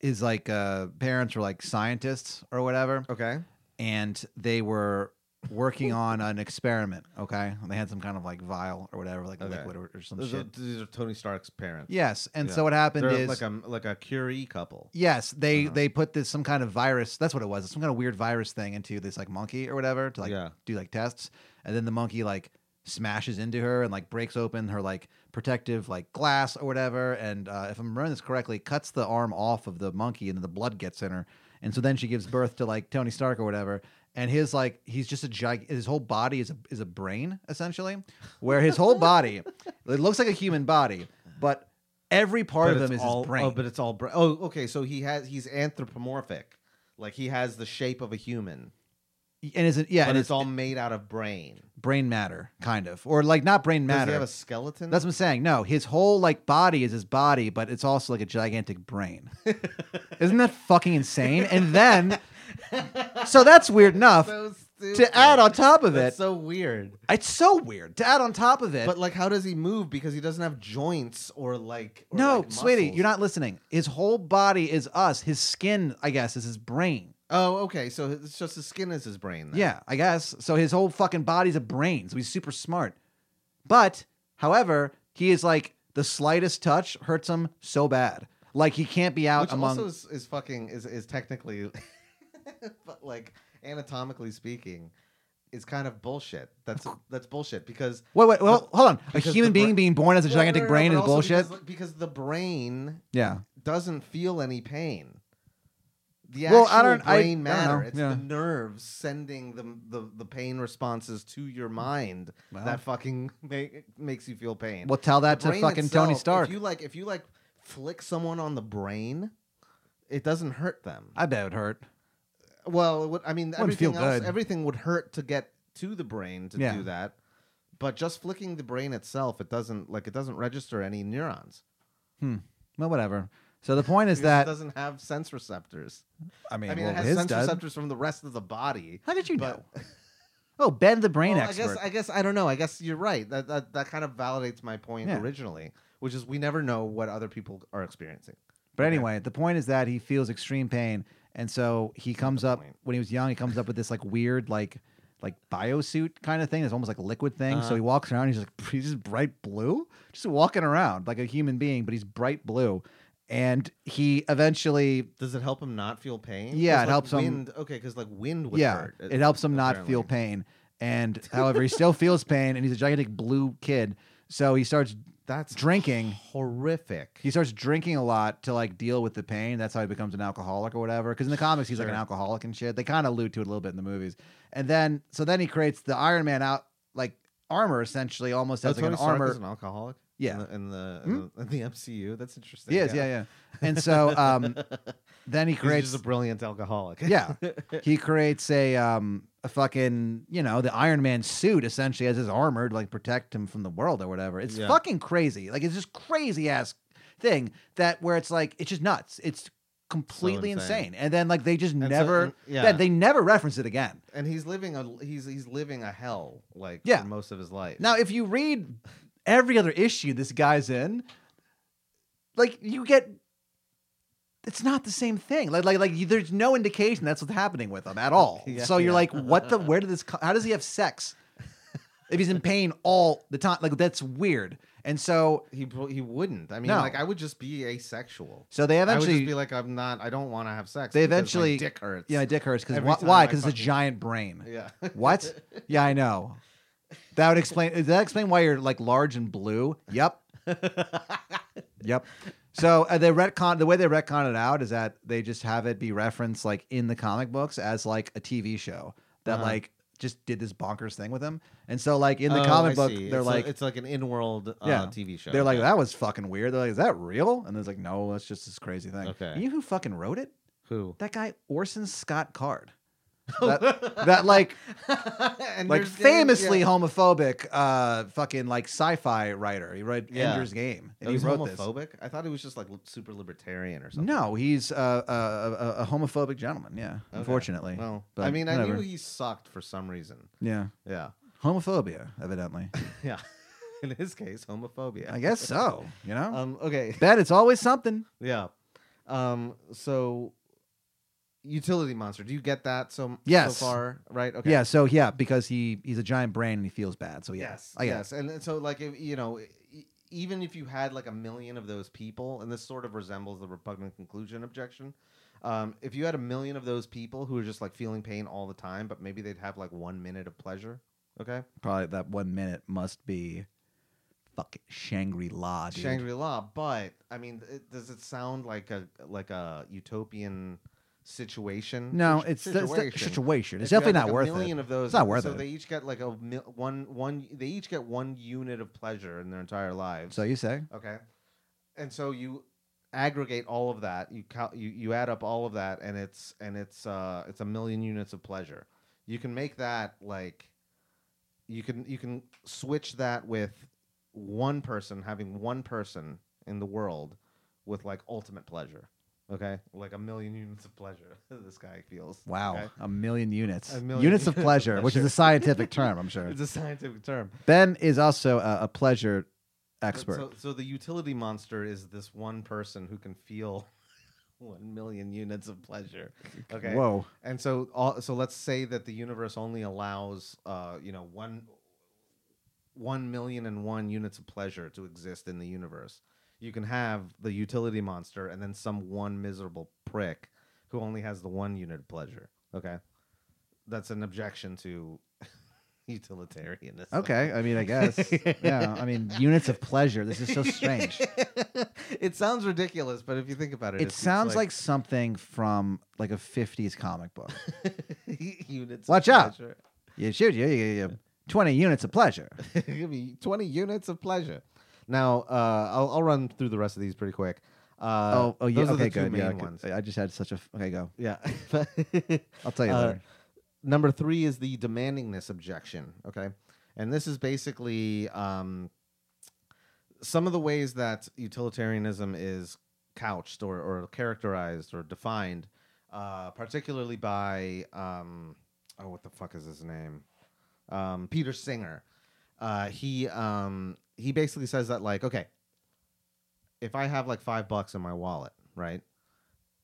Speaker 3: his like uh parents were like scientists or whatever
Speaker 2: (laughs) okay.
Speaker 3: and they were working on an experiment. Okay, and they had some kind of like vial or whatever, like
Speaker 2: Okay.
Speaker 3: liquid or, or some
Speaker 2: Those are,
Speaker 3: shit.
Speaker 2: these are Tony Stark's parents.
Speaker 3: Yes, and
Speaker 2: Yeah.
Speaker 3: so what happened
Speaker 2: They're
Speaker 3: is
Speaker 2: like a like a Curie couple.
Speaker 3: yes, they
Speaker 2: Uh-huh.
Speaker 3: they put this some kind of virus. That's what it was. Some kind of weird virus thing into this like monkey or whatever to like
Speaker 2: Yeah.
Speaker 3: do like tests, and then the monkey like smashes into her and like breaks open her like protective like glass or whatever. And uh, if I'm remembering this correctly, cuts the arm off of the monkey and the blood gets in her. And so then she gives birth to like Tony Stark or whatever. And his like he's just a gig. His whole body is a is a brain essentially, where his whole body (laughs) it looks like a human body, but every part
Speaker 2: But
Speaker 3: of them
Speaker 2: it's
Speaker 3: is
Speaker 2: all,
Speaker 3: his brain.
Speaker 2: Oh, but it's all brain. Oh, okay. So he has he's anthropomorphic, like he has the shape of a human,
Speaker 3: and is it yeah?
Speaker 2: but
Speaker 3: and
Speaker 2: it's, all made out of brain.
Speaker 3: brain matter, kind of, or like not brain
Speaker 2: Does
Speaker 3: matter.
Speaker 2: he have a skeleton? (laughs)
Speaker 3: That's what I'm saying. No, his whole like body is his body, but it's also like a gigantic
Speaker 2: (laughs)
Speaker 3: brain. Isn't that fucking insane? And then, so that's weird enough
Speaker 2: so stupid.
Speaker 3: to add on top of
Speaker 2: That's
Speaker 3: it.
Speaker 2: so weird.
Speaker 3: it's so weird to add on top of it.
Speaker 2: But like, how does he move? Because he doesn't have joints or like. or,
Speaker 3: no,
Speaker 2: like,
Speaker 3: sweetie,
Speaker 2: muscles.
Speaker 3: you're not listening. His whole body is us. His skin, I guess, is his brain.
Speaker 2: Oh, okay. So it's just his skin is his brain. Then.
Speaker 3: Yeah, I guess. So his whole fucking body's a brain. So he's super smart. But, however, he is like the slightest touch hurts him so bad. Like he can't be out
Speaker 2: Which
Speaker 3: among.
Speaker 2: also is, is fucking is is technically, (laughs) but like anatomically speaking, is kind of bullshit. That's that's bullshit because
Speaker 3: Wait, wait, well, hold on. A
Speaker 2: because
Speaker 3: human
Speaker 2: the bra-
Speaker 3: being being born as a
Speaker 2: No,
Speaker 3: gigantic
Speaker 2: no, no,
Speaker 3: brain
Speaker 2: but
Speaker 3: is
Speaker 2: also
Speaker 3: bullshit.
Speaker 2: because, because the brain
Speaker 3: yeah,
Speaker 2: doesn't feel any pain. The
Speaker 3: Well,
Speaker 2: actual
Speaker 3: I don't-
Speaker 2: brain
Speaker 3: I- I don't
Speaker 2: matter.
Speaker 3: know,
Speaker 2: It's
Speaker 3: yeah.
Speaker 2: the nerves sending the, the the pain responses to your mind
Speaker 3: Well.
Speaker 2: that fucking make, makes you feel pain.
Speaker 3: well, tell that
Speaker 2: The
Speaker 3: to
Speaker 2: brain
Speaker 3: fucking
Speaker 2: itself,
Speaker 3: Tony Stark.
Speaker 2: If you like, if you like, flick someone on the brain, it doesn't hurt them.
Speaker 3: I bet it would hurt.
Speaker 2: well, it would, I mean,
Speaker 3: Wouldn't feel
Speaker 2: everything else,
Speaker 3: good.
Speaker 2: everything would hurt to get to the brain to
Speaker 3: Yeah.
Speaker 2: do that. But just flicking the brain itself, it doesn't like it doesn't register any neurons.
Speaker 3: Well, whatever. So the point is
Speaker 2: because it
Speaker 3: that
Speaker 2: doesn't have sense receptors.
Speaker 3: I mean,
Speaker 2: I mean,
Speaker 3: well,
Speaker 2: it has
Speaker 3: his
Speaker 2: sense
Speaker 3: does.
Speaker 2: receptors from the rest of the body.
Speaker 3: How did you
Speaker 2: but-
Speaker 3: know? (laughs) Oh, Ben, the brain
Speaker 2: Well, I
Speaker 3: expert.
Speaker 2: guess I guess I don't know. I guess you're right. That that, that kind of validates my point
Speaker 3: Yeah.
Speaker 2: originally, which is we never know what other people are experiencing.
Speaker 3: But
Speaker 2: Okay.
Speaker 3: anyway, the point is that he feels extreme pain, and so he comes
Speaker 2: the
Speaker 3: up
Speaker 2: point.
Speaker 3: when he was young. He comes up with this like weird like like biosuit kind of thing. It's almost like a liquid thing. So
Speaker 2: Uh-huh.
Speaker 3: he walks around. He's like he's just (laughs) bright blue, just walking around like a human being, but he's bright blue. And he eventually,
Speaker 2: Does it help him not feel pain?
Speaker 3: Yeah,
Speaker 2: 'Cause,
Speaker 3: it
Speaker 2: like,
Speaker 3: helps him-
Speaker 2: wind, Okay, because like wind would
Speaker 3: yeah,
Speaker 2: hurt.
Speaker 3: it helps him not feel
Speaker 2: apparently.
Speaker 3: pain. And however, he still feels pain, and he's a gigantic blue kid. So he starts
Speaker 2: That's
Speaker 3: drinking.
Speaker 2: horrific.
Speaker 3: He starts drinking a lot to like deal with the pain. That's how he becomes an alcoholic or whatever. Because in the comics, he's like an
Speaker 2: Sure.
Speaker 3: alcoholic and shit. They kind of allude to it a little bit in the movies. And then, so then he creates the Iron Man out like armor essentially, almost
Speaker 2: Oh,
Speaker 3: as like
Speaker 2: Tony
Speaker 3: an
Speaker 2: Stark
Speaker 3: armor.
Speaker 2: is an alcoholic.
Speaker 3: Yeah.
Speaker 2: in the in the,
Speaker 3: Hmm?
Speaker 2: in the MCU. That's interesting.
Speaker 3: He is, yeah, yeah. And so
Speaker 2: (laughs)
Speaker 3: um, then he
Speaker 2: He's
Speaker 3: creates,
Speaker 2: just a brilliant alcoholic.
Speaker 3: yeah, he creates a um a fucking you know the Iron Man suit essentially as his armor to like protect him from the world or whatever. It's
Speaker 2: Yeah.
Speaker 3: fucking crazy. Like it's just crazy ass thing that where it's like it's just nuts. It's completely insane.
Speaker 2: insane.
Speaker 3: And then like they
Speaker 2: (laughs)
Speaker 3: just
Speaker 2: And so-
Speaker 3: never
Speaker 2: and- yeah.
Speaker 3: yeah, they never reference it again.
Speaker 2: and he's living a he's he's living a hell like
Speaker 3: Yeah.
Speaker 2: for most of his life.
Speaker 3: Now, if you read every other issue this guy's in, like you get, it's not the same thing. Like, like, like you, there's no indication that's what's happening with him at all.
Speaker 2: (laughs) Yeah,
Speaker 3: so you're
Speaker 2: yeah.
Speaker 3: like, what the? Where did this? co- How does he have sex? If he's in pain all the time, like that's weird. And so,
Speaker 2: he pro- he wouldn't. I mean,
Speaker 3: No.
Speaker 2: like I would just be asexual.
Speaker 3: so they
Speaker 2: I would just
Speaker 3: eventually,
Speaker 2: be like, I'm not. I don't want to have sex.
Speaker 3: They
Speaker 2: because my
Speaker 3: eventually-
Speaker 2: dick hurts.
Speaker 3: yeah, my dick hurts because
Speaker 2: Every
Speaker 3: why?
Speaker 2: time I
Speaker 3: Because it's a
Speaker 2: fucking-
Speaker 3: giant brain.
Speaker 2: yeah.
Speaker 3: What? Yeah, I know. That would explain. Does that explain why you're like large and blue? Yep. Yep. So uh, they retcon the way they retcon it out is that they just have it be referenced like in the comic books as like a TV show that
Speaker 2: Uh-huh.
Speaker 3: like just did this bonkers thing with him. And so like in the
Speaker 2: Oh,
Speaker 3: comic
Speaker 2: I
Speaker 3: book,
Speaker 2: see.
Speaker 3: they're
Speaker 2: It's a-
Speaker 3: like
Speaker 2: it's like an in-world uh,
Speaker 3: Yeah.
Speaker 2: TV show.
Speaker 3: they're like
Speaker 2: Okay.
Speaker 3: that was fucking weird. They're like, is that real? And there's like, no, that's just this crazy thing.
Speaker 2: Okay.
Speaker 3: You know who fucking wrote it?
Speaker 2: Who?
Speaker 3: That guy Orson Scott Card. That,
Speaker 2: (laughs)
Speaker 3: (laughs) that like
Speaker 2: and
Speaker 3: like
Speaker 2: there's getting-
Speaker 3: famously
Speaker 2: yeah.
Speaker 3: homophobic uh fucking like sci-fi writer. He wrote
Speaker 2: Yeah.
Speaker 3: Ender's Game. And
Speaker 2: Oh,
Speaker 3: he
Speaker 2: he's
Speaker 3: wrote this.
Speaker 2: homophobic. I thought he was just like li- super libertarian or something.
Speaker 3: No, he's a, a, a, a homophobic gentleman. Yeah,
Speaker 2: Okay.
Speaker 3: unfortunately.
Speaker 2: Well,
Speaker 3: but
Speaker 2: I mean, I
Speaker 3: whatever.
Speaker 2: knew he sucked for some reason.
Speaker 3: yeah,
Speaker 2: Yeah. (laughs)
Speaker 3: homophobia, evidently.
Speaker 2: Yeah. In his case, homophobia.
Speaker 3: I guess so. You
Speaker 2: (laughs)
Speaker 3: know,
Speaker 2: Um. Okay.
Speaker 3: that it's always something.
Speaker 2: Yeah. Um. So, utility monster. Do you get that? So
Speaker 3: Yes.
Speaker 2: So far, right? Okay.
Speaker 3: Yeah. So yeah, because he he's a giant brain and he feels bad. So Oh, yeah,
Speaker 2: Yes.
Speaker 3: I guess.
Speaker 2: yes. And so, like, if, you know, e- even if you had like a million of those people, and this sort of resembles the repugnant conclusion objection. Um, if you had a million of those people who are just like feeling pain all the time, but maybe they'd have like one minute of pleasure, Okay.
Speaker 3: Probably that one minute must be fucking Shangri La, dude.
Speaker 2: Shangri La, but I mean, it, does it sound like a like a utopian situation?
Speaker 3: no,
Speaker 2: Situ-
Speaker 3: it's situation. The,
Speaker 2: situation.
Speaker 3: situation.
Speaker 2: If
Speaker 3: It's
Speaker 2: you
Speaker 3: definitely
Speaker 2: have,
Speaker 3: not
Speaker 2: like,
Speaker 3: worth
Speaker 2: a million
Speaker 3: it.
Speaker 2: of those.
Speaker 3: It's not worth
Speaker 2: so
Speaker 3: it.
Speaker 2: they each get like a mil- one one. They each get one unit of pleasure in their entire lives.
Speaker 3: So you say?
Speaker 2: okay, and so you aggregate all of that. You count. You, you add up all of that, and it's and it's uh it's a million units of pleasure. You can make that like, you can you can switch that with one person having one person in the world with like ultimate pleasure. Okay, like a million units of pleasure. (laughs) this guy feels
Speaker 3: Wow,
Speaker 2: okay?
Speaker 3: a million units.
Speaker 2: A million (laughs)
Speaker 3: units of
Speaker 2: units of
Speaker 3: pleasure, which is
Speaker 2: pleasure.
Speaker 3: a scientific term, I'm
Speaker 2: (laughs)
Speaker 3: sure.
Speaker 2: It's a scientific term.
Speaker 3: Ben is also a, a pleasure expert.
Speaker 2: So, so the utility monster is this one person who can feel (laughs) one million units of pleasure. Okay.
Speaker 3: Whoa.
Speaker 2: And so, all, so let's say that the universe only allows, uh, you know, one, one million and one units of pleasure to exist in the universe. You can have the utility monster and then some one miserable prick who only has the one unit of pleasure. Okay. That's an objection to (laughs) utilitarianism.
Speaker 3: Okay, I mean, I guess.
Speaker 2: (laughs)
Speaker 3: yeah, I mean, units of pleasure. This is so strange.
Speaker 2: it sounds ridiculous, but if you think about it,
Speaker 3: It
Speaker 2: it's- it's
Speaker 3: sounds like something from like a 50s comic book.
Speaker 2: (laughs) units. of
Speaker 3: Watch out.
Speaker 2: pleasure. (laughs)
Speaker 3: You shoot you, you, you- 20 units of pleasure.
Speaker 2: Give me twenty units of pleasure. Now, uh, I'll, I'll run through the rest of these pretty quick. Uh, (laughs)
Speaker 3: oh, oh, yeah.
Speaker 2: those are
Speaker 3: Okay,
Speaker 2: the two
Speaker 3: good.
Speaker 2: main
Speaker 3: Yeah, good.
Speaker 2: ones.
Speaker 3: I just had such a. f- Okay, go.
Speaker 2: Yeah.
Speaker 3: I'll tell
Speaker 2: (laughs)
Speaker 3: you
Speaker 2: Uh,
Speaker 3: later.
Speaker 2: number three is the demandingness objection. Okay, and this is basically um, some of the ways that utilitarianism is couched or, or characterized or defined, uh, particularly by um, oh, what the fuck is his name? Um, Peter Singer. Uh, he um, he basically says that like, okay, if I have like five bucks in my wallet, right,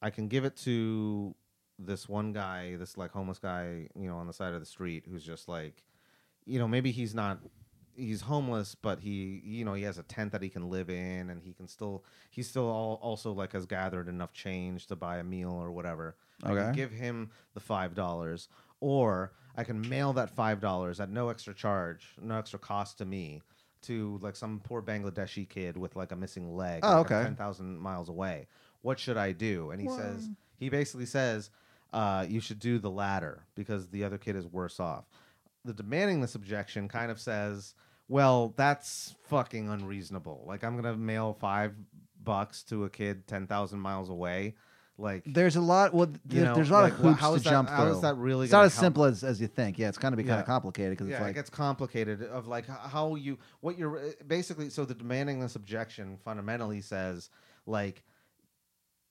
Speaker 2: I can give it to this one guy, this like homeless guy, you know, on the side of the street who's just like, you know, maybe he's not he's homeless, but he you know, he has a tent that he can live in and he can still he's still all, also like has gathered enough change to buy a meal or whatever. I
Speaker 3: Okay.
Speaker 2: can give him the five dollars or I can mail that five dollars at no extra charge, no extra cost to me to like some poor Bangladeshi kid with like a missing leg
Speaker 3: Oh,
Speaker 2: like,
Speaker 3: okay.
Speaker 2: ten thousand miles away. What should I do? And he
Speaker 3: Well-
Speaker 2: says he basically says uh, you should do the latter because the other kid is worse off. The demanding this objection kind of says, well, that's fucking unreasonable. Like I'm gonna mail five bucks to a kid ten thousand miles away. Like
Speaker 3: There's a lot. Well,
Speaker 2: you
Speaker 3: there-
Speaker 2: know,
Speaker 3: there's a lot
Speaker 2: like,
Speaker 3: of
Speaker 2: wh-
Speaker 3: hoops
Speaker 2: how
Speaker 3: to
Speaker 2: is that-
Speaker 3: jump through.
Speaker 2: How is that really?
Speaker 3: it's not
Speaker 2: gonna
Speaker 3: as
Speaker 2: help?
Speaker 3: simple as, as you think. Yeah, it's kind of be kind
Speaker 2: Yeah.
Speaker 3: of complicated because
Speaker 2: yeah,
Speaker 3: it's like
Speaker 2: it gets complicated of like h- how you what you're eh, basically so the demandingness objection fundamentally says like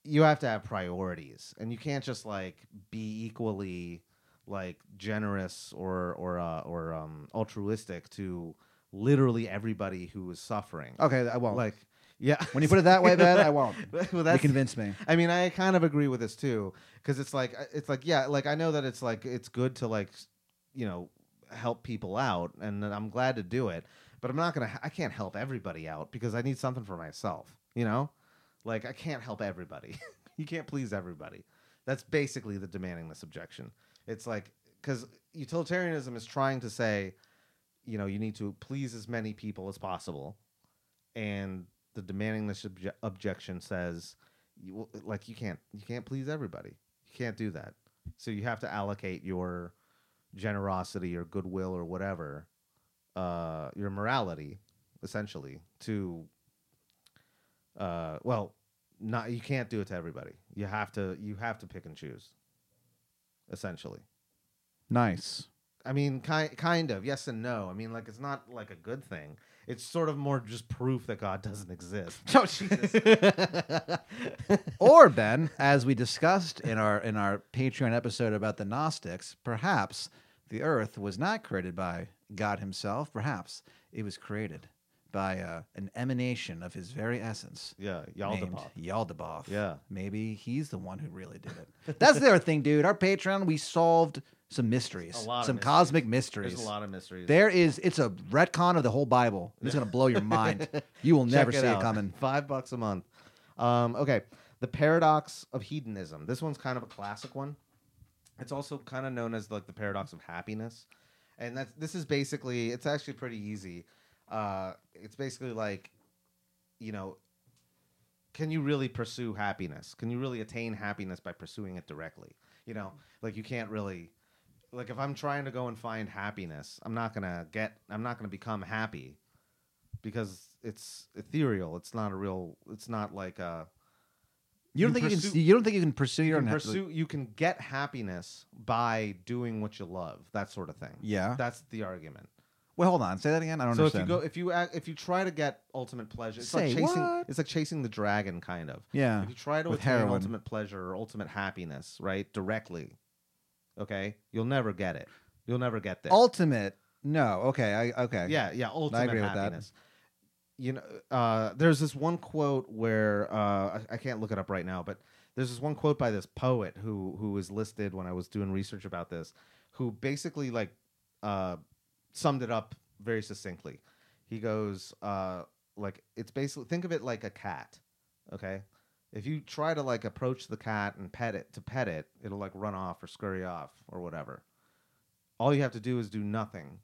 Speaker 2: you have to have priorities and you can't just like be equally like generous or or uh, or um, altruistic to literally everybody who is suffering.
Speaker 3: okay, I won't.
Speaker 2: Like yeah,
Speaker 3: when you put it that way, Ben, I won't.
Speaker 2: (laughs) well,
Speaker 3: You
Speaker 2: that's
Speaker 3: convinced me.
Speaker 2: I mean, I kind of agree with this too, because it's like uh, it's like yeah, like I know that it's like it's good to like s- you know help people out, and then I'm glad to do it, but I'm not gonna I can't help everybody out because I need something for myself, you know, like I can't help everybody. (laughs) you can't please everybody. That's basically the demanding this objection. It's like because utilitarianism is trying to say, you know, you need to please as many people as possible, and the demanding this obje- objection says you, will- like you can't you can't please everybody. You can't do that. So you have to allocate your generosity or goodwill or whatever, uh, your morality, essentially to. Uh, well, not you can't do it to everybody. You have to you have to pick and choose. Essentially,
Speaker 3: Nice.
Speaker 2: I mean, ki- kind of yes and no. I mean, like it's not like a good thing. It's sort of more just proof that God doesn't exist.
Speaker 3: (laughs) Oh (laughs) or Ben, as we discussed in our in our Patreon episode about the Gnostics, perhaps the Earth was not created by God Himself. Perhaps it was created by uh, an emanation of His very essence.
Speaker 2: (laughs) yeah,
Speaker 3: named
Speaker 2: Yaldabaoth.
Speaker 3: Yaldabaoth.
Speaker 2: Yeah.
Speaker 3: Maybe he's the one who really did it. (laughs) That's the other thing, dude. Our Patreon, we solved some mysteries,
Speaker 2: A lot of
Speaker 3: some
Speaker 2: mysteries.
Speaker 3: cosmic mysteries.
Speaker 2: There's a lot of mysteries.
Speaker 3: There is, it's a retcon of the whole Bible. It's going to
Speaker 2: (laughs)
Speaker 3: blow your mind. You will never
Speaker 2: Check
Speaker 3: see
Speaker 2: out.
Speaker 3: it coming.
Speaker 2: Five bucks a month. Um, okay, the paradox of hedonism. This one's kind of a classic one. It's also kind of known as like the paradox of happiness, and that's this is basically it's actually pretty easy. Uh, it's basically like, you know, can you really pursue happiness? Can you really attain happiness by pursuing it directly? You know, like you can't really like if I'm trying to go and find happiness, I'm not gonna get I'm not gonna become happy because it's ethereal. It's not a real it's not like a
Speaker 3: You don't
Speaker 2: You
Speaker 3: think you
Speaker 2: pursue-
Speaker 3: can? You don't think you can pursue
Speaker 2: you
Speaker 3: your
Speaker 2: can
Speaker 3: own
Speaker 2: pursue you can get happiness by doing what you love, that sort of thing.
Speaker 3: Yeah.
Speaker 2: That's the argument.
Speaker 3: Well, hold on. Say that again. I don't
Speaker 2: So if you
Speaker 3: understand.
Speaker 2: go if you act, if you try to get ultimate pleasure, it's like
Speaker 3: Say
Speaker 2: chasing
Speaker 3: what?
Speaker 2: it's like chasing the dragon kind of.
Speaker 3: yeah.
Speaker 2: If you try to
Speaker 3: With
Speaker 2: attain
Speaker 3: heroin.
Speaker 2: ultimate pleasure or ultimate happiness, right, directly, okay, you'll never get it. You'll never get there.
Speaker 3: Ultimate. No. Okay. I okay.
Speaker 2: Yeah, yeah, ultimate
Speaker 3: agree with that.
Speaker 2: happiness. You know, uh, there's this one quote where uh, I, I can't look it up right now, but there's this one quote by this poet who who was listed when I was doing research about this, who basically like uh, summed it up very succinctly. He goes uh, like it's basically think of it like a cat, okay. If you try to like approach the cat and pet it to pet it, it'll like run off or scurry off or whatever. All you have to do is do nothing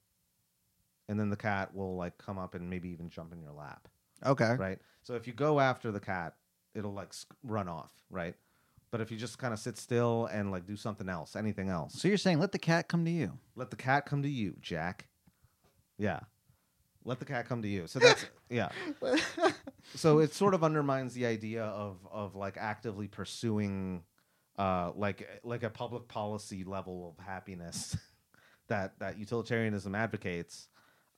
Speaker 2: and then the cat will like come up and maybe even jump in your lap
Speaker 3: Okay.
Speaker 2: right so if you go after the cat it'll like sc- run off right but if you just kind of sit still and like do something else anything else
Speaker 3: So you're saying let the cat come
Speaker 2: (laughs)
Speaker 3: to you.
Speaker 2: let the cat come to you jack yeah let the cat come to you so that's yeah so it sort of undermines the idea of of like actively pursuing uh like like a public policy level of happiness (laughs) that that utilitarianism advocates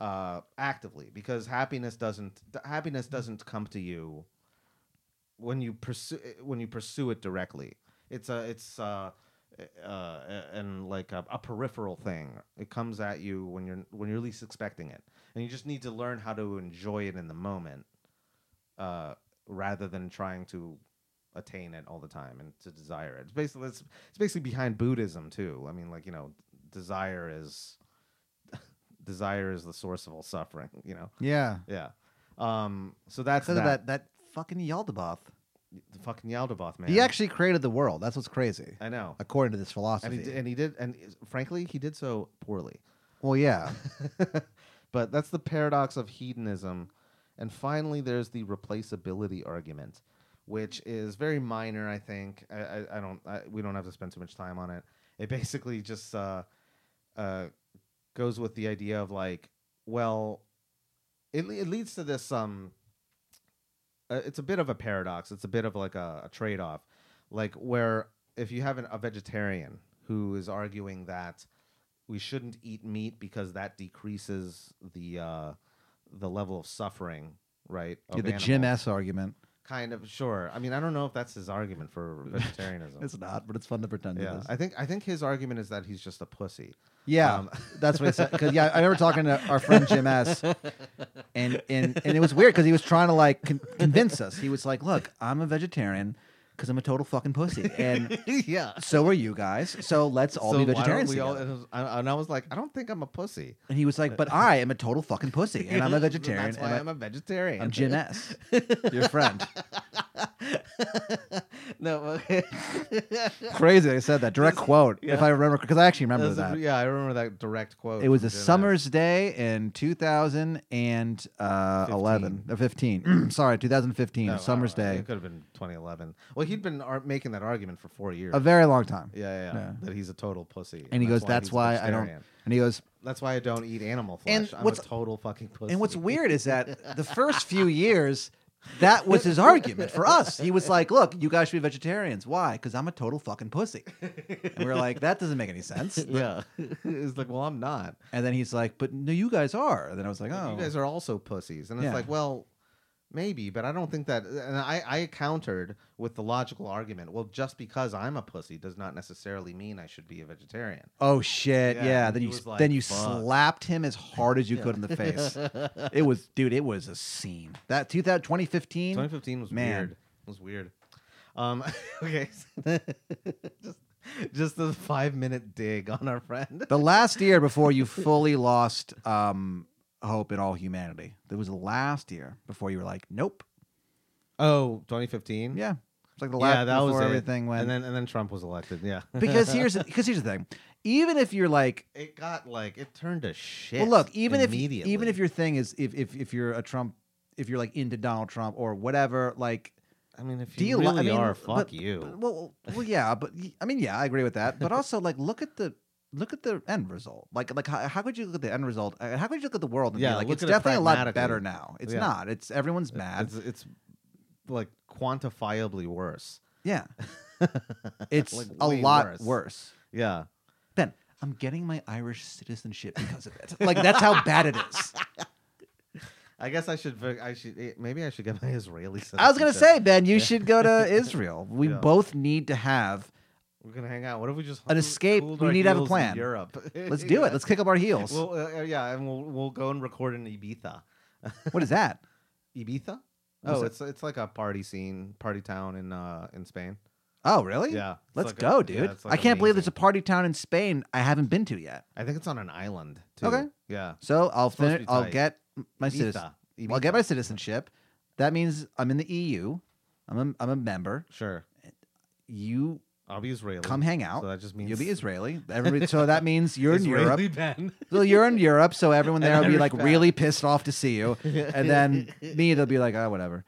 Speaker 2: uh actively because happiness doesn't th- happiness doesn't come to you when you pursue when you pursue it directly it's a it's uh uh, and like a, a peripheral thing, it comes at you when you're when you're least expecting it, and you just need to learn how to enjoy it in the moment uh, rather than trying to attain it all the time and to desire it. It's basically it's, it's basically behind Buddhism too. I mean, like you know, desire is (laughs) desire is the source of all suffering. (laughs) You know,
Speaker 3: Yeah.
Speaker 2: yeah. Um, so that's
Speaker 3: Because
Speaker 2: that,
Speaker 3: of that that fucking Yaldabaoth.
Speaker 2: the fucking Yaldabaoth man.
Speaker 3: He actually created the world. That's what's crazy,
Speaker 2: I know,
Speaker 3: according to this
Speaker 2: and
Speaker 3: philosophy.
Speaker 2: he did, and he did, and frankly, he did so poorly. (laughs)
Speaker 3: well, yeah.
Speaker 2: but that's the paradox of hedonism. And finally, there's the replaceability argument, which is very minor. I think I, I, I don't. I, we don't have to spend too much time on it. It (laughs) basically just uh, uh, goes with the idea of like, well, it, le- it leads to this. Um, uh, it's a bit of a paradox. It's a bit of like a, a trade off, like where if you have an, a vegetarian who is arguing that we shouldn't eat meat because that decreases the uh, the level of suffering, right?
Speaker 3: Yeah,
Speaker 2: of
Speaker 3: the Jim
Speaker 2: animals.
Speaker 3: S argument.
Speaker 2: kind of sure. I mean, I don't know if that's his argument for
Speaker 3: (laughs)
Speaker 2: vegetarianism.
Speaker 3: It's not, but it's fun to pretend it
Speaker 2: yeah,
Speaker 3: is.
Speaker 2: I think I think his argument is that he's just a pussy.
Speaker 3: yeah,
Speaker 2: um, (laughs)
Speaker 3: that's what I said. Because yeah, I remember talking to our friend Jim S, and and and it was weird because he was trying to like con- convince us. He was like, "Look, I'm a vegetarian because I'm a total fucking pussy, and
Speaker 2: yeah.
Speaker 3: so are you guys. So let's all
Speaker 2: So
Speaker 3: be
Speaker 2: why don't
Speaker 3: vegetarians."
Speaker 2: we all-
Speaker 3: together."
Speaker 2: and, it was- I- and I was like, I don't think I'm a pussy.
Speaker 3: and he was like, "But I am a total fucking pussy, (laughs) and I'm a vegetarian,
Speaker 2: That's
Speaker 3: and
Speaker 2: why I'm a vegetarian.
Speaker 3: I'm Jim S, your friend."
Speaker 2: (laughs)
Speaker 3: (laughs)
Speaker 2: no, (laughs)
Speaker 3: Crazy, I said that direct quote. If
Speaker 2: yeah.
Speaker 3: I remember, because I actually remember
Speaker 2: that's
Speaker 3: that.
Speaker 2: a- yeah, I remember that direct quote.
Speaker 3: It was
Speaker 2: from
Speaker 3: a
Speaker 2: Jim
Speaker 3: summer's day in 2011 uh, or 15. (clears throat) Sorry, 2015,
Speaker 2: No, I
Speaker 3: a summer's
Speaker 2: don't know.
Speaker 3: day.
Speaker 2: It could have been 2011. Well, he'd been ar- making that argument for four years.
Speaker 3: A very long time.
Speaker 2: yeah, yeah, yeah,
Speaker 3: Yeah.
Speaker 2: that he's a total pussy.
Speaker 3: And he goes, "That's
Speaker 2: he's a
Speaker 3: why I don't."
Speaker 2: vegetarian.
Speaker 3: And he goes,
Speaker 2: That's why I don't eat animal flesh.
Speaker 3: And
Speaker 2: I'm
Speaker 3: what's-
Speaker 2: a total fucking pussy.
Speaker 3: and what's weird is
Speaker 2: (laughs)
Speaker 3: that the first few years, that was his argument for us. He was like, "Look, you guys should be vegetarians. Why? Because I'm a total fucking pussy." And we are like, "That doesn't make any (laughs) sense."
Speaker 2: yeah, it's like, well, I'm not.
Speaker 3: And then he's like, "But no, you guys are." And then I was like,
Speaker 2: Like,
Speaker 3: "Oh,
Speaker 2: You guys are also pussies. And it's
Speaker 3: Yeah.
Speaker 2: like, well, maybe, but I don't think that. And I, I countered with the logical argument well, just because I'm a pussy does not necessarily mean I should be a
Speaker 3: (laughs)
Speaker 2: vegetarian.
Speaker 3: oh shit, yeah."
Speaker 2: Yeah, and
Speaker 3: Then
Speaker 2: he
Speaker 3: you
Speaker 2: was like,
Speaker 3: then you
Speaker 2: "Fuck."
Speaker 3: slapped him as hard as you could in the
Speaker 2: (laughs)
Speaker 3: face. it was dude it was a scene that 2000 2015
Speaker 2: 2015 was
Speaker 3: Man.
Speaker 2: weird. It was weird. Um, (laughs) okay. just, just the five minute dig on our friend.
Speaker 3: the last year before you fully lost um hope in all humanity it was the last year before you were like nope
Speaker 2: Oh, 2015?
Speaker 3: yeah It's like the last
Speaker 2: yeah, that
Speaker 3: before
Speaker 2: was it.
Speaker 3: everything went.
Speaker 2: and then (laughs) and then Trump was elected. Yeah, (laughs)
Speaker 3: because here's because here's the thing. Even if you're like,
Speaker 2: it got like it turned to shit.
Speaker 3: well, look, even if
Speaker 2: immediately.
Speaker 3: even if your thing is if if if you're a Trump, if you're like into Donald Trump or whatever, like
Speaker 2: I mean, if
Speaker 3: do
Speaker 2: you
Speaker 3: you li- I
Speaker 2: really
Speaker 3: mean,
Speaker 2: are,
Speaker 3: but-
Speaker 2: fuck you.
Speaker 3: But- well, well, yeah, but y- I mean, yeah, I agree with
Speaker 2: (laughs)
Speaker 3: that. But also, like, look at the look at the end result. Like, like how, how could you look at the end result? Uh, How could you look at the world and
Speaker 2: Yeah,
Speaker 3: be like,
Speaker 2: look
Speaker 3: it's
Speaker 2: at it
Speaker 3: definitely a lot
Speaker 2: pragmatically.
Speaker 3: better now. It's
Speaker 2: Yeah.
Speaker 3: not. It's everyone's mad.
Speaker 2: it's, it's like quantifiably worse. (laughs)
Speaker 3: yeah, it's
Speaker 2: Like,
Speaker 3: a
Speaker 2: way
Speaker 3: lot
Speaker 2: worse.
Speaker 3: worse.
Speaker 2: Yeah,
Speaker 3: Ben, I'm getting my Irish citizenship because of it. Like, that's how bad it
Speaker 2: (laughs)
Speaker 3: is.
Speaker 2: I guess I should. I should. eh, Maybe I should get (laughs) my Israeli.
Speaker 3: I was gonna
Speaker 2: citizenship.
Speaker 3: say, Ben, you should go
Speaker 2: (laughs)
Speaker 3: to Israel. We
Speaker 2: Yeah.
Speaker 3: both need to have.
Speaker 2: we're gonna hang out. What if we just
Speaker 3: An
Speaker 2: hung-
Speaker 3: escape,
Speaker 2: cooled
Speaker 3: we
Speaker 2: our
Speaker 3: need to have a
Speaker 2: heels in
Speaker 3: plan.
Speaker 2: Europe.
Speaker 3: Let's
Speaker 2: (laughs)
Speaker 3: do it. Let's kick up our heels.
Speaker 2: Well, uh, uh, yeah, and we'll we'll go and record in Ibiza.
Speaker 3: what is that?
Speaker 2: Ibiza? (laughs)
Speaker 3: What's
Speaker 2: Oh,
Speaker 3: that?
Speaker 2: it's it's like a party scene, party town in uh in Spain.
Speaker 3: Oh, really?
Speaker 2: Yeah, it's
Speaker 3: Let's
Speaker 2: like a-
Speaker 3: go,
Speaker 2: yeah,
Speaker 3: dude.
Speaker 2: it's
Speaker 3: I
Speaker 2: like
Speaker 3: can't believe there's
Speaker 2: amazing.
Speaker 3: a party town in Spain I haven't been to yet.
Speaker 2: I think it's on an island. Too.
Speaker 3: Okay.
Speaker 2: Yeah.
Speaker 3: So I'll
Speaker 2: supposed to
Speaker 3: finish.
Speaker 2: be
Speaker 3: I'll
Speaker 2: tight.
Speaker 3: get my citizenship.
Speaker 2: Ibiza.
Speaker 3: I'll get
Speaker 2: Ibiza.
Speaker 3: my citizenship. That means I'm in the EU. I'm a, I'm a member.
Speaker 2: Sure.
Speaker 3: You
Speaker 2: I'll be Israeli.
Speaker 3: come hang out.
Speaker 2: So that just means
Speaker 3: You'll be Israeli. Everybody, so that
Speaker 2: (laughs)
Speaker 3: means you're in Europe.
Speaker 2: Israeli (laughs) Ben.
Speaker 3: So you're in Europe, so everyone there will be
Speaker 2: Irish
Speaker 3: like
Speaker 2: back.
Speaker 3: really pissed off to see you, and (laughs) then me, they'll be like, oh, whatever.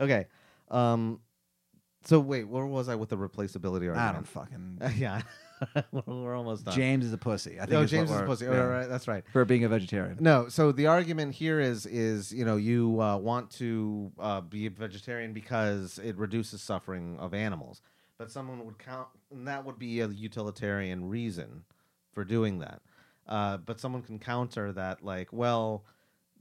Speaker 2: okay. Um. So wait, where was I with the replaceability argument?
Speaker 3: I don't fucking.
Speaker 2: (laughs) yeah. we're, we're almost done.
Speaker 3: James is a pussy. I think.
Speaker 2: No,
Speaker 3: what
Speaker 2: James is a
Speaker 3: we're-
Speaker 2: pussy.
Speaker 3: yeah,
Speaker 2: Oh, right, that's right.
Speaker 3: For being a vegetarian.
Speaker 2: No, so the argument here is is you know you uh, want to uh, be a vegetarian because it reduces suffering of animals, but someone would count and that would be a utilitarian reason for doing that. Uh, but someone can counter that like, well,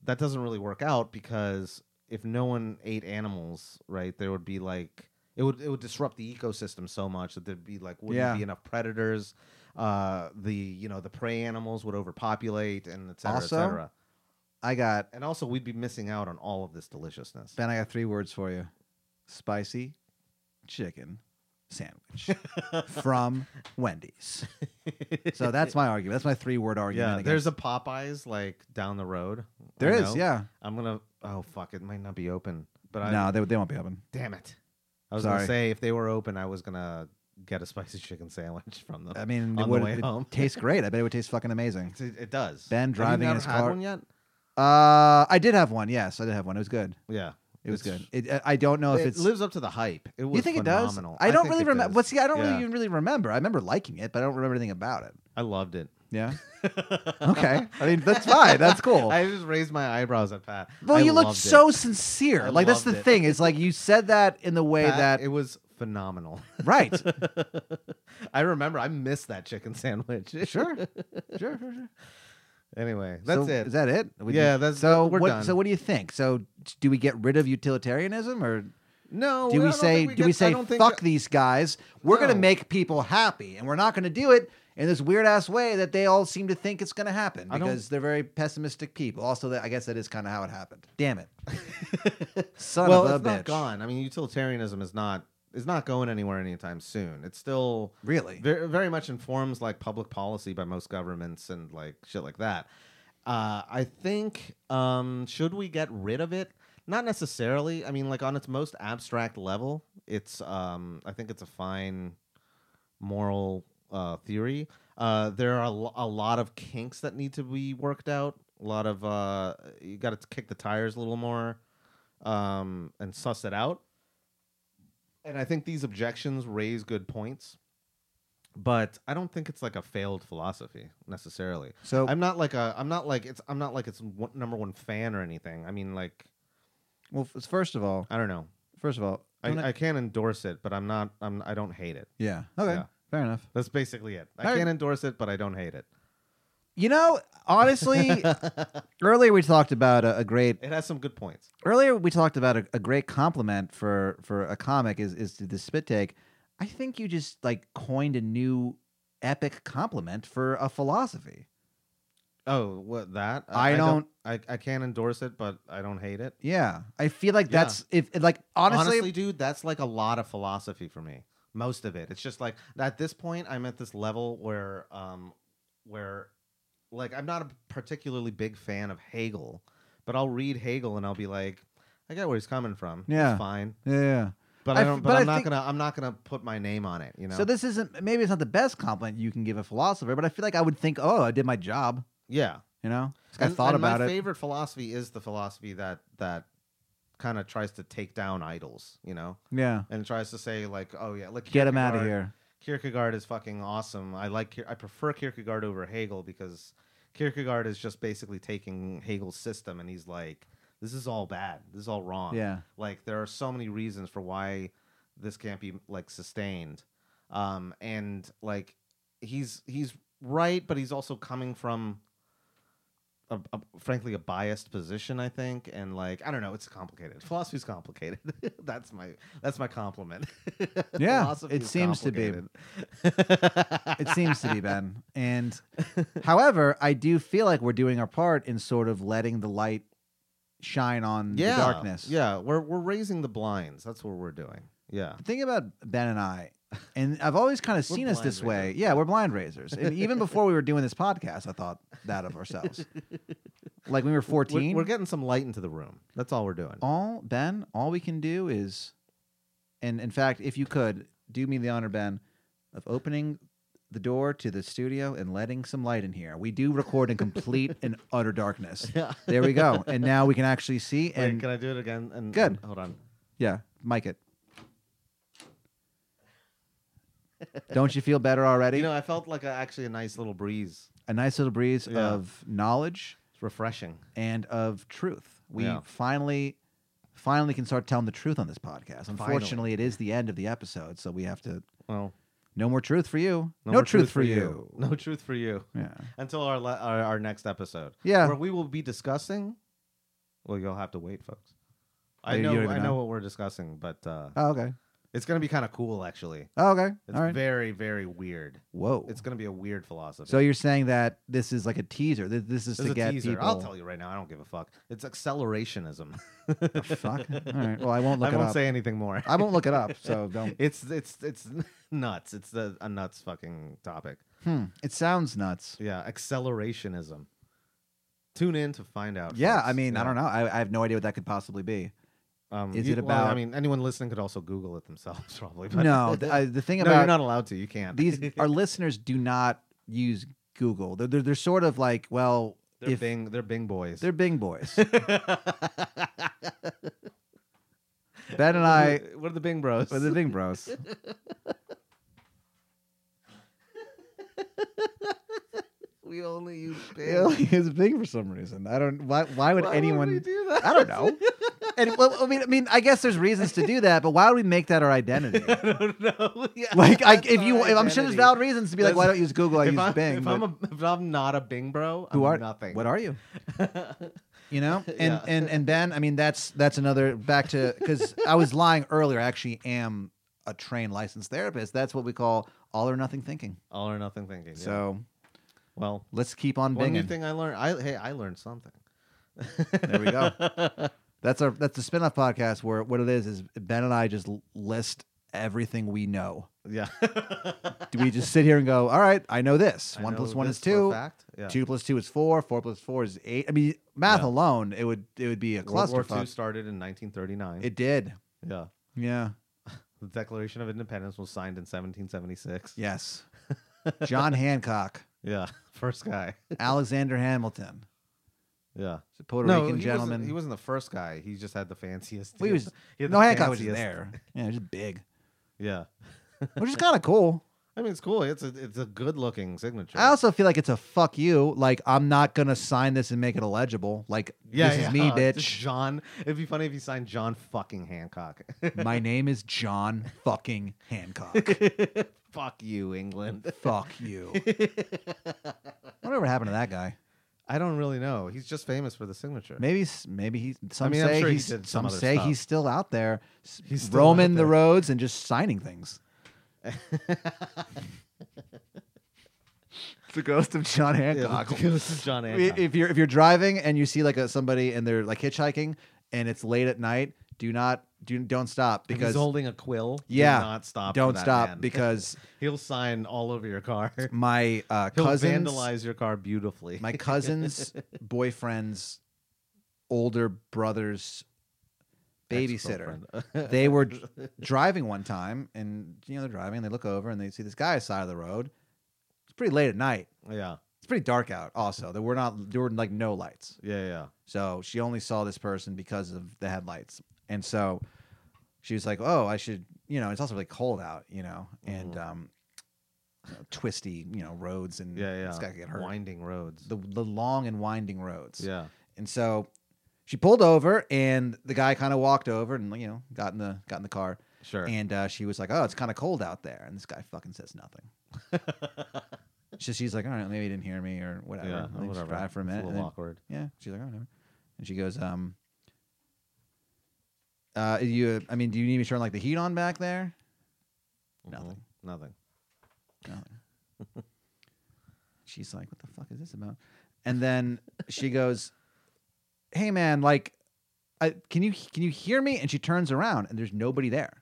Speaker 2: that doesn't really work out because if no one ate animals, right, there would be like it would it would disrupt the ecosystem so much that there'd be like wouldn't
Speaker 3: Yeah.
Speaker 2: be enough predators. Uh, the you know the prey animals would overpopulate and et cetera,
Speaker 3: Also-
Speaker 2: et cetera.
Speaker 3: I got
Speaker 2: And also, we'd be missing out on all of this deliciousness.
Speaker 3: Ben. I got three words for you: spicy chicken
Speaker 2: (laughs)
Speaker 3: sandwich from Wendy's.
Speaker 2: (laughs)
Speaker 3: So that's my argument. That's my three-word argument.
Speaker 2: yeah.
Speaker 3: against-
Speaker 2: There's a Popeyes like down the road. I
Speaker 3: there is.
Speaker 2: know.
Speaker 3: Yeah.
Speaker 2: I'm gonna. Oh fuck! It might not be open. But I.
Speaker 3: No, they, they won't be open.
Speaker 2: Damn it! I was
Speaker 3: Sorry.
Speaker 2: gonna say if they were open, I was gonna get a (laughs) spicy chicken sandwich from them.
Speaker 3: I mean,
Speaker 2: the
Speaker 3: it would
Speaker 2: way
Speaker 3: it (laughs)
Speaker 2: home.
Speaker 3: taste great. I bet it would taste
Speaker 2: (laughs)
Speaker 3: fucking amazing.
Speaker 2: It, it does.
Speaker 3: Ben
Speaker 2: Have
Speaker 3: driving
Speaker 2: you never
Speaker 3: in his
Speaker 2: had
Speaker 3: car-
Speaker 2: One yet?
Speaker 3: Uh, I did have one. Yes, I did have one. It was good.
Speaker 2: Yeah.
Speaker 3: It was
Speaker 2: It's-
Speaker 3: good. It, I- I don't know if
Speaker 2: it
Speaker 3: it's.
Speaker 2: lives up to the hype. It was
Speaker 3: you think
Speaker 2: phenomenal.
Speaker 3: it does? I don't
Speaker 2: think
Speaker 3: really
Speaker 2: it
Speaker 3: remember.
Speaker 2: does.
Speaker 3: But see, I don't
Speaker 2: Yeah.
Speaker 3: really even really remember. I remember liking it, but I don't remember anything about it.
Speaker 2: I loved it.
Speaker 3: Yeah. (laughs) okay. I mean, that's fine. That's
Speaker 2: (laughs)
Speaker 3: cool.
Speaker 2: I just raised my eyebrows at Pat.
Speaker 3: well,
Speaker 2: I
Speaker 3: you looked
Speaker 2: loved it.
Speaker 3: so sincere.
Speaker 2: I
Speaker 3: like that's the
Speaker 2: loved it.
Speaker 3: thing. Is like you said that in the way
Speaker 2: Pat,
Speaker 3: that
Speaker 2: it was phenomenal. (laughs)
Speaker 3: right.
Speaker 2: I remember I missed that chicken sandwich. (laughs)
Speaker 3: Sure. Sure. sure, sure.
Speaker 2: anyway, that's
Speaker 3: So,
Speaker 2: it.
Speaker 3: Is that it? We
Speaker 2: Yeah,
Speaker 3: did-
Speaker 2: that's-
Speaker 3: so.
Speaker 2: we're
Speaker 3: what,
Speaker 2: done.
Speaker 3: So what do you think? So do we get rid of utilitarianism or?
Speaker 2: no,
Speaker 3: Do
Speaker 2: Oh, I
Speaker 3: we
Speaker 2: don't
Speaker 3: say
Speaker 2: think
Speaker 3: do
Speaker 2: get-
Speaker 3: we
Speaker 2: I
Speaker 3: say
Speaker 2: don't think
Speaker 3: fuck
Speaker 2: that-
Speaker 3: these guys? We're gonna
Speaker 2: No.
Speaker 3: make people happy, and we're not gonna do it in this weird ass way that they all seem to think it's gonna happen
Speaker 2: I don't-
Speaker 3: because they're very pessimistic people. Also, that I guess that is kind of how it happened. Damn
Speaker 2: (laughs)
Speaker 3: it, son
Speaker 2: well,
Speaker 3: of a
Speaker 2: it's
Speaker 3: bitch!
Speaker 2: not gone. I mean, utilitarianism is not is not going anywhere anytime soon. It's still
Speaker 3: Really?
Speaker 2: very, very much informs like public policy by most governments and like shit like that. Uh, I think um, should we get rid of it? Not necessarily. I mean, like on its most abstract level, it's um, I think it's a fine moral uh, theory. Uh, there are a lo- a lot of kinks that need to be worked out. A lot of uh, you got to kick the tires a little more um, and suss it out. And I think these objections raise good points, but I don't think it's like a failed philosophy necessarily.
Speaker 3: So
Speaker 2: I'm not like a I'm not like it's I'm not like it's one, number one fan or anything. I mean, like
Speaker 3: well, f- first of all,
Speaker 2: I don't know.
Speaker 3: first of all, don't
Speaker 2: I, I can't endorse it, but I'm not I'm I don't hate it.
Speaker 3: yeah, okay,
Speaker 2: Yeah.
Speaker 3: fair enough.
Speaker 2: That's basically it. I
Speaker 3: All right.
Speaker 2: can't endorse it, but I don't hate it.
Speaker 3: You know,
Speaker 2: (laughs)
Speaker 3: honestly, earlier we talked about a, a great
Speaker 2: It has some good points.
Speaker 3: earlier we talked about a, a great compliment for for a comic is is the spit take i think you just like coined a new epic compliment for a philosophy
Speaker 2: Oh, what that?
Speaker 3: I don't-
Speaker 2: I, I can't endorse it, but I don't hate it.
Speaker 3: yeah i feel like
Speaker 2: Yeah.
Speaker 3: that's if like honestly,
Speaker 2: dude, that's like a lot of philosophy for me. Most of it. It's just like at this point, I'm at this level where, um, where, like, I'm not a particularly big fan of Hegel, but I'll read Hegel and I'll be like, I get where he's coming from.
Speaker 3: Yeah.
Speaker 2: it's fine.
Speaker 3: Yeah, yeah.
Speaker 2: But I
Speaker 3: I f-
Speaker 2: don't. but,
Speaker 3: but I
Speaker 2: I'm not
Speaker 3: think-
Speaker 2: gonna. I'm not gonna put my name on it. You know.
Speaker 3: So this isn't maybe it's not the best compliment you can give a philosopher, but I feel like I would think, oh, I did my job.
Speaker 2: yeah.
Speaker 3: You know, This guy
Speaker 2: And-
Speaker 3: thought
Speaker 2: and
Speaker 3: about
Speaker 2: my
Speaker 3: it.
Speaker 2: favorite philosophy is the philosophy that that kind of tries to take down idols. You know,
Speaker 3: yeah,
Speaker 2: and tries to say like, oh yeah, look,
Speaker 3: get him out of
Speaker 2: Kierkegaard-
Speaker 3: here.
Speaker 2: Kierkegaard is fucking awesome. I like. Kier- I prefer Kierkegaard over Hegel because Kierkegaard is just basically taking Hegel's system and he's like, this is all bad. This is all wrong.
Speaker 3: Yeah,
Speaker 2: Like there are so many reasons for why this can't be like sustained. Um, and like he's he's right, but he's also coming from a, a- frankly a biased position, I think. And like I don't know, it's complicated. (laughs) Philosophy's complicated. that's my that's my compliment. (laughs)
Speaker 3: Yeah,
Speaker 2: Philosophy
Speaker 3: it
Speaker 2: is
Speaker 3: seems to be.
Speaker 2: complicated. (laughs)
Speaker 3: it seems to be Ben. And however, I do feel like we're doing our part in sort of letting the light shine on
Speaker 2: yeah,
Speaker 3: the darkness.
Speaker 2: Yeah, we're we're raising the blinds. That's what we're doing. Yeah.
Speaker 3: The thing about Ben and I, and I've always kind of
Speaker 2: We're
Speaker 3: seen us
Speaker 2: blind
Speaker 3: this way.
Speaker 2: raisers.
Speaker 3: Yeah, we're blind raisers. And even before we were doing this podcast, I thought that of ourselves.
Speaker 2: (laughs)
Speaker 3: like when we were
Speaker 2: We're-
Speaker 3: 14,
Speaker 2: We're, getting some light into the room. That's all we're doing.
Speaker 3: all Ben, all we can do is, and in fact, if you could do me the honor, Ben, of opening the door to the studio and letting some light in here. We do record in complete
Speaker 2: (laughs)
Speaker 3: and utter darkness.
Speaker 2: Yeah.
Speaker 3: There we go, and now we can actually see.
Speaker 2: Wait,
Speaker 3: And
Speaker 2: can I do it again? And
Speaker 3: Good.
Speaker 2: and- hold on.
Speaker 3: yeah, mic it. Don't you feel better already?
Speaker 2: You know, I felt like a, actually a nice little breeze.
Speaker 3: a nice little breeze
Speaker 2: Yeah.
Speaker 3: of knowledge
Speaker 2: It's refreshing.
Speaker 3: and of truth. We
Speaker 2: Yeah.
Speaker 3: finally finally can start telling the truth on this podcast.
Speaker 2: Finally.
Speaker 3: Unfortunately, it is the end of the episode, so we have to
Speaker 2: Well,
Speaker 3: no more truth for you. No,
Speaker 2: more
Speaker 3: truth, for you.
Speaker 2: (laughs) No truth for you.
Speaker 3: Yeah.
Speaker 2: Until our, la- our our next episode.
Speaker 3: Yeah.
Speaker 2: Where we will be discussing. Well, you'll have to wait, folks. I
Speaker 3: You- you
Speaker 2: know,
Speaker 3: don't even
Speaker 2: I know,
Speaker 3: know?
Speaker 2: what we're discussing, but uh,
Speaker 3: Oh, okay.
Speaker 2: it's going to be kind of cool, actually.
Speaker 3: Oh, okay.
Speaker 2: It's
Speaker 3: All right.
Speaker 2: very, very weird.
Speaker 3: Whoa.
Speaker 2: It's going to be a weird philosophy.
Speaker 3: so you're saying that this is like a teaser. Th- This is
Speaker 2: There's
Speaker 3: to
Speaker 2: a
Speaker 3: get
Speaker 2: teaser.
Speaker 3: people.
Speaker 2: I'll tell you right now. I don't give a fuck. It's accelerationism.
Speaker 3: Fuck.
Speaker 2: (laughs)
Speaker 3: All right. Well, I won't look
Speaker 2: I
Speaker 3: it
Speaker 2: won't
Speaker 3: up.
Speaker 2: say anything more.
Speaker 3: I won't look it up.
Speaker 2: (laughs)
Speaker 3: So don't.
Speaker 2: It's it's it's (laughs) nuts. It's a, a nuts fucking topic.
Speaker 3: Hmm. It sounds nuts.
Speaker 2: Yeah, accelerationism. Tune in to find out.
Speaker 3: Yeah.
Speaker 2: folks.
Speaker 3: I mean, I
Speaker 2: Yeah.
Speaker 3: don't know. I, I have no idea what that could possibly be.
Speaker 2: Um,
Speaker 3: Is
Speaker 2: you-
Speaker 3: it
Speaker 2: well, I
Speaker 3: about-
Speaker 2: mean, anyone listening could also Google it themselves, (laughs) probably. (laughs) But
Speaker 3: No. The, I, the thing
Speaker 2: no,
Speaker 3: about
Speaker 2: you're not allowed to. You can't. (laughs)
Speaker 3: these our listeners do not use Google. They're they're, they're sort of like well,
Speaker 2: they're
Speaker 3: if
Speaker 2: Bing. They're Bing boys.
Speaker 3: they're
Speaker 2: (laughs)
Speaker 3: Bing boys. ben and I
Speaker 2: What are the Bing bros?
Speaker 3: are the Bing bros.
Speaker 2: we only use Bing.
Speaker 3: They only use Bing for some reason. I don't. Why? Why would
Speaker 2: Why
Speaker 3: anyone?
Speaker 2: we do that?
Speaker 3: I don't know. and well, I mean, I mean, I guess there's reasons to do that, but why would we make that our identity?
Speaker 2: (laughs) I don't know. (laughs) Yeah,
Speaker 3: Like, I,
Speaker 2: that's
Speaker 3: if you,
Speaker 2: our
Speaker 3: if, I'm sure
Speaker 2: identity.
Speaker 3: there's valid reasons to be like, why
Speaker 2: That's-
Speaker 3: don't you use Google? I
Speaker 2: if
Speaker 3: use
Speaker 2: I'm,
Speaker 3: Bing.
Speaker 2: If
Speaker 3: but
Speaker 2: I'm, a, if I'm not a Bing bro,
Speaker 3: who
Speaker 2: I'm
Speaker 3: are
Speaker 2: nothing.
Speaker 3: What are you?
Speaker 2: (laughs)
Speaker 3: You know, and
Speaker 2: Yeah.
Speaker 3: and and Ben, I mean, that's that's another back to because I was lying earlier. I actually am a trained licensed therapist. That's what we call all or nothing thinking.
Speaker 2: (laughs) All or nothing thinking. yeah.
Speaker 3: So
Speaker 2: well,
Speaker 3: let's keep on
Speaker 2: one new
Speaker 3: binging.
Speaker 2: thing I learned. I hey, I learned something.
Speaker 3: There we go.
Speaker 2: (laughs)
Speaker 3: That's our that's the spinoff podcast where what it is is Ben and I just l- list everything we know.
Speaker 2: yeah.
Speaker 3: Do we just sit here and go, all right, I know this.
Speaker 2: (laughs) I
Speaker 3: One
Speaker 2: know
Speaker 3: plus one
Speaker 2: this
Speaker 3: is
Speaker 2: for a
Speaker 3: two.
Speaker 2: Fact. Yeah.
Speaker 3: Two plus two is four. Four plus four is eight. I mean, math
Speaker 2: Yeah.
Speaker 3: alone, it would it would be a
Speaker 2: World War II
Speaker 3: clusterfuck.
Speaker 2: started in 1939.
Speaker 3: It did.
Speaker 2: yeah.
Speaker 3: Yeah.
Speaker 2: The Declaration of Independence was signed in 1776. (laughs)
Speaker 3: Yes. John Hancock.
Speaker 2: Yeah. (laughs) First guy.
Speaker 3: Alexander Hamilton,
Speaker 2: Yeah.
Speaker 3: the Puerto
Speaker 2: no,
Speaker 3: Rican
Speaker 2: he
Speaker 3: gentleman.
Speaker 2: Wasn't, he wasn't the first guy. He just had the fanciest.
Speaker 3: Well, he
Speaker 2: had
Speaker 3: was-
Speaker 2: the- he had
Speaker 3: no,
Speaker 2: the
Speaker 3: Hancock was just
Speaker 2: fanciest-
Speaker 3: there. Yeah, just
Speaker 2: (laughs)
Speaker 3: big,
Speaker 2: Yeah.
Speaker 3: which is kind of cool.
Speaker 2: I mean, it's cool. It's a it's a good looking signature.
Speaker 3: I also feel like it's a fuck you. Like I'm not gonna sign this and make it illegible. Like this is
Speaker 2: (laughs)
Speaker 3: me,
Speaker 2: Just
Speaker 3: bitch.
Speaker 2: John. It'd be funny if you signed John fucking Hancock. (laughs)
Speaker 3: My name is John fucking
Speaker 2: (laughs)
Speaker 3: Hancock.
Speaker 2: Fuck you, England.
Speaker 3: fuck
Speaker 2: (laughs)
Speaker 3: you. Whatever happened to that guy?
Speaker 2: I don't really know. He's just famous for the signature.
Speaker 3: Maybe s- maybe he. Some
Speaker 2: mean, I'm
Speaker 3: say
Speaker 2: sure he
Speaker 3: he's.
Speaker 2: did some
Speaker 3: some
Speaker 2: other
Speaker 3: say
Speaker 2: stuff.
Speaker 3: he's still out there, s-
Speaker 2: He's still out
Speaker 3: roaming the
Speaker 2: there.
Speaker 3: roads and just
Speaker 2: (laughs)
Speaker 3: signing things. It's the ghost of John
Speaker 2: Yeah,
Speaker 3: Hancock.
Speaker 2: this is John
Speaker 3: (laughs) I-
Speaker 2: Hancock.
Speaker 3: if you're if you're driving and you see like a, somebody and they're like hitchhiking and it's late at night, do not do don't stop
Speaker 2: If
Speaker 3: because
Speaker 2: he's holding a quill. do
Speaker 3: Yeah.
Speaker 2: not stop. for
Speaker 3: don't
Speaker 2: that
Speaker 3: stop
Speaker 2: man.
Speaker 3: because
Speaker 2: (laughs) he'll sign all over your car.
Speaker 3: my uh,
Speaker 2: (laughs) He'll
Speaker 3: cousins,
Speaker 2: vandalize your car beautifully.
Speaker 3: my cousin's boyfriend's older brother's babysitter.
Speaker 2: (laughs) Ex-girlfriend.
Speaker 3: they were d- driving one time, and you know they're driving, and they look over and they see this guy on the side of the road. It's pretty late at night.
Speaker 2: (laughs) yeah,
Speaker 3: It's pretty dark out. Also, there were not there were like no lights.
Speaker 2: yeah, yeah.
Speaker 3: So she only saw this person because of the headlights. And so she was like, "Oh, I should, you know, it's also really cold out, you know, and
Speaker 2: Mm-hmm.
Speaker 3: um, you know, twisty, you know, roads and
Speaker 2: Yeah, yeah.
Speaker 3: it's got to get hurt.
Speaker 2: Winding roads.
Speaker 3: The the long and winding roads.
Speaker 2: yeah.
Speaker 3: And so she pulled over, and the guy kind of walked over and you know got in the got in the car,
Speaker 2: Sure.
Speaker 3: and uh, she was like, "Oh, it's kind of cold out there," and this guy fucking says nothing.
Speaker 2: (laughs)
Speaker 3: So she's like, "All right, maybe he didn't hear me or whatever.
Speaker 2: yeah.
Speaker 3: Let me just
Speaker 2: whatever.
Speaker 3: drive for a
Speaker 2: It's
Speaker 3: minute."
Speaker 2: A
Speaker 3: and
Speaker 2: little
Speaker 3: then-
Speaker 2: awkward.
Speaker 3: yeah. She's like, oh, whatever. And she goes, um, uh, you, I mean, do you need me to turn like the heat on back there? Nothing.
Speaker 2: Mhm. Nothing. (laughs)
Speaker 3: Nothing. She's like, what the fuck is this about? And then she goes, hey man, like, I, can you can you hear me? And she turns around and there's nobody there.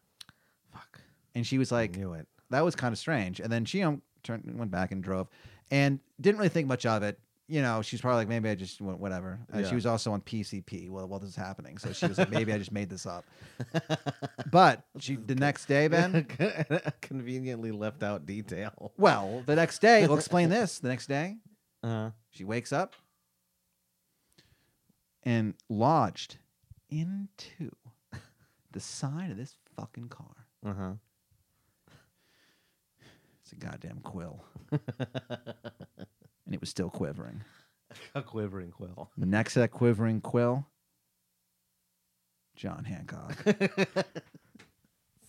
Speaker 2: Fuck.
Speaker 3: And she was
Speaker 2: I
Speaker 3: like,
Speaker 2: knew it.
Speaker 3: that was kind of strange. And then she um, turned, went back and drove, and didn't really think much of it. You know, she's probably like, maybe I just went whatever. Uh,
Speaker 2: Yeah.
Speaker 3: She was also on PCP while while this was happening, so she was like, maybe I just made this up. But she the next
Speaker 2: (laughs)
Speaker 3: day, Ben.
Speaker 2: conveniently left out detail.
Speaker 3: Well, the next day, we'll explain this. The next day,
Speaker 2: Uh,
Speaker 3: she wakes up and lodged into the side of this fucking car.
Speaker 2: uh huh.
Speaker 3: It's a goddamn quill, and it was still quivering.
Speaker 2: (laughs) A quivering quill. (laughs)
Speaker 3: Next to that quivering quill, John Hancock.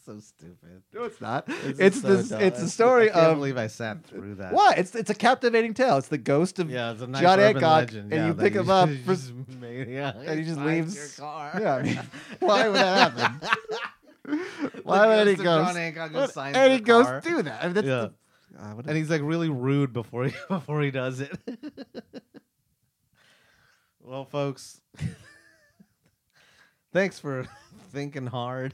Speaker 2: so stupid.
Speaker 3: No, it's not.
Speaker 2: (laughs) This
Speaker 3: It's
Speaker 2: is
Speaker 3: it's
Speaker 2: so
Speaker 3: this,
Speaker 2: dumb.
Speaker 3: it's the
Speaker 2: I
Speaker 3: story
Speaker 2: can't
Speaker 3: of
Speaker 2: believe I sat through that.
Speaker 3: what? It's it's a captivating tale. It's the ghost of
Speaker 2: Yeah, it's a nice
Speaker 3: John
Speaker 2: urban
Speaker 3: Hancock,
Speaker 2: legend.
Speaker 3: and you
Speaker 2: that
Speaker 3: pick
Speaker 2: (laughs)
Speaker 3: him up for-
Speaker 2: just made- yeah,
Speaker 3: and he
Speaker 2: (laughs)
Speaker 3: just
Speaker 2: finds
Speaker 3: leaves.
Speaker 2: Your car.
Speaker 3: Yeah,
Speaker 2: (laughs)
Speaker 3: I mean, why would that (laughs) happen? why would
Speaker 2: The
Speaker 3: any
Speaker 2: ghost of John
Speaker 3: ghost?
Speaker 2: Hancock
Speaker 3: what-
Speaker 2: just signs
Speaker 3: Any
Speaker 2: the
Speaker 3: ghost (laughs)
Speaker 2: car.
Speaker 3: do that? I mean, that's
Speaker 2: Yeah.
Speaker 3: the- uh, what a-
Speaker 2: And he's like really rude before he (laughs) before he does it. (laughs) well, folks, (laughs) thanks for (laughs) thinking hard.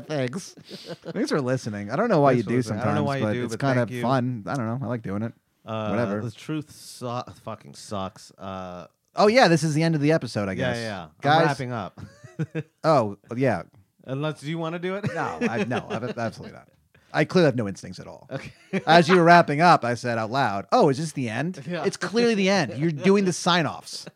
Speaker 2: (laughs)
Speaker 3: thanks. thanks for listening. I don't know why
Speaker 2: Thanks
Speaker 3: you
Speaker 2: for
Speaker 3: do
Speaker 2: listening.
Speaker 3: sometimes,
Speaker 2: I don't know why you
Speaker 3: but
Speaker 2: do,
Speaker 3: it's
Speaker 2: but
Speaker 3: kind
Speaker 2: thank
Speaker 3: of
Speaker 2: you.
Speaker 3: fun. I don't know. I like doing it.
Speaker 2: Uh,
Speaker 3: Whatever.
Speaker 2: The truth su- fucking sucks. Uh,
Speaker 3: Oh yeah, this is the end of the episode. I
Speaker 2: yeah,
Speaker 3: guess.
Speaker 2: yeah, yeah. I'm
Speaker 3: guys.
Speaker 2: wrapping up. (laughs)
Speaker 3: Oh yeah.
Speaker 2: Unless, do you want to do it?
Speaker 3: No, I, no, ab- absolutely not. I clearly have no instincts at all.
Speaker 2: (laughs) okay.
Speaker 3: As you were wrapping up, I said out loud, "Oh, is this the end?
Speaker 2: Yeah.
Speaker 3: It's clearly the end. You're doing the sign-offs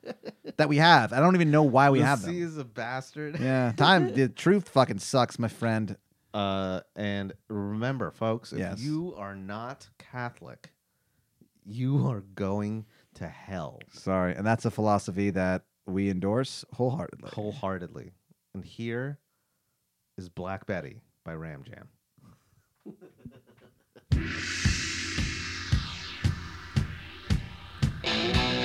Speaker 3: that we have. I don't even know why we
Speaker 2: the
Speaker 3: have
Speaker 2: sea
Speaker 3: them.
Speaker 2: is a
Speaker 3: (laughs)
Speaker 2: bastard.
Speaker 3: Yeah, time. The truth fucking sucks, my friend.
Speaker 2: Uh, and remember, folks, if
Speaker 3: Yes.
Speaker 2: you are not Catholic, you are going to hell
Speaker 3: Sorry, and that's a philosophy that we endorse wholeheartedly.
Speaker 2: wholeheartedly. And here is Black Betty by Ram Jam.
Speaker 1: Thank